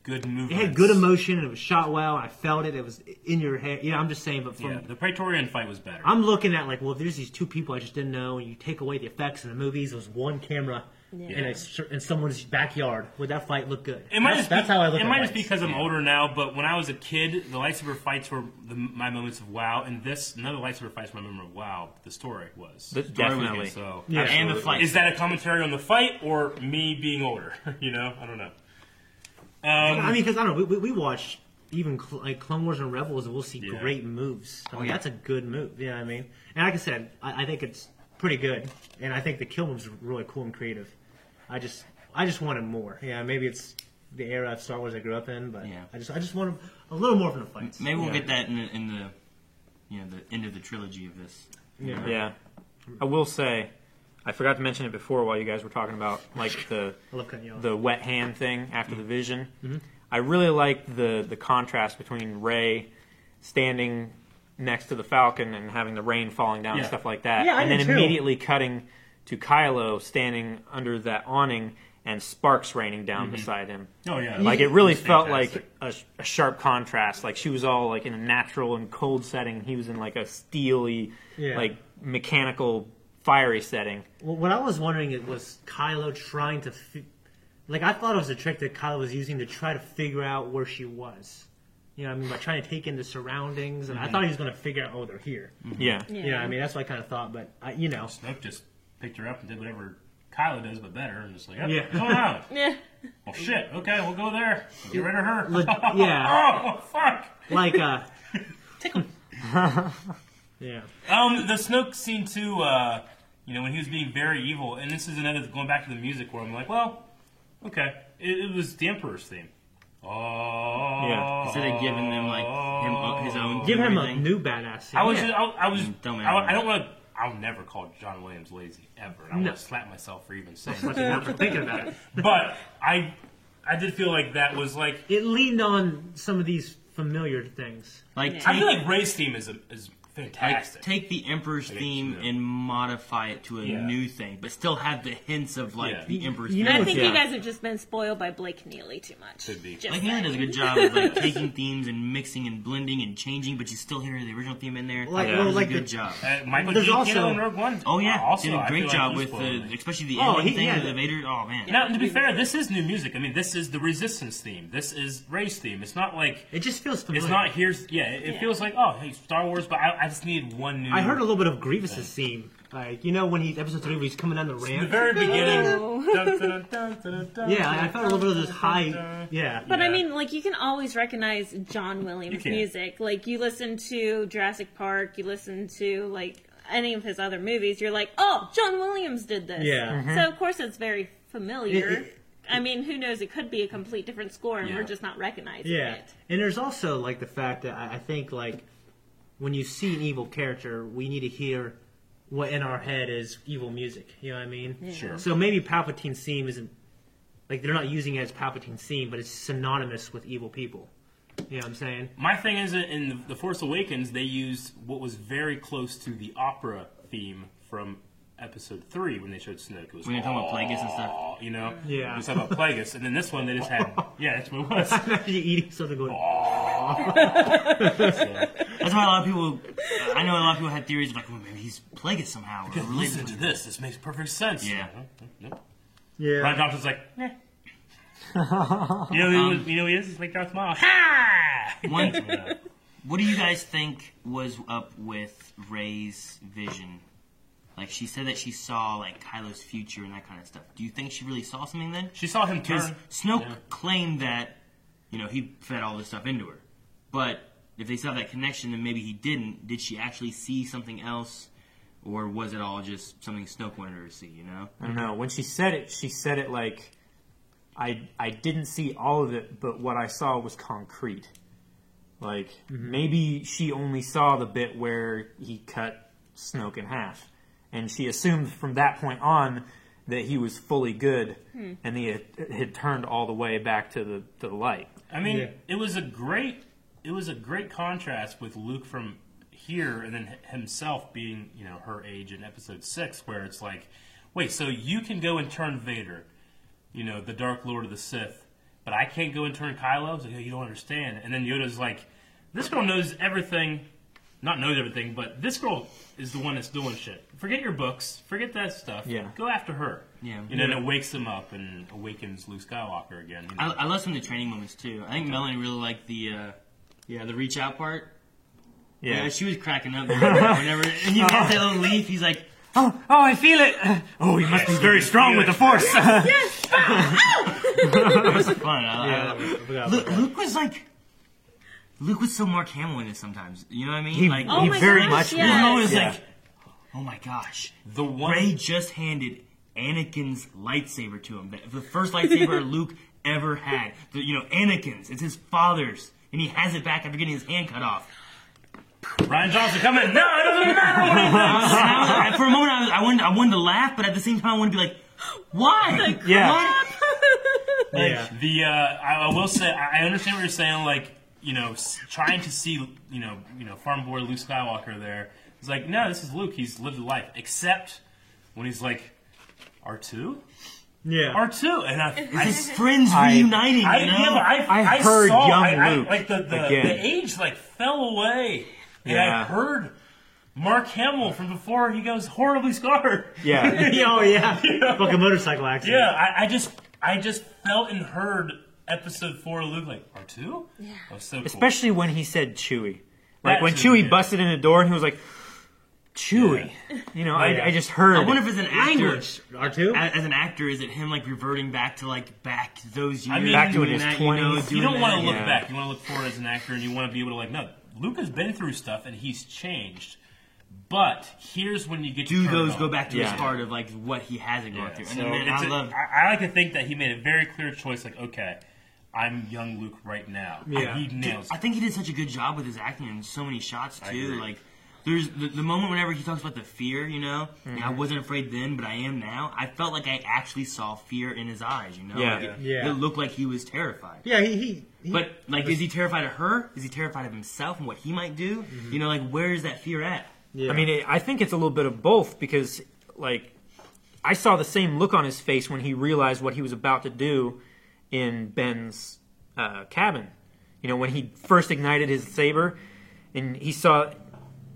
Speaker 5: good movements.
Speaker 4: had good emotion. It was shot well. I felt it. It was in your head. You know, I'm just saying. But from
Speaker 5: Yeah, the Praetorian fight was better.
Speaker 4: I'm looking at like, well, there's these two people I just didn't know, and you take away the effects in the movies. It was one camera in a cer- in someone's backyard. Would that fight look good?
Speaker 5: It might
Speaker 4: that's,
Speaker 5: just be-
Speaker 4: that's how I look.
Speaker 5: It
Speaker 4: at
Speaker 5: might just be
Speaker 4: fights.
Speaker 5: because I'm older now, but when I was a kid, the lightsaber fights were the, my moments of wow, and this none of the lightsaber fights were my memory of wow. but The story was.
Speaker 3: Th- definitely.
Speaker 5: So
Speaker 4: Yeah.
Speaker 1: And the fight.
Speaker 5: Is that a commentary on the fight or me being older? you know, I don't know. Um,
Speaker 1: Um,
Speaker 4: I mean, because I don't know. We, we, we watch even cl- like Clone Wars and Rebels, and we'll see
Speaker 5: Yeah.
Speaker 4: great moves. I mean,
Speaker 1: Oh, yeah.
Speaker 4: that's a good move. You know what I mean? And like I said, I, I think it's pretty good, and I think the kill moves are really cool and creative. I just, I just wanted more. Yeah, maybe it's the era of Star Wars I grew up in, but
Speaker 1: Yeah.
Speaker 4: I just, I just wanted a little more from the fights.
Speaker 1: Maybe we'll
Speaker 3: Yeah.
Speaker 1: get that in the, in the you know the end of the trilogy of this.
Speaker 3: Yeah. I will say, I forgot to mention it before while you guys were talking about like the
Speaker 4: I love cutting you off.
Speaker 3: the wet hand thing after the vision. I really liked the the contrast between Ray standing next to the Falcon and having the rain falling down and
Speaker 5: Yeah.
Speaker 3: stuff like that,
Speaker 4: Yeah, I
Speaker 3: and
Speaker 4: did
Speaker 3: then
Speaker 4: too.
Speaker 3: immediately cutting to Kylo standing under that awning and sparks raining down beside him.
Speaker 5: Oh yeah,
Speaker 3: Like it really
Speaker 5: was
Speaker 3: felt
Speaker 5: fantastic.
Speaker 3: like a, a sharp contrast. Like she was all like in a natural and cold setting. He was in like a steely,
Speaker 4: Yeah.
Speaker 3: like mechanical, fiery setting.
Speaker 4: Well, what I was wondering it was Kylo trying to, fi- like I thought it was a trick that Kylo was using to try to figure out where she was. You know, what I mean, by trying to take in the surroundings, and I thought he was going to figure out, oh, they're here.
Speaker 3: Yeah.
Speaker 2: yeah.
Speaker 4: You know, what I mean, that's what I kind of thought, but I, you know,
Speaker 5: Snoke just picked her up and did whatever Kylo does, but better, and just like, yeah,
Speaker 4: Yeah.
Speaker 5: what's going on?
Speaker 2: Yeah.
Speaker 5: well, shit. Okay, we'll go there. Get rid of her.
Speaker 4: Le- yeah.
Speaker 5: oh, fuck.
Speaker 4: like uh, yeah,
Speaker 5: Um, the Snoke scene too. Uh, you know, when he was being very evil, and this is another going back to the music where I'm like, well, okay, it, it was the Emperor's theme. Oh,
Speaker 3: Yeah.
Speaker 1: Instead of giving them like him uh, his own,
Speaker 4: give him a
Speaker 1: everything.
Speaker 4: new badass. Scene.
Speaker 5: I was,
Speaker 4: Yeah.
Speaker 5: I, I was,
Speaker 1: Don't matter.
Speaker 5: I, I don't want to. I'll never call John Williams lazy ever. and I
Speaker 4: No.
Speaker 5: want to slap myself for even saying
Speaker 4: Not
Speaker 5: that.
Speaker 4: for thinking about it.
Speaker 5: but I, I did feel like that was like.
Speaker 4: It leaned on some of these familiar things.
Speaker 1: like
Speaker 2: Yeah.
Speaker 1: take,
Speaker 5: I feel like Ray's theme is a, is
Speaker 1: like
Speaker 5: fantastic.
Speaker 1: take the Emperor's
Speaker 5: Like,
Speaker 1: theme
Speaker 5: yeah.
Speaker 1: and modify it to a
Speaker 5: Yeah.
Speaker 1: new thing, but still have the hints of like
Speaker 5: Yeah.
Speaker 1: the Emperor's
Speaker 4: You know
Speaker 1: theme.
Speaker 2: I think
Speaker 3: Yeah.
Speaker 2: you guys have just been spoiled by Blake Neely too much.
Speaker 5: Could be.
Speaker 2: Just
Speaker 1: Like Hannah does a good job of like taking themes and mixing and blending and changing, but you still hear the original theme in there. Like,
Speaker 4: Like- well,
Speaker 1: does
Speaker 4: like
Speaker 1: a good
Speaker 4: the-
Speaker 1: job.
Speaker 5: Uh, Michael
Speaker 4: There's
Speaker 5: G.
Speaker 4: also-
Speaker 5: Keaton in Rogue One.
Speaker 1: Oh yeah,
Speaker 5: uh, also
Speaker 1: did a
Speaker 5: I
Speaker 1: great
Speaker 5: feel like
Speaker 1: job
Speaker 5: he
Speaker 1: with
Speaker 5: spoiled
Speaker 1: the,
Speaker 5: me.
Speaker 1: especially the
Speaker 4: Oh,
Speaker 1: ending
Speaker 4: he-
Speaker 1: thing
Speaker 4: yeah.
Speaker 1: with the Vader. Oh man,
Speaker 5: Now, to be fair, this is new music. I mean, this is the Resistance theme. This is Ray's theme. It's not like
Speaker 4: It just feels familiar.
Speaker 5: it's not here's. Yeah, it, it
Speaker 2: Yeah.
Speaker 5: feels like oh, hey, Star Wars. But I, I just need one new.
Speaker 4: I heard a little bit of Grievous's scene, like you know when he episode three, when he's coming down the
Speaker 5: the
Speaker 4: ramp.
Speaker 5: very beginning. Dun, dun, dun, dun, dun,
Speaker 4: Yeah, I I felt a little bit of this high.
Speaker 5: dun.
Speaker 4: Yeah,
Speaker 2: But I
Speaker 5: Yeah.
Speaker 2: mean, like you can always recognize John
Speaker 5: You
Speaker 2: Williams
Speaker 5: can.
Speaker 2: music. Like you listen to Jurassic Park, you listen to like any of his other movies, you're like, oh, John Williams did this.
Speaker 4: Yeah.
Speaker 2: So of course it's very familiar.
Speaker 4: It- it-
Speaker 2: I mean, who knows? It could be a complete different score, and
Speaker 5: Yeah.
Speaker 2: we're just not recognizing
Speaker 4: yeah.
Speaker 2: it.
Speaker 4: And there's also like the fact that I, I think like when you see an evil character, we need to hear what in our head is evil music. You know what I mean?
Speaker 5: Sure.
Speaker 4: So maybe Palpatine's theme isn't like they're not using it as Palpatine's theme, but it's synonymous with evil people. You know what I'm saying?
Speaker 5: My thing is that in The Force Awakens, they used what was very close to the opera theme from Episode Three when they showed Snoke. It was
Speaker 1: When you're talking about Plagueis and stuff.
Speaker 5: "Aw," you know,
Speaker 4: Yeah.
Speaker 5: It was about Plagueis, and then this one they just had, yeah, that's what it was.
Speaker 4: I'm actually eating something going.
Speaker 1: That's why a lot of people. I know a lot of people had theories like, well, maybe he's Plagueis somehow. Or
Speaker 5: Listen
Speaker 1: related.
Speaker 5: to this. This makes perfect sense.
Speaker 1: Yeah.
Speaker 5: Nope.
Speaker 4: Yeah.
Speaker 5: Ryan Johnson's like, eh. you know, who he was, you know, who he is It's like Darth Maul. Ha!
Speaker 1: One, what do you guys think was up with Ray's vision? Like she said that she saw like Kylo's future and that kind of stuff. Do you think she really saw something then?
Speaker 5: She saw him
Speaker 1: Because
Speaker 5: turn.
Speaker 1: Snoke
Speaker 5: Yeah.
Speaker 1: claimed that, you know, he fed all this stuff into her. But if they saw that connection, then maybe he didn't. Did she actually see something else, or was it all just something Snoke wanted her to see? You know,
Speaker 3: I don't know. When she said it, she said it like, I I didn't see all of it, but what I saw was concrete. Like maybe she only saw the bit where he cut Snoke in half, and she assumed from that point on that he was fully good, and he had, had turned all the way back to the to the light.
Speaker 5: I mean,
Speaker 4: Yeah.
Speaker 5: it was a great, it was a great contrast with Luke from here, and then h- himself being, you know, her age in Episode Six, where it's like, wait, so you can go and turn Vader, you know, the Dark Lord of the Sith, but I can't go and turn Kylo. It's like, "Oh, you don't understand. And then Yoda's like, this girl knows everything, not knows everything, but this girl is the one that's doing shit. Forget your books, forget that stuff.
Speaker 3: Yeah.
Speaker 5: go after her.
Speaker 1: Yeah.
Speaker 5: you know, and it wakes him up and awakens Luke Skywalker again. You know?
Speaker 1: I, I love some of the training moments too. I think Melanie really liked the, uh, yeah, the reach out part. Yeah,
Speaker 3: Yeah.
Speaker 1: she was cracking up whenever. And you got that little leaf. He's like,
Speaker 3: Oh, oh, I feel it. Oh, you must be very strong with the force.
Speaker 1: it was fun. I, I-
Speaker 4: forgot
Speaker 1: Luke, Luke was like, Luke was so Mark Hamill in it sometimes. You know what I mean?
Speaker 3: He-
Speaker 1: like,
Speaker 2: Oh
Speaker 3: he
Speaker 2: my
Speaker 3: very
Speaker 2: gosh,
Speaker 3: much
Speaker 1: It was
Speaker 2: yes.
Speaker 1: always
Speaker 3: Yeah.
Speaker 1: like, oh my gosh,
Speaker 5: the one
Speaker 1: Ray just handed Anakin's lightsaber to him. The- The first lightsaber Luke ever had. The, you know, Anakin's. It's his father's, and he has it back after getting his hand cut off.
Speaker 5: Ryan Johnson come in. No, it doesn't matter. What he thinks.
Speaker 1: And I was, I, for a moment, I, was, I wanted, I wanted to laugh, but at the same time, I wanted to be like, why?
Speaker 3: Yeah.
Speaker 1: What?
Speaker 4: yeah.
Speaker 5: the uh, I, I will say I I understand what you're saying. Like you know, s- trying to see you know you know farm boy Luke Skywalker there. It's like no, this is Luke. He's lived a life. Except when he's like R two,
Speaker 4: Yeah.
Speaker 5: R two, and I. I
Speaker 1: His friends
Speaker 3: I-
Speaker 1: reuniting.
Speaker 5: I,
Speaker 1: you know?
Speaker 5: yeah, but I,
Speaker 3: I heard
Speaker 5: saw,
Speaker 3: young
Speaker 5: I, I-
Speaker 3: Luke
Speaker 5: like the, the,
Speaker 3: again.
Speaker 5: the age like fell away, and
Speaker 3: Yeah.
Speaker 5: I heard Mark Hamill from before he goes horribly scarred.
Speaker 3: yeah.
Speaker 4: oh yeah. Fucking motorcycle accident.
Speaker 5: Yeah, I, I just I just felt and heard episode four of Luke like R two. Yeah, that was so cool.
Speaker 3: Especially when he said Chewy. Like
Speaker 5: That
Speaker 3: when
Speaker 5: too,
Speaker 3: Chewy
Speaker 5: yeah.
Speaker 3: busted in the door and he was like, Chewy. You know,
Speaker 4: yeah.
Speaker 3: I, I just heard.
Speaker 1: I wonder if it's an actor.
Speaker 4: Language. R two.
Speaker 1: As, as an actor, is it him like reverting back to like back those years?
Speaker 5: I mean, Back to
Speaker 1: doing
Speaker 3: when he was
Speaker 1: that,
Speaker 3: 20s.
Speaker 1: You, know,
Speaker 3: You
Speaker 5: you
Speaker 1: doing
Speaker 5: don't want
Speaker 1: that?
Speaker 5: to look
Speaker 3: yeah.
Speaker 5: back. You want to look forward as an actor, and you want to be able to like, no, Luke has been through stuff and he's changed. But here's when you get
Speaker 1: Do
Speaker 5: to turn it
Speaker 1: those
Speaker 5: on.
Speaker 1: go back to
Speaker 3: Yeah.
Speaker 1: his heart of like what he hasn't gone
Speaker 5: Yeah,
Speaker 1: through? And
Speaker 5: so
Speaker 1: man,
Speaker 5: it's
Speaker 1: I
Speaker 5: a-
Speaker 1: love.
Speaker 5: I, I like to think that he made a very clear choice. Like, okay, I'm young Luke right now.
Speaker 4: Yeah.
Speaker 5: he nails.
Speaker 1: I think he did such a good job with his acting in so many shots too.
Speaker 5: agree.
Speaker 1: Like, there's the, the moment whenever he talks about the fear. You know, and I wasn't afraid then, but I am now. I felt like I actually saw fear in his eyes. You know,
Speaker 3: Yeah.
Speaker 1: Like, it,
Speaker 4: Yeah.
Speaker 1: it looked like he was terrified.
Speaker 4: Yeah. He. he, he
Speaker 1: But like, is he terrified of her? Is he terrified of himself and what he might do? You know, like where is that fear at?
Speaker 4: yeah.
Speaker 3: I mean, it, I think it's a little bit of both because, like, I saw the same look on his face when he realized what he was about to do in Ben's uh, cabin. You know, when he first ignited his saber and he saw,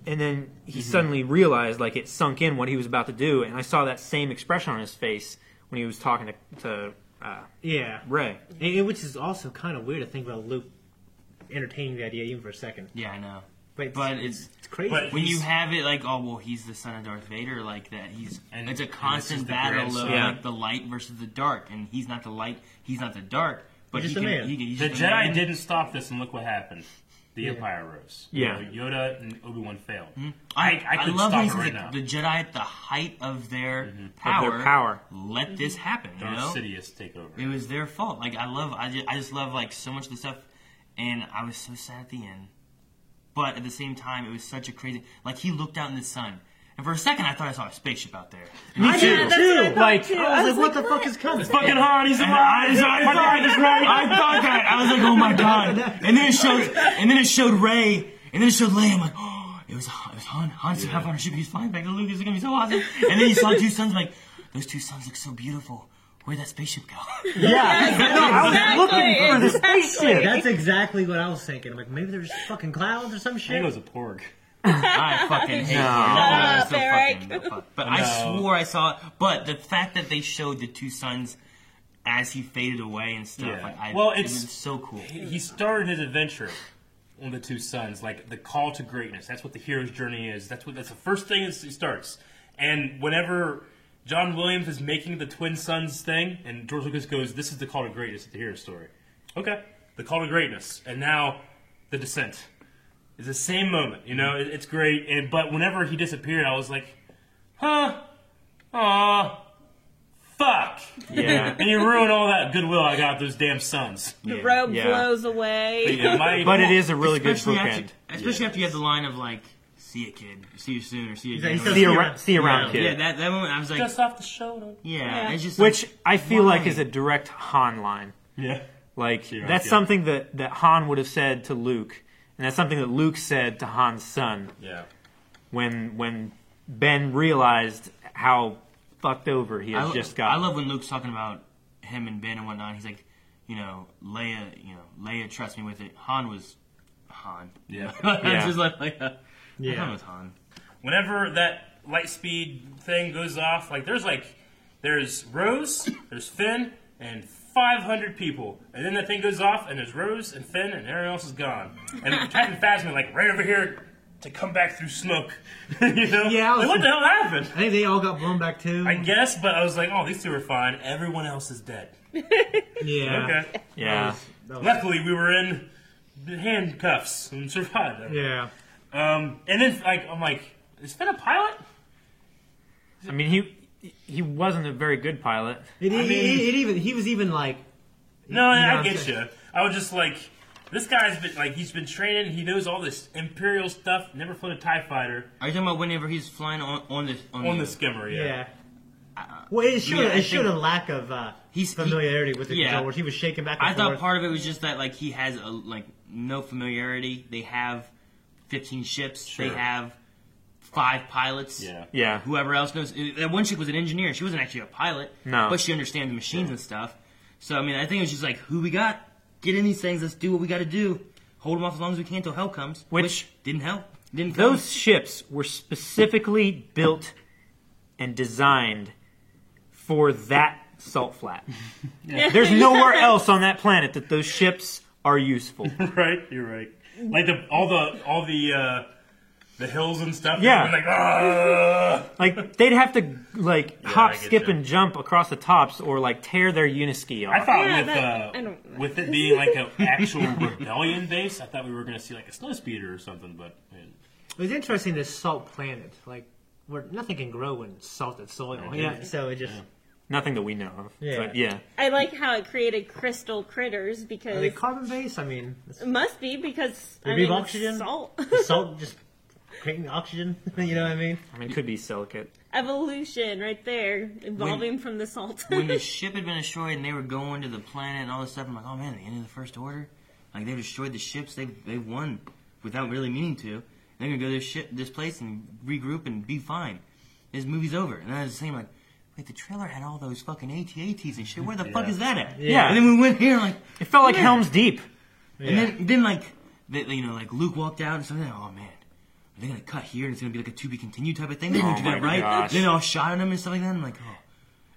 Speaker 3: and then he suddenly realized, like, it sunk in what he was about to do. And I saw that same expression on his face when he was talking to, to uh,
Speaker 4: Yeah.
Speaker 3: Ray.
Speaker 4: And- and which is also kind of weird to think about Luke entertaining the idea even for a second.
Speaker 1: Yeah, I know.
Speaker 4: But,
Speaker 1: But it's
Speaker 4: it's crazy.
Speaker 5: But-
Speaker 1: when you
Speaker 5: He's-
Speaker 1: have it like, oh well, he's the son of Darth Vader, like that. He's
Speaker 5: And-
Speaker 1: it's a
Speaker 5: and this
Speaker 1: constant
Speaker 5: is the
Speaker 1: battle of
Speaker 5: grandson.
Speaker 3: Yeah.
Speaker 1: like the light versus the dark, and he's not the light, he's not the dark, but
Speaker 4: He's
Speaker 1: he
Speaker 4: just
Speaker 1: can,
Speaker 4: a man.
Speaker 1: he can. He's
Speaker 5: The
Speaker 1: just a
Speaker 5: Jedi
Speaker 1: man.
Speaker 5: didn't stop this, and look what happened. The Empire rose.
Speaker 3: Yeah.
Speaker 5: You know, Yoda and Obi Wan failed.
Speaker 1: Hmm? I,
Speaker 5: I
Speaker 1: I,
Speaker 5: couldn't
Speaker 1: love
Speaker 5: stop
Speaker 1: when he
Speaker 5: it
Speaker 1: says,
Speaker 5: right
Speaker 1: like,
Speaker 5: now. Mm-hmm.
Speaker 1: the Jedi at the height of their
Speaker 3: Of
Speaker 1: power.
Speaker 3: their power.
Speaker 1: Let this happen. You
Speaker 5: Darth
Speaker 1: know?
Speaker 5: Sidious take over.
Speaker 1: It was their fault. Like I love, I just, I just love like so much of the stuff, and I was so sad at the end. But at the same time, it was such a crazy. Like he looked out in the sun, and for a second, I thought I saw a spaceship out there.
Speaker 4: Me
Speaker 2: did, that's what I thought,
Speaker 4: Like,
Speaker 2: too.
Speaker 4: I
Speaker 2: I was
Speaker 4: was like, what the
Speaker 2: like,
Speaker 4: fuck
Speaker 2: what?
Speaker 4: is coming?
Speaker 5: Fucking hard. He's
Speaker 1: And I,
Speaker 5: alive.
Speaker 1: I,
Speaker 5: He's
Speaker 1: I, thought, I thought that. I was like, oh my god. And then it showed, and then it showed Ray, and then it showed Leia. I'm like, oh, it was, it was Han. Han's half on our ship. He's flying back to Luke. It's gonna be so awesome. And then you saw two suns. I'm like, those two suns look so beautiful. Where'd that spaceship go?
Speaker 4: Yeah. No, I was
Speaker 2: Exactly,
Speaker 4: looking for the
Speaker 2: exactly.
Speaker 4: spaceship. That's exactly what I was thinking. I'm like, maybe there's fucking clouds or
Speaker 5: I
Speaker 4: some
Speaker 5: think
Speaker 4: shit.
Speaker 5: it was a porg.
Speaker 1: I fucking hate
Speaker 2: Shut
Speaker 4: Oh,
Speaker 1: that.
Speaker 2: up, Eric.
Speaker 1: But I swore I saw it. But the fact that they showed the two suns as he faded away and stuff,
Speaker 5: Yeah.
Speaker 1: like, I,
Speaker 5: Well,
Speaker 1: it
Speaker 5: it's-
Speaker 1: was so cool.
Speaker 5: He started his adventure on the two sons, like the call to greatness. That's what the hero's journey is. That's what that's the first thing is, he starts. And whenever John Williams is making the twin sons thing, and George Lucas goes, "This is the call to greatness of the hero story." Okay, the call to greatness, and now the descent. It's the same moment, you know. It, it's great, and but whenever he disappeared, I was like, "Huh, aw, fuck,"
Speaker 3: Yeah.
Speaker 5: and you ruin all that goodwill I got with those damn sons.
Speaker 2: The robe
Speaker 3: Yeah.
Speaker 2: blows away.
Speaker 5: Yeah, my-
Speaker 3: But it is a really good
Speaker 1: especially
Speaker 3: bookend.
Speaker 1: after, especially after you have the line of like, "See you, kid. See you soon, or see you
Speaker 4: Yeah,
Speaker 1: again."
Speaker 4: he says,
Speaker 3: See you around, see you around,
Speaker 1: yeah,
Speaker 3: kid.
Speaker 1: yeah, that that moment I was like,
Speaker 5: just off the shoulder.
Speaker 1: yeah,
Speaker 2: Yeah.
Speaker 1: it's just
Speaker 3: Which
Speaker 1: like,
Speaker 3: I feel like
Speaker 1: why?
Speaker 3: is a direct Han line.
Speaker 5: Yeah.
Speaker 3: Like
Speaker 5: you're
Speaker 3: that's
Speaker 5: right, yeah.
Speaker 3: something that that Han would have said to Luke, and that's something that Luke said to Han's son
Speaker 5: Yeah.
Speaker 3: when when Ben realized how fucked over he had
Speaker 1: I,
Speaker 3: just got.
Speaker 1: I love when Luke's talking about him and Ben and whatnot. He's like, you know, Leia, you know, Leia, trust me with it. Han was Han.
Speaker 5: Yeah.
Speaker 1: it's
Speaker 3: Yeah.
Speaker 1: just like, like uh,
Speaker 4: Yeah.
Speaker 1: Han was Han.
Speaker 5: Whenever that light speed thing goes off, like there's like there's Rose, there's Finn, and 500 people, and then that thing goes off, and there's Rose and Finn, and everyone else is gone. And Captain Phasma like right over here to come back through smoke. you know?
Speaker 4: Yeah, I was-
Speaker 5: Like, what the hell happened?
Speaker 4: I think they all got blown back too.
Speaker 5: I guess, but I was like, oh, these two are fine. Everyone else is dead.
Speaker 4: yeah.
Speaker 5: Okay.
Speaker 3: yeah,
Speaker 4: That was-
Speaker 5: Luckily, we were in handcuffs and survived.
Speaker 4: Yeah.
Speaker 5: Um, and then like I'm like, is Finn a pilot?
Speaker 3: I mean he he wasn't a very good pilot.
Speaker 4: It, it-
Speaker 5: mean-
Speaker 4: it- it even he was even like
Speaker 5: No, I- I
Speaker 4: No,
Speaker 5: get
Speaker 4: sir.
Speaker 5: you. I was just like, this guy's been like he's been training. He knows all this imperial stuff. Never flown a Tie Fighter
Speaker 1: Are you talking about whenever he's flying on on the on,
Speaker 5: on the skimmer.
Speaker 4: yeah.
Speaker 5: Yeah.
Speaker 4: well, it showed
Speaker 1: yeah, I
Speaker 4: it showed
Speaker 1: think-
Speaker 4: a lack of uh,
Speaker 1: He's- he-
Speaker 4: familiarity with the
Speaker 1: yeah.
Speaker 4: controllers. He was shaking back. And
Speaker 1: I thought
Speaker 4: forth.
Speaker 1: part of it was just that like he has a like no familiarity. They have 15 ships. They
Speaker 5: Sure.
Speaker 1: have five pilots.
Speaker 5: Yeah.
Speaker 3: Yeah,
Speaker 1: whoever else knows. uh, That one chick was an engineer. She wasn't actually a pilot.
Speaker 3: No.
Speaker 1: But she understands the machines and stuff. So, I mean, I think it was just like, who we got? Get in these things. Let's do what we got to do. Hold them off as long as we can till hell comes.
Speaker 3: Which-
Speaker 1: didn't help. Didn't come.
Speaker 3: those ships were specifically built and designed for that salt flat. There's nowhere else on that planet that those ships are useful.
Speaker 5: right. You're right. Like the all the all the uh, the hills and stuff.
Speaker 3: Yeah.
Speaker 5: Like ah.
Speaker 3: Like they'd have to like
Speaker 5: I
Speaker 3: hop,
Speaker 5: get
Speaker 3: skip,
Speaker 5: you.
Speaker 3: and jump across the tops, or like tear their uniski
Speaker 5: I
Speaker 3: off.
Speaker 5: thought
Speaker 2: Yeah,
Speaker 5: with
Speaker 2: that-
Speaker 5: uh,
Speaker 2: I don't-
Speaker 5: with it being like an actual rebellion base, I thought we were gonna see like a snow speeder or something. But man,
Speaker 4: It was interesting this salt planet, like where nothing can grow in salted soil. Yeah, so it just
Speaker 3: Nothing that we know of.
Speaker 4: Yeah.
Speaker 3: But yeah,
Speaker 2: I like how it created crystal critters
Speaker 4: are they
Speaker 2: because
Speaker 4: carbon based? I mean, it's-
Speaker 2: it must be because
Speaker 4: They
Speaker 2: I
Speaker 4: need
Speaker 2: mean,
Speaker 4: oxygen?
Speaker 2: salt
Speaker 4: is salt just creating oxygen. you know what I mean?
Speaker 3: I mean, it could be silicate.
Speaker 2: evolution right there, evolving from the salt.
Speaker 1: when the ship had been destroyed and they were going to the planet and all this stuff, I'm like, oh man, the end of the First Order? Like, they destroyed the ships. They they won without really meaning to. And they're going to go to this, ship, this place and regroup and be fine. This movie's over. And I was saying, like, wait, the trailer had all those fucking ATATs and shit. Where the fuck is that at?
Speaker 3: Yeah.
Speaker 1: And then we went here, like,
Speaker 3: It felt like Helm's Deep.
Speaker 1: and then, then like, they, you know, like Luke walked out and something. Oh man, are they gonna cut here and it's gonna be like a to be continued type of thing? They're gonna do
Speaker 3: my
Speaker 1: that, right?
Speaker 3: gosh.
Speaker 1: Then they all shot at him and stuff like that. I'm like, oh.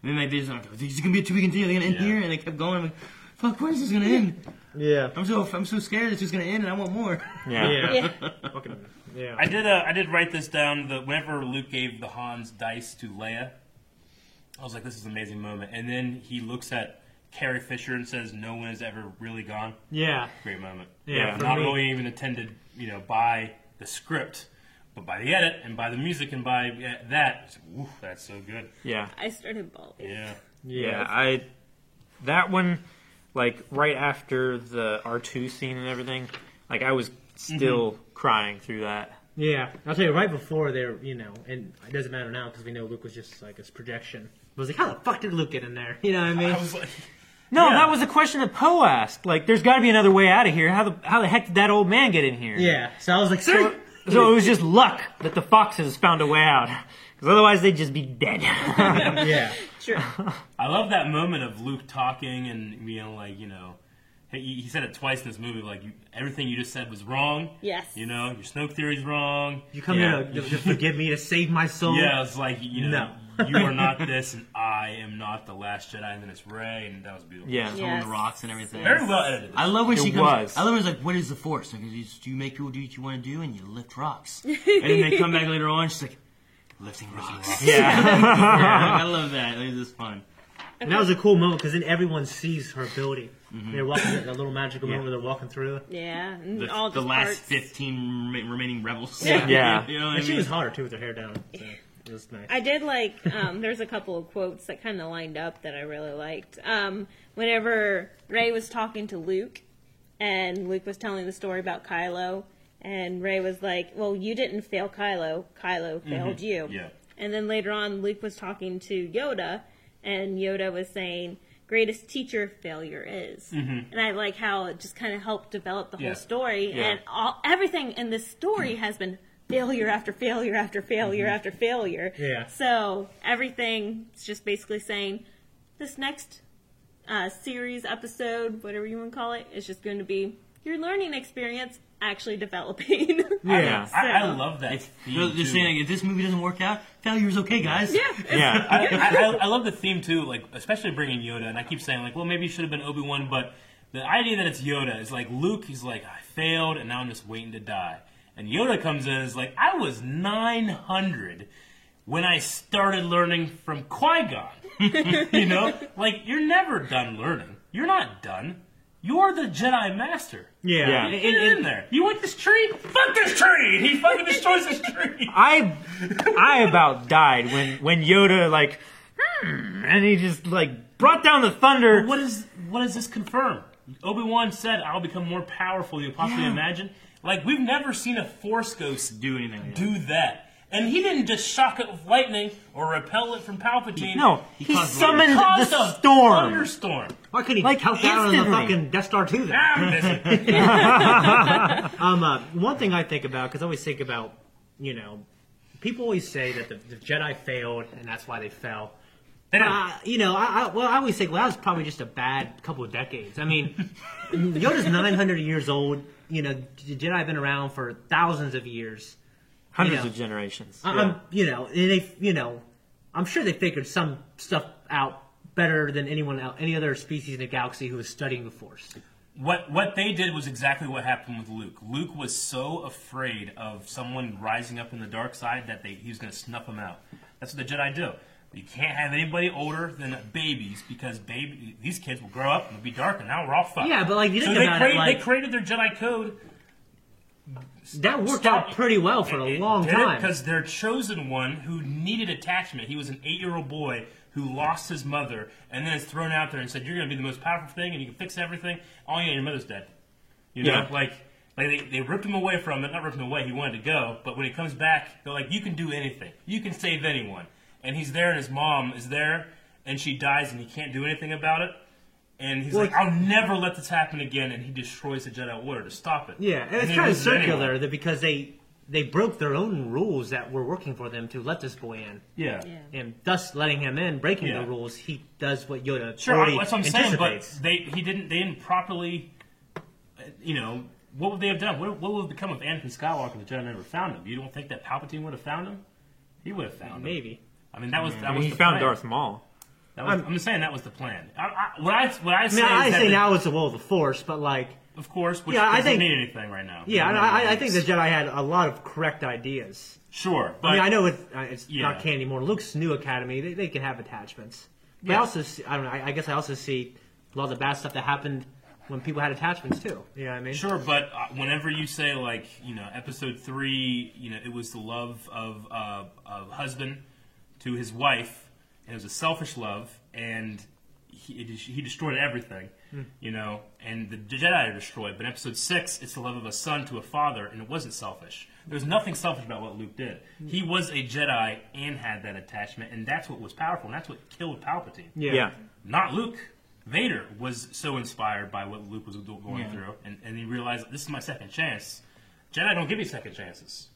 Speaker 1: And then like, they just like, this is gonna be a to be continued. They're gonna end
Speaker 5: Yeah.
Speaker 1: here, and they kept going. I'm like, fuck, when is this gonna end?
Speaker 4: Yeah.
Speaker 1: I'm so I'm so scared it's just gonna end, and I want more.
Speaker 3: Yeah.
Speaker 2: yeah.
Speaker 4: Fucking- yeah.
Speaker 5: I did. Uh, I did write this down. That whenever Luke gave the Han's dice to Leia, I was like, "This is an amazing moment." And then he looks at Carrie Fisher and says, "No one is ever really gone."
Speaker 4: yeah.
Speaker 5: Great moment.
Speaker 4: Yeah, for
Speaker 5: Not
Speaker 4: me.
Speaker 5: really even attended, you know, by the script, but by the edit and by the music and by yeah, that. It's like, Woo, that's so good.
Speaker 3: Yeah.
Speaker 2: I started bawling.
Speaker 5: Yeah.
Speaker 3: Yeah, I that one like right after the R2 scene and everything, like I was still crying through that.
Speaker 4: Yeah, I'll tell you. Right before they're, you know, and it doesn't matter now because we know Luke was just like his projection. I was like, how the fuck did Luke get in there? You know what I mean?
Speaker 5: I was like,
Speaker 3: No,
Speaker 5: Yeah.
Speaker 3: that was a question that Poe asked. Like, there's got to be another way out of here. How the how the heck did that old man get in here?
Speaker 4: yeah. So I was like, sir.
Speaker 3: So it was just luck that the foxes found a way out, because otherwise they'd just be dead.
Speaker 4: yeah.
Speaker 2: True.
Speaker 5: I love that moment of Luke talking and you know, like you know, he, he said it twice in this movie. Like you, everything you just said was wrong.
Speaker 2: Yes.
Speaker 5: You know, your Snoke theory's wrong.
Speaker 4: You come
Speaker 3: Yeah.
Speaker 4: here to, to forgive me to save my soul.
Speaker 5: Yeah, it's like you know, you are not this, and I am not the last Jedi. And then it's Ray, and that was beautiful.
Speaker 3: yeah.
Speaker 2: Yeah.
Speaker 1: throwing the rocks and everything.
Speaker 5: very well edited.
Speaker 1: I love when
Speaker 3: It
Speaker 1: she comes.
Speaker 3: was.
Speaker 1: I love when it's like, "What is the force? Like, you, just- you make people do what you want to do, and you lift rocks." and then they come back later on. She's like, "Lifting rocks." Yeah, like, I love that. Like, this is fun.
Speaker 4: And that was a cool moment because then everyone sees her ability. They're walking that that little magical moment where they're walking through.
Speaker 2: Yeah.
Speaker 1: The,
Speaker 2: all
Speaker 1: the
Speaker 2: just
Speaker 1: last
Speaker 2: parts.
Speaker 1: fifteen rem- remaining rebels.
Speaker 2: Yeah.
Speaker 3: Yeah.
Speaker 1: you know what I
Speaker 4: And she
Speaker 1: mean?
Speaker 4: was hotter too with her hair down. So it was nice.
Speaker 2: I did like. Um, there's a couple of quotes that kind of lined up that I really liked. Um, whenever Ray was talking to Luke, and Luke was telling the story about Kylo, and Ray was like, "Well, you didn't fail Kylo. Kylo failed you."
Speaker 5: Yeah.
Speaker 2: And then later on, Luke was talking to Yoda, and Yoda was saying, "Greatest teacher failure is." And I like how it just kind of helped develop the
Speaker 5: Mm-hmm. Yeah. Mm-hmm.
Speaker 2: whole story,
Speaker 3: Yeah.
Speaker 2: and all everything in this story has been failure after failure after failure after failure.
Speaker 4: Yeah.
Speaker 2: So everything is just basically saying this next uh, series, episode, whatever you want to call it, is just going to be your learning experience actually developing.
Speaker 3: Yeah.
Speaker 5: I, I
Speaker 2: So-
Speaker 5: love that.
Speaker 1: It's-
Speaker 5: theme,
Speaker 1: they're, they're
Speaker 5: too.
Speaker 1: saying like, if this movie doesn't work out, failure's okay, guys.
Speaker 2: yeah. it's-
Speaker 3: Yeah.
Speaker 5: I, I, I love the theme too, like especially bringing Yoda. And I keep saying like, well, maybe it should have been Obi Wan, but the idea that it's Yoda is like Luke. He's like, I failed, and now I'm just waiting to die. And Yoda comes in and is like, I was 900 when I started learning from Qui Gon. you know, like you're never done learning. You're not done. You're the Jedi Master.
Speaker 4: yeah.
Speaker 3: Yeah.
Speaker 5: Get in there. You want this tree? Fuck this tree! He fucking destroys this tree.
Speaker 3: I I about died when when Yoda like "Hmm," and he just like brought down the thunder.
Speaker 5: What is what does this confirm? Obi Wan said, "I'll become more powerful than you possibly
Speaker 3: Yeah.
Speaker 5: imagine." Like we've never seen a Force ghost
Speaker 1: Do anything. like that.
Speaker 5: do that, and he didn't just shock it with lightning or repel it from Palpatine.
Speaker 3: No,
Speaker 1: He
Speaker 3: he
Speaker 1: caused
Speaker 5: He
Speaker 3: summoned
Speaker 5: caused
Speaker 3: the
Speaker 5: a
Speaker 3: storm.
Speaker 5: thunderstorm. Ah,
Speaker 4: Why couldn't he
Speaker 3: Like,
Speaker 4: like, help out on the
Speaker 3: instantly.
Speaker 4: fucking Death Star too? Then?
Speaker 5: I'm busy.
Speaker 4: Um, uh, one thing I think about because I always think about, you know, people always say that the, the Jedi failed and that's why they fell.
Speaker 5: They don't-
Speaker 4: Uh, you know, I, I well, I always think well, that was probably just a bad couple of decades. I mean, Yoda's 900 years old. You know, the Jedi have been around for thousands of years.
Speaker 3: Hundreds
Speaker 4: Yeah.
Speaker 3: of generations.
Speaker 4: I- I'm, you know, and they, you know, I'm sure they figured some stuff out better than anyone else, any other species in the galaxy who was studying the Force.
Speaker 5: What what they did was exactly what happened with Luke. Luke was so afraid of someone rising up in the dark side that they, he was going to snuff them out. That's what the Jedi do. You can't have anybody older than babies because baby these kids will grow up and be dark, and now we're all fucked.
Speaker 4: Yeah, but, like, you
Speaker 5: so
Speaker 4: think
Speaker 5: they,
Speaker 4: about it,
Speaker 5: created,
Speaker 4: like-
Speaker 5: they created their Jedi code
Speaker 4: That worked
Speaker 5: Stop.
Speaker 4: out pretty well for a long time.
Speaker 5: because their chosen one who needed attachment. He was an eight-year-old boy who lost his mother, and then is thrown out there and said, "You're going to be the most powerful thing, and you can fix everything. All you know, your mother's dead." You know,
Speaker 3: Yeah.
Speaker 5: like like they, they ripped him away from it. Not ripped him away. He wanted to go, but when he comes back, they're like, "You can do anything. You can save anyone." And he's there, and his mom is there, and she dies, and he can't do anything about it. And he's like, "I'll never let this happen again." And he destroys the Jedi Order to stop it.
Speaker 4: Yeah, and it's
Speaker 5: he
Speaker 4: kind of
Speaker 5: loses anyone.
Speaker 4: circular that because they they broke their own rules that were working for them to let this boy in,
Speaker 5: yeah.
Speaker 4: and thus letting him in, breaking
Speaker 5: Yeah.
Speaker 4: the rules, he does what Yoda
Speaker 5: Sure,
Speaker 4: already
Speaker 5: that's what I'm saying. But
Speaker 4: anticipates.
Speaker 5: they he didn't they didn't properly, uh, you know, what would they have done? What, what would have become of Anakin Skywalker if the Jedi never found him? You don't think that Palpatine would have found him? He would have found him.
Speaker 4: Maybe
Speaker 5: I mean, that was that
Speaker 3: I
Speaker 5: was
Speaker 3: mean, he
Speaker 5: the
Speaker 3: found
Speaker 5: plan.
Speaker 3: Darth Maul.
Speaker 5: That was, I'm, just saying that was the plan. I, I, what I what I
Speaker 4: I
Speaker 5: say
Speaker 4: mean, I
Speaker 5: is that
Speaker 4: say
Speaker 5: the-
Speaker 4: now it's the will of the Force, but like,
Speaker 5: of course, which
Speaker 4: Yeah, I
Speaker 5: doesn't
Speaker 4: think-
Speaker 5: mean anything right now.
Speaker 4: yeah, and
Speaker 5: No,
Speaker 4: I, I- I
Speaker 5: it's-
Speaker 4: think the Jedi had a lot of correct ideas.
Speaker 5: sure, but
Speaker 4: I mean, I know it, uh, it's
Speaker 5: Yeah.
Speaker 4: not canon anymore. Luke's new academy, they, they can have attachments. But I
Speaker 5: Yeah.
Speaker 4: also, see, I don't know. I, I guess I also see a lot of the bad stuff that happened when people had attachments too. You know what I mean?
Speaker 5: Sure, but uh, whenever you say like you know episode three, you know it was the love of uh, of husband to his wife, and it was a selfish love, and he, it, he destroyed everything. you know, and the Jedi are destroyed. But in Episode Six, it's the love of a son to a father, and it wasn't selfish. There was nothing selfish about what Luke did. He was a Jedi and had that attachment, and that's what was powerful, and that's what killed Palpatine.
Speaker 3: Yeah.
Speaker 5: Not Luke. Vader was so inspired by what Luke was do- going through, and, and he realized this is my second chance. Jedi don't give you second chances.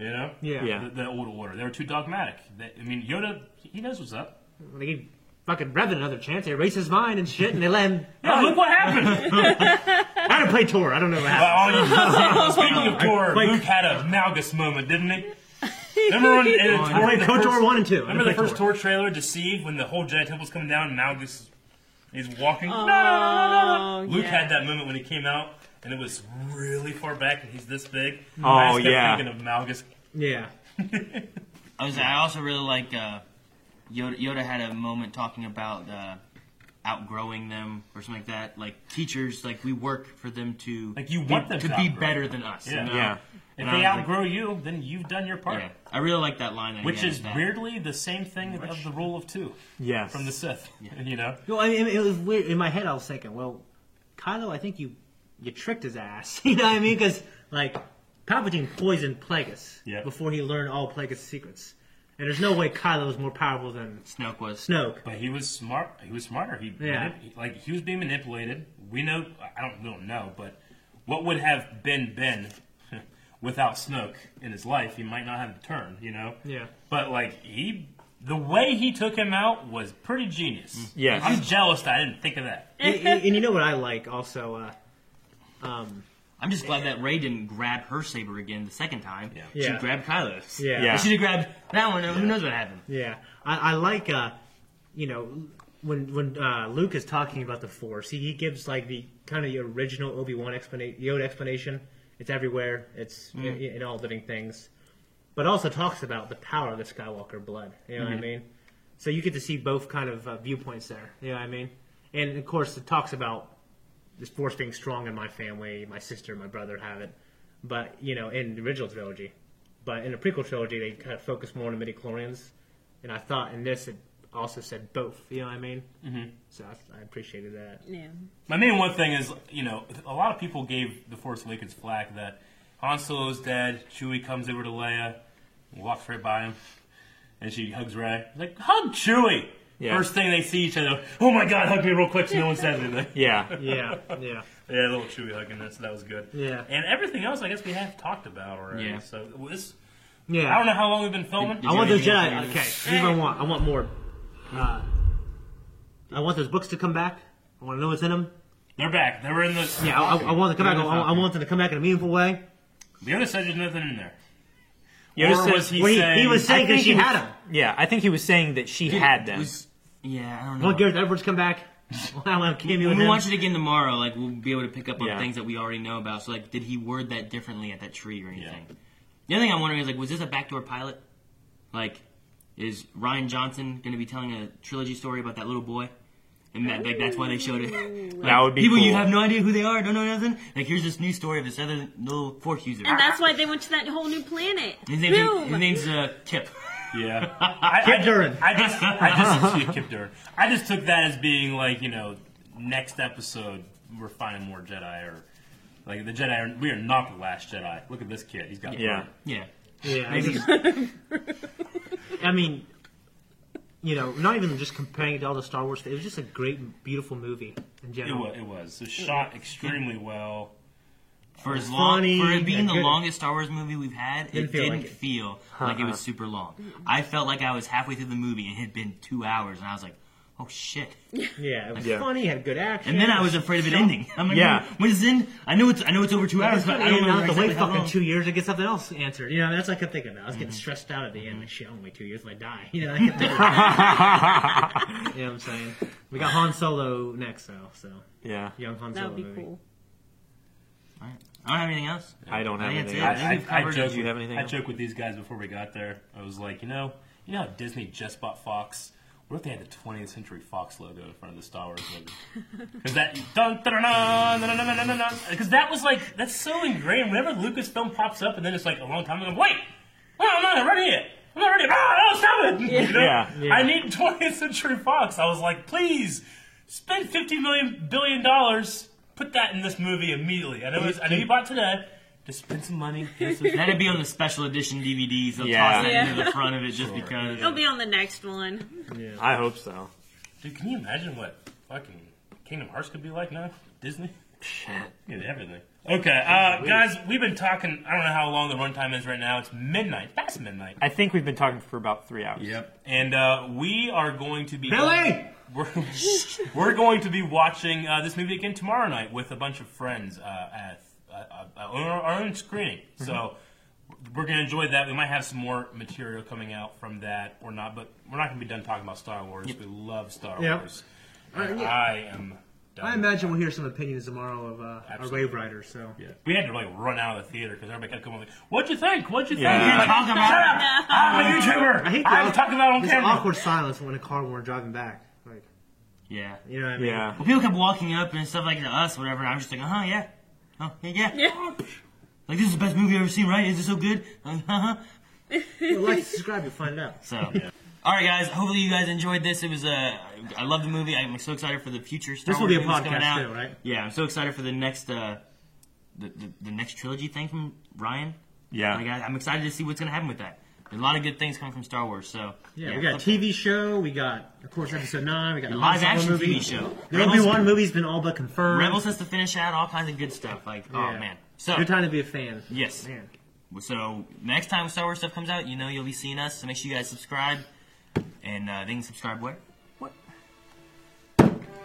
Speaker 5: You know?
Speaker 4: Yeah.
Speaker 3: Yeah.
Speaker 5: The, the old order. They were too dogmatic. They, I mean, Yoda, he knows what's up.
Speaker 4: When they gave fucking Revan another chance, they erased his mind and shit, and they let him.
Speaker 5: Yeah, Oh, look what happened!
Speaker 4: I didn't play Tor. I don't know what happened.
Speaker 5: Well, all you- Speaking of Tor, Luke had a Malgus moment, didn't he? Remember when in
Speaker 4: I played
Speaker 5: the
Speaker 4: Kotor
Speaker 5: first-
Speaker 4: one and two. I
Speaker 5: Remember the
Speaker 4: didn't play
Speaker 5: first
Speaker 4: Tor.
Speaker 5: Tor trailer, Deceived, when the whole Jedi Temple's coming down and Malgus is walking? No, no, no, no, no.
Speaker 2: Oh,
Speaker 5: Luke
Speaker 2: yeah.
Speaker 5: had that moment when he came out, and it was really far back, and he's this big. Oh,
Speaker 3: Oh,
Speaker 5: I just kept
Speaker 3: yeah.
Speaker 5: thinking of Malgus.
Speaker 4: Yeah.
Speaker 1: I was. I also really like uh, Yoda. Yoda had a moment talking about uh, outgrowing them or something like that. Like teachers, like we work for them to
Speaker 5: Like, you
Speaker 1: be-
Speaker 5: want them
Speaker 1: to,
Speaker 5: to
Speaker 1: be
Speaker 5: outgrow.
Speaker 1: better than us. you
Speaker 5: Yeah.
Speaker 1: know?
Speaker 3: Yeah.
Speaker 5: If
Speaker 1: And
Speaker 5: they
Speaker 1: I was like-
Speaker 5: outgrow you, then you've done your part.
Speaker 1: Yeah. I really like that line. That
Speaker 5: Which
Speaker 1: he
Speaker 5: is
Speaker 1: has that.
Speaker 5: weirdly the same thing of the rule of two
Speaker 3: Yes.
Speaker 5: from the Sith. You know?
Speaker 4: Well, I mean, it was weird. In my head, I was thinking, well, Kylo, I think you you tricked his ass. You know what I mean? Because like Palpatine poisoned Plagueis
Speaker 5: Yeah.
Speaker 4: before he learned all Plagueis' secrets, and there's no way Kylo is more powerful than
Speaker 1: Snoke was.
Speaker 4: Snoke.
Speaker 5: But he was smart. He was smarter. He
Speaker 4: Yeah.
Speaker 5: manip- like he was being manipulated. We know. I don't. We don't know. But what would have been Ben without Snoke in his life? He might not have turned. You know.
Speaker 4: Yeah.
Speaker 5: But like he, the way he took him out was pretty genius.
Speaker 3: Yes.
Speaker 5: I'm jealous that I didn't think of that.
Speaker 4: and, and- and you know what I like also. Uh,
Speaker 1: I'm just glad that Ray didn't grab her saber again the second time.
Speaker 5: Yeah.
Speaker 4: Yeah.
Speaker 1: She grabbed Kylo's.
Speaker 4: Yeah.
Speaker 3: Yeah.
Speaker 1: If she'd have grabbed that one, who knows what happened?
Speaker 4: Yeah, I, I like uh, you know when when uh, Luke is talking about the Force, he, he gives like the kind of the original Obi Wan explanation, Yoda explanation. It's everywhere. It's i in, all living things, but also talks about the power of the Skywalker blood. You know what I mean? So you get to see both kind of uh, viewpoints there. You know what I mean? And of course, it talks about this Force being strong in my family. My sister, my brother have it, but you know, in the original trilogy. But in the prequel trilogy, they kind of focus more on the midi chlorians and I thought in this it also said both. You know what I mean? Mm-hmm. So I, I appreciated that.
Speaker 2: Yeah.
Speaker 5: My main one thing is, you know, a lot of people gave The Force Awakens flack that Han Solo's dead, Chewie comes over to Leia, walks right by him, and she hugs Ray. Like, hug Chewie!
Speaker 3: Yeah.
Speaker 5: First thing they see each other, oh my god, hug me real quick so no one says anything.
Speaker 3: Yeah.
Speaker 4: Yeah, yeah.
Speaker 5: Yeah, a little Chewie hugging that, so that was good.
Speaker 4: Yeah.
Speaker 5: And everything else, I guess we have talked about already.
Speaker 1: Yeah.
Speaker 5: So this,
Speaker 4: Yeah.
Speaker 5: I don't know how long we've been filming.
Speaker 1: Did-
Speaker 4: I want those
Speaker 1: Did you have
Speaker 4: Jedi.
Speaker 1: anything
Speaker 4: Okay, here's what I want. I want more. Uh, I want those books to come back. I want to know what's in them.
Speaker 5: They're back. They were in the.
Speaker 4: Yeah, I, I, I want them to come back. I, I want them to come back in a meaningful way.
Speaker 5: The other said there's nothing in there.
Speaker 3: Yoda
Speaker 5: or
Speaker 3: said-
Speaker 5: was he
Speaker 4: Well, he,
Speaker 5: saying?
Speaker 4: he was saying
Speaker 3: I think
Speaker 4: because she
Speaker 3: he was-
Speaker 4: had them.
Speaker 3: Yeah, I think he was saying that she had them.
Speaker 1: Was- yeah, I don't
Speaker 4: I
Speaker 1: know.
Speaker 4: want Gareth Edwards to come back. I want a cameo
Speaker 1: when
Speaker 4: with
Speaker 1: we
Speaker 4: him.
Speaker 1: watch it again tomorrow, like we'll be able to pick up on
Speaker 3: Yeah.
Speaker 1: things that we already know about. So, like, did he word that differently at that tree or anything? The other thing I'm wondering is, like, was this a backdoor pilot? Like, is Ryan Johnson going to be telling a trilogy story about that little boy? And that, like, that's why they showed it. Like,
Speaker 3: That would be
Speaker 1: people you
Speaker 3: cool.
Speaker 1: have no idea who they are, don't know nothing. Like, here's this new story of this other little fork user.
Speaker 2: And that's why they went to that whole new planet.
Speaker 1: his name's,
Speaker 2: Boom.
Speaker 1: his name's uh, Kip.
Speaker 5: Yeah. I,
Speaker 4: Kip
Speaker 5: I-
Speaker 4: Duran.
Speaker 5: I just, I just, yeah, Kip Duran. I just took that as being like, you know, next episode we're finding more Jedi or like the Jedi. Are, we are not the last Jedi. Look at this kid. He's got
Speaker 3: yeah.
Speaker 1: Yeah.
Speaker 4: Yeah, I
Speaker 1: Maybe
Speaker 4: just- I mean, you know, not even just comparing it to all the Star Wars. It was just a great, beautiful movie in
Speaker 5: It
Speaker 4: general.
Speaker 5: was. It was. It was shot extremely well.
Speaker 1: For as long
Speaker 4: Funny
Speaker 1: for it being
Speaker 4: and
Speaker 1: the
Speaker 4: good.
Speaker 1: longest Star Wars movie we've had,
Speaker 4: Didn't
Speaker 1: it
Speaker 4: feel like
Speaker 1: didn't
Speaker 4: it.
Speaker 1: feel like it was super long. I felt like I was halfway through the movie and it had been two hours, and I was like, "Oh shit!"
Speaker 4: Yeah, it was
Speaker 3: Yeah.
Speaker 4: funny. Had good action.
Speaker 1: And then I was afraid of it ending. I'm like,
Speaker 3: Yeah.
Speaker 1: "When does it end? I know it's I know it's over two hours,
Speaker 4: That's
Speaker 1: but
Speaker 4: funny,
Speaker 1: I don't
Speaker 4: and
Speaker 1: know
Speaker 4: not to
Speaker 1: exactly
Speaker 4: wait
Speaker 1: how
Speaker 4: fucking
Speaker 1: long."
Speaker 4: two years to get something else answered. Mm-hmm. You know, that's what I kept thinking about. I was getting stressed out at the end. Like, shit, only two years, if I die. You know, I kept thinking about that. you know what I'm saying? We got Han Solo next, though. So
Speaker 3: Yeah.
Speaker 4: young Han
Speaker 2: that
Speaker 4: Solo
Speaker 2: would be
Speaker 4: movie.
Speaker 2: cool.
Speaker 1: I don't have anything else.
Speaker 3: I don't have
Speaker 1: I
Speaker 3: anything.
Speaker 1: think
Speaker 5: I,
Speaker 1: that's
Speaker 3: else.
Speaker 1: it.
Speaker 5: I,
Speaker 1: we've
Speaker 5: I,
Speaker 1: covered-
Speaker 5: joked
Speaker 3: Do you have
Speaker 5: with-
Speaker 3: anything
Speaker 5: I
Speaker 3: else?
Speaker 5: joked with these guys before we got there. I was like, you know, you know how Disney just bought Fox. What if they had the 20th Century Fox logo in front of the Star Wars logo? Because that dun dun dun dun dun dun dun dun dun. Because that was like that's so ingrained. Whenever Lucasfilm pops up, and then it's like a long time ago. Wait, well, I'm not ready yet. I'm not ready. Ah, no, stop it. You know?
Speaker 3: Yeah.
Speaker 5: I need 20th Century Fox. I was like, please. Spend fifty million billion dollars. Put that in this movie immediately. I know. it's- I know you bought it today. Just spend some money. get some-
Speaker 1: That'd be on the special edition DVDs. They'll
Speaker 3: Yeah.
Speaker 1: toss that
Speaker 2: Yeah.
Speaker 1: into the front of it just because.
Speaker 2: It'll be on the next one.
Speaker 3: I hope so.
Speaker 5: Dude, can you imagine what fucking Kingdom Hearts could be like now? Disney? Shit. everything. Okay, uh, guys, we've been talking, I don't know how long the runtime is right now. It's midnight, past midnight.
Speaker 3: I think we've been talking for about three hours.
Speaker 5: Yep. And uh, we are going to be.
Speaker 4: Billy!
Speaker 5: We're, we're going to be watching uh, this movie again tomorrow night with a bunch of friends uh, at uh, uh, our our own screening. So we're going to enjoy that. We might have some more material coming out from that or not, but we're not going to be done talking about Star Wars. We love Star
Speaker 4: Yep.
Speaker 5: Wars.
Speaker 4: Uh,
Speaker 5: And
Speaker 4: yeah.
Speaker 5: I am. Done.
Speaker 4: I imagine we'll hear some opinions tomorrow of uh, our
Speaker 5: Absolutely.
Speaker 4: Wave Rider. So
Speaker 5: Yeah. We had to like run out of the theater because everybody kept coming like, "What'd you think? What'd you
Speaker 3: Yeah.
Speaker 5: think?" You're like,
Speaker 1: Talk about
Speaker 2: No.
Speaker 5: I'm a YouTuber.
Speaker 4: I hate the
Speaker 5: I'm
Speaker 4: awk-
Speaker 5: talking about it on
Speaker 4: this
Speaker 5: camera.
Speaker 4: awkward silence when a car when we're driving back. Like
Speaker 1: Yeah.
Speaker 4: you know what I mean?
Speaker 3: Yeah.
Speaker 1: Well, people kept walking up and stuff like to us, whatever, and I'm just like, uh huh, yeah. Oh, yeah, yeah. Like, this is the best movie I've ever seen, right? Is it so good? Uh huh.
Speaker 4: Well, like, subscribe, to find out.
Speaker 1: So, all right, guys. Hopefully, you guys enjoyed this. It was uh, I love the movie. I'm so excited for the future. Star
Speaker 4: This will
Speaker 1: Wars
Speaker 4: be a
Speaker 1: movies coming
Speaker 4: podcast
Speaker 1: out.
Speaker 4: too, right?
Speaker 1: Yeah, I'm so excited for the next uh, the, the the next trilogy thing from Ryan.
Speaker 3: Yeah.
Speaker 1: Like, I, I'm excited to see what's gonna happen with that. There's a lot of good things coming from Star Wars. So
Speaker 4: Yeah, we got a TV show. We got, of course, episode nine. We got a
Speaker 1: live
Speaker 4: Han Solo
Speaker 1: action
Speaker 4: movie.
Speaker 1: TV show.
Speaker 4: The Obi Wan movie's been all but confirmed.
Speaker 1: Rebels has to finish out all kinds of good stuff. Like, oh
Speaker 4: Yeah.
Speaker 1: man. So
Speaker 4: Good time to be a fan.
Speaker 1: yes.
Speaker 4: Man.
Speaker 1: So next time Star Wars stuff comes out, you know you'll be seeing us. So make sure you guys subscribe. And uh, they can subscribe where?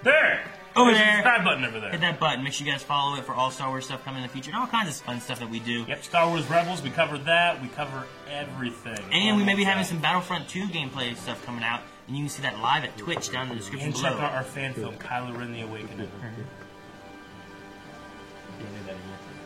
Speaker 5: There.
Speaker 1: Over
Speaker 5: There's a
Speaker 1: there.
Speaker 5: subscribe button over there.
Speaker 1: Hit that button. Make sure you guys follow it for all Star Wars stuff coming in the future and all kinds of fun stuff that we do.
Speaker 5: Yep. Star Wars Rebels. We cover that. We cover everything.
Speaker 1: And we may be having
Speaker 5: Almost
Speaker 1: some Battlefront 2 gameplay stuff coming out, and you can see that live at Twitch down in the
Speaker 5: that.
Speaker 1: description
Speaker 5: And check
Speaker 1: below.
Speaker 5: out our fan film, Kylo Ren: The Awakening. Yeah, I made that in here.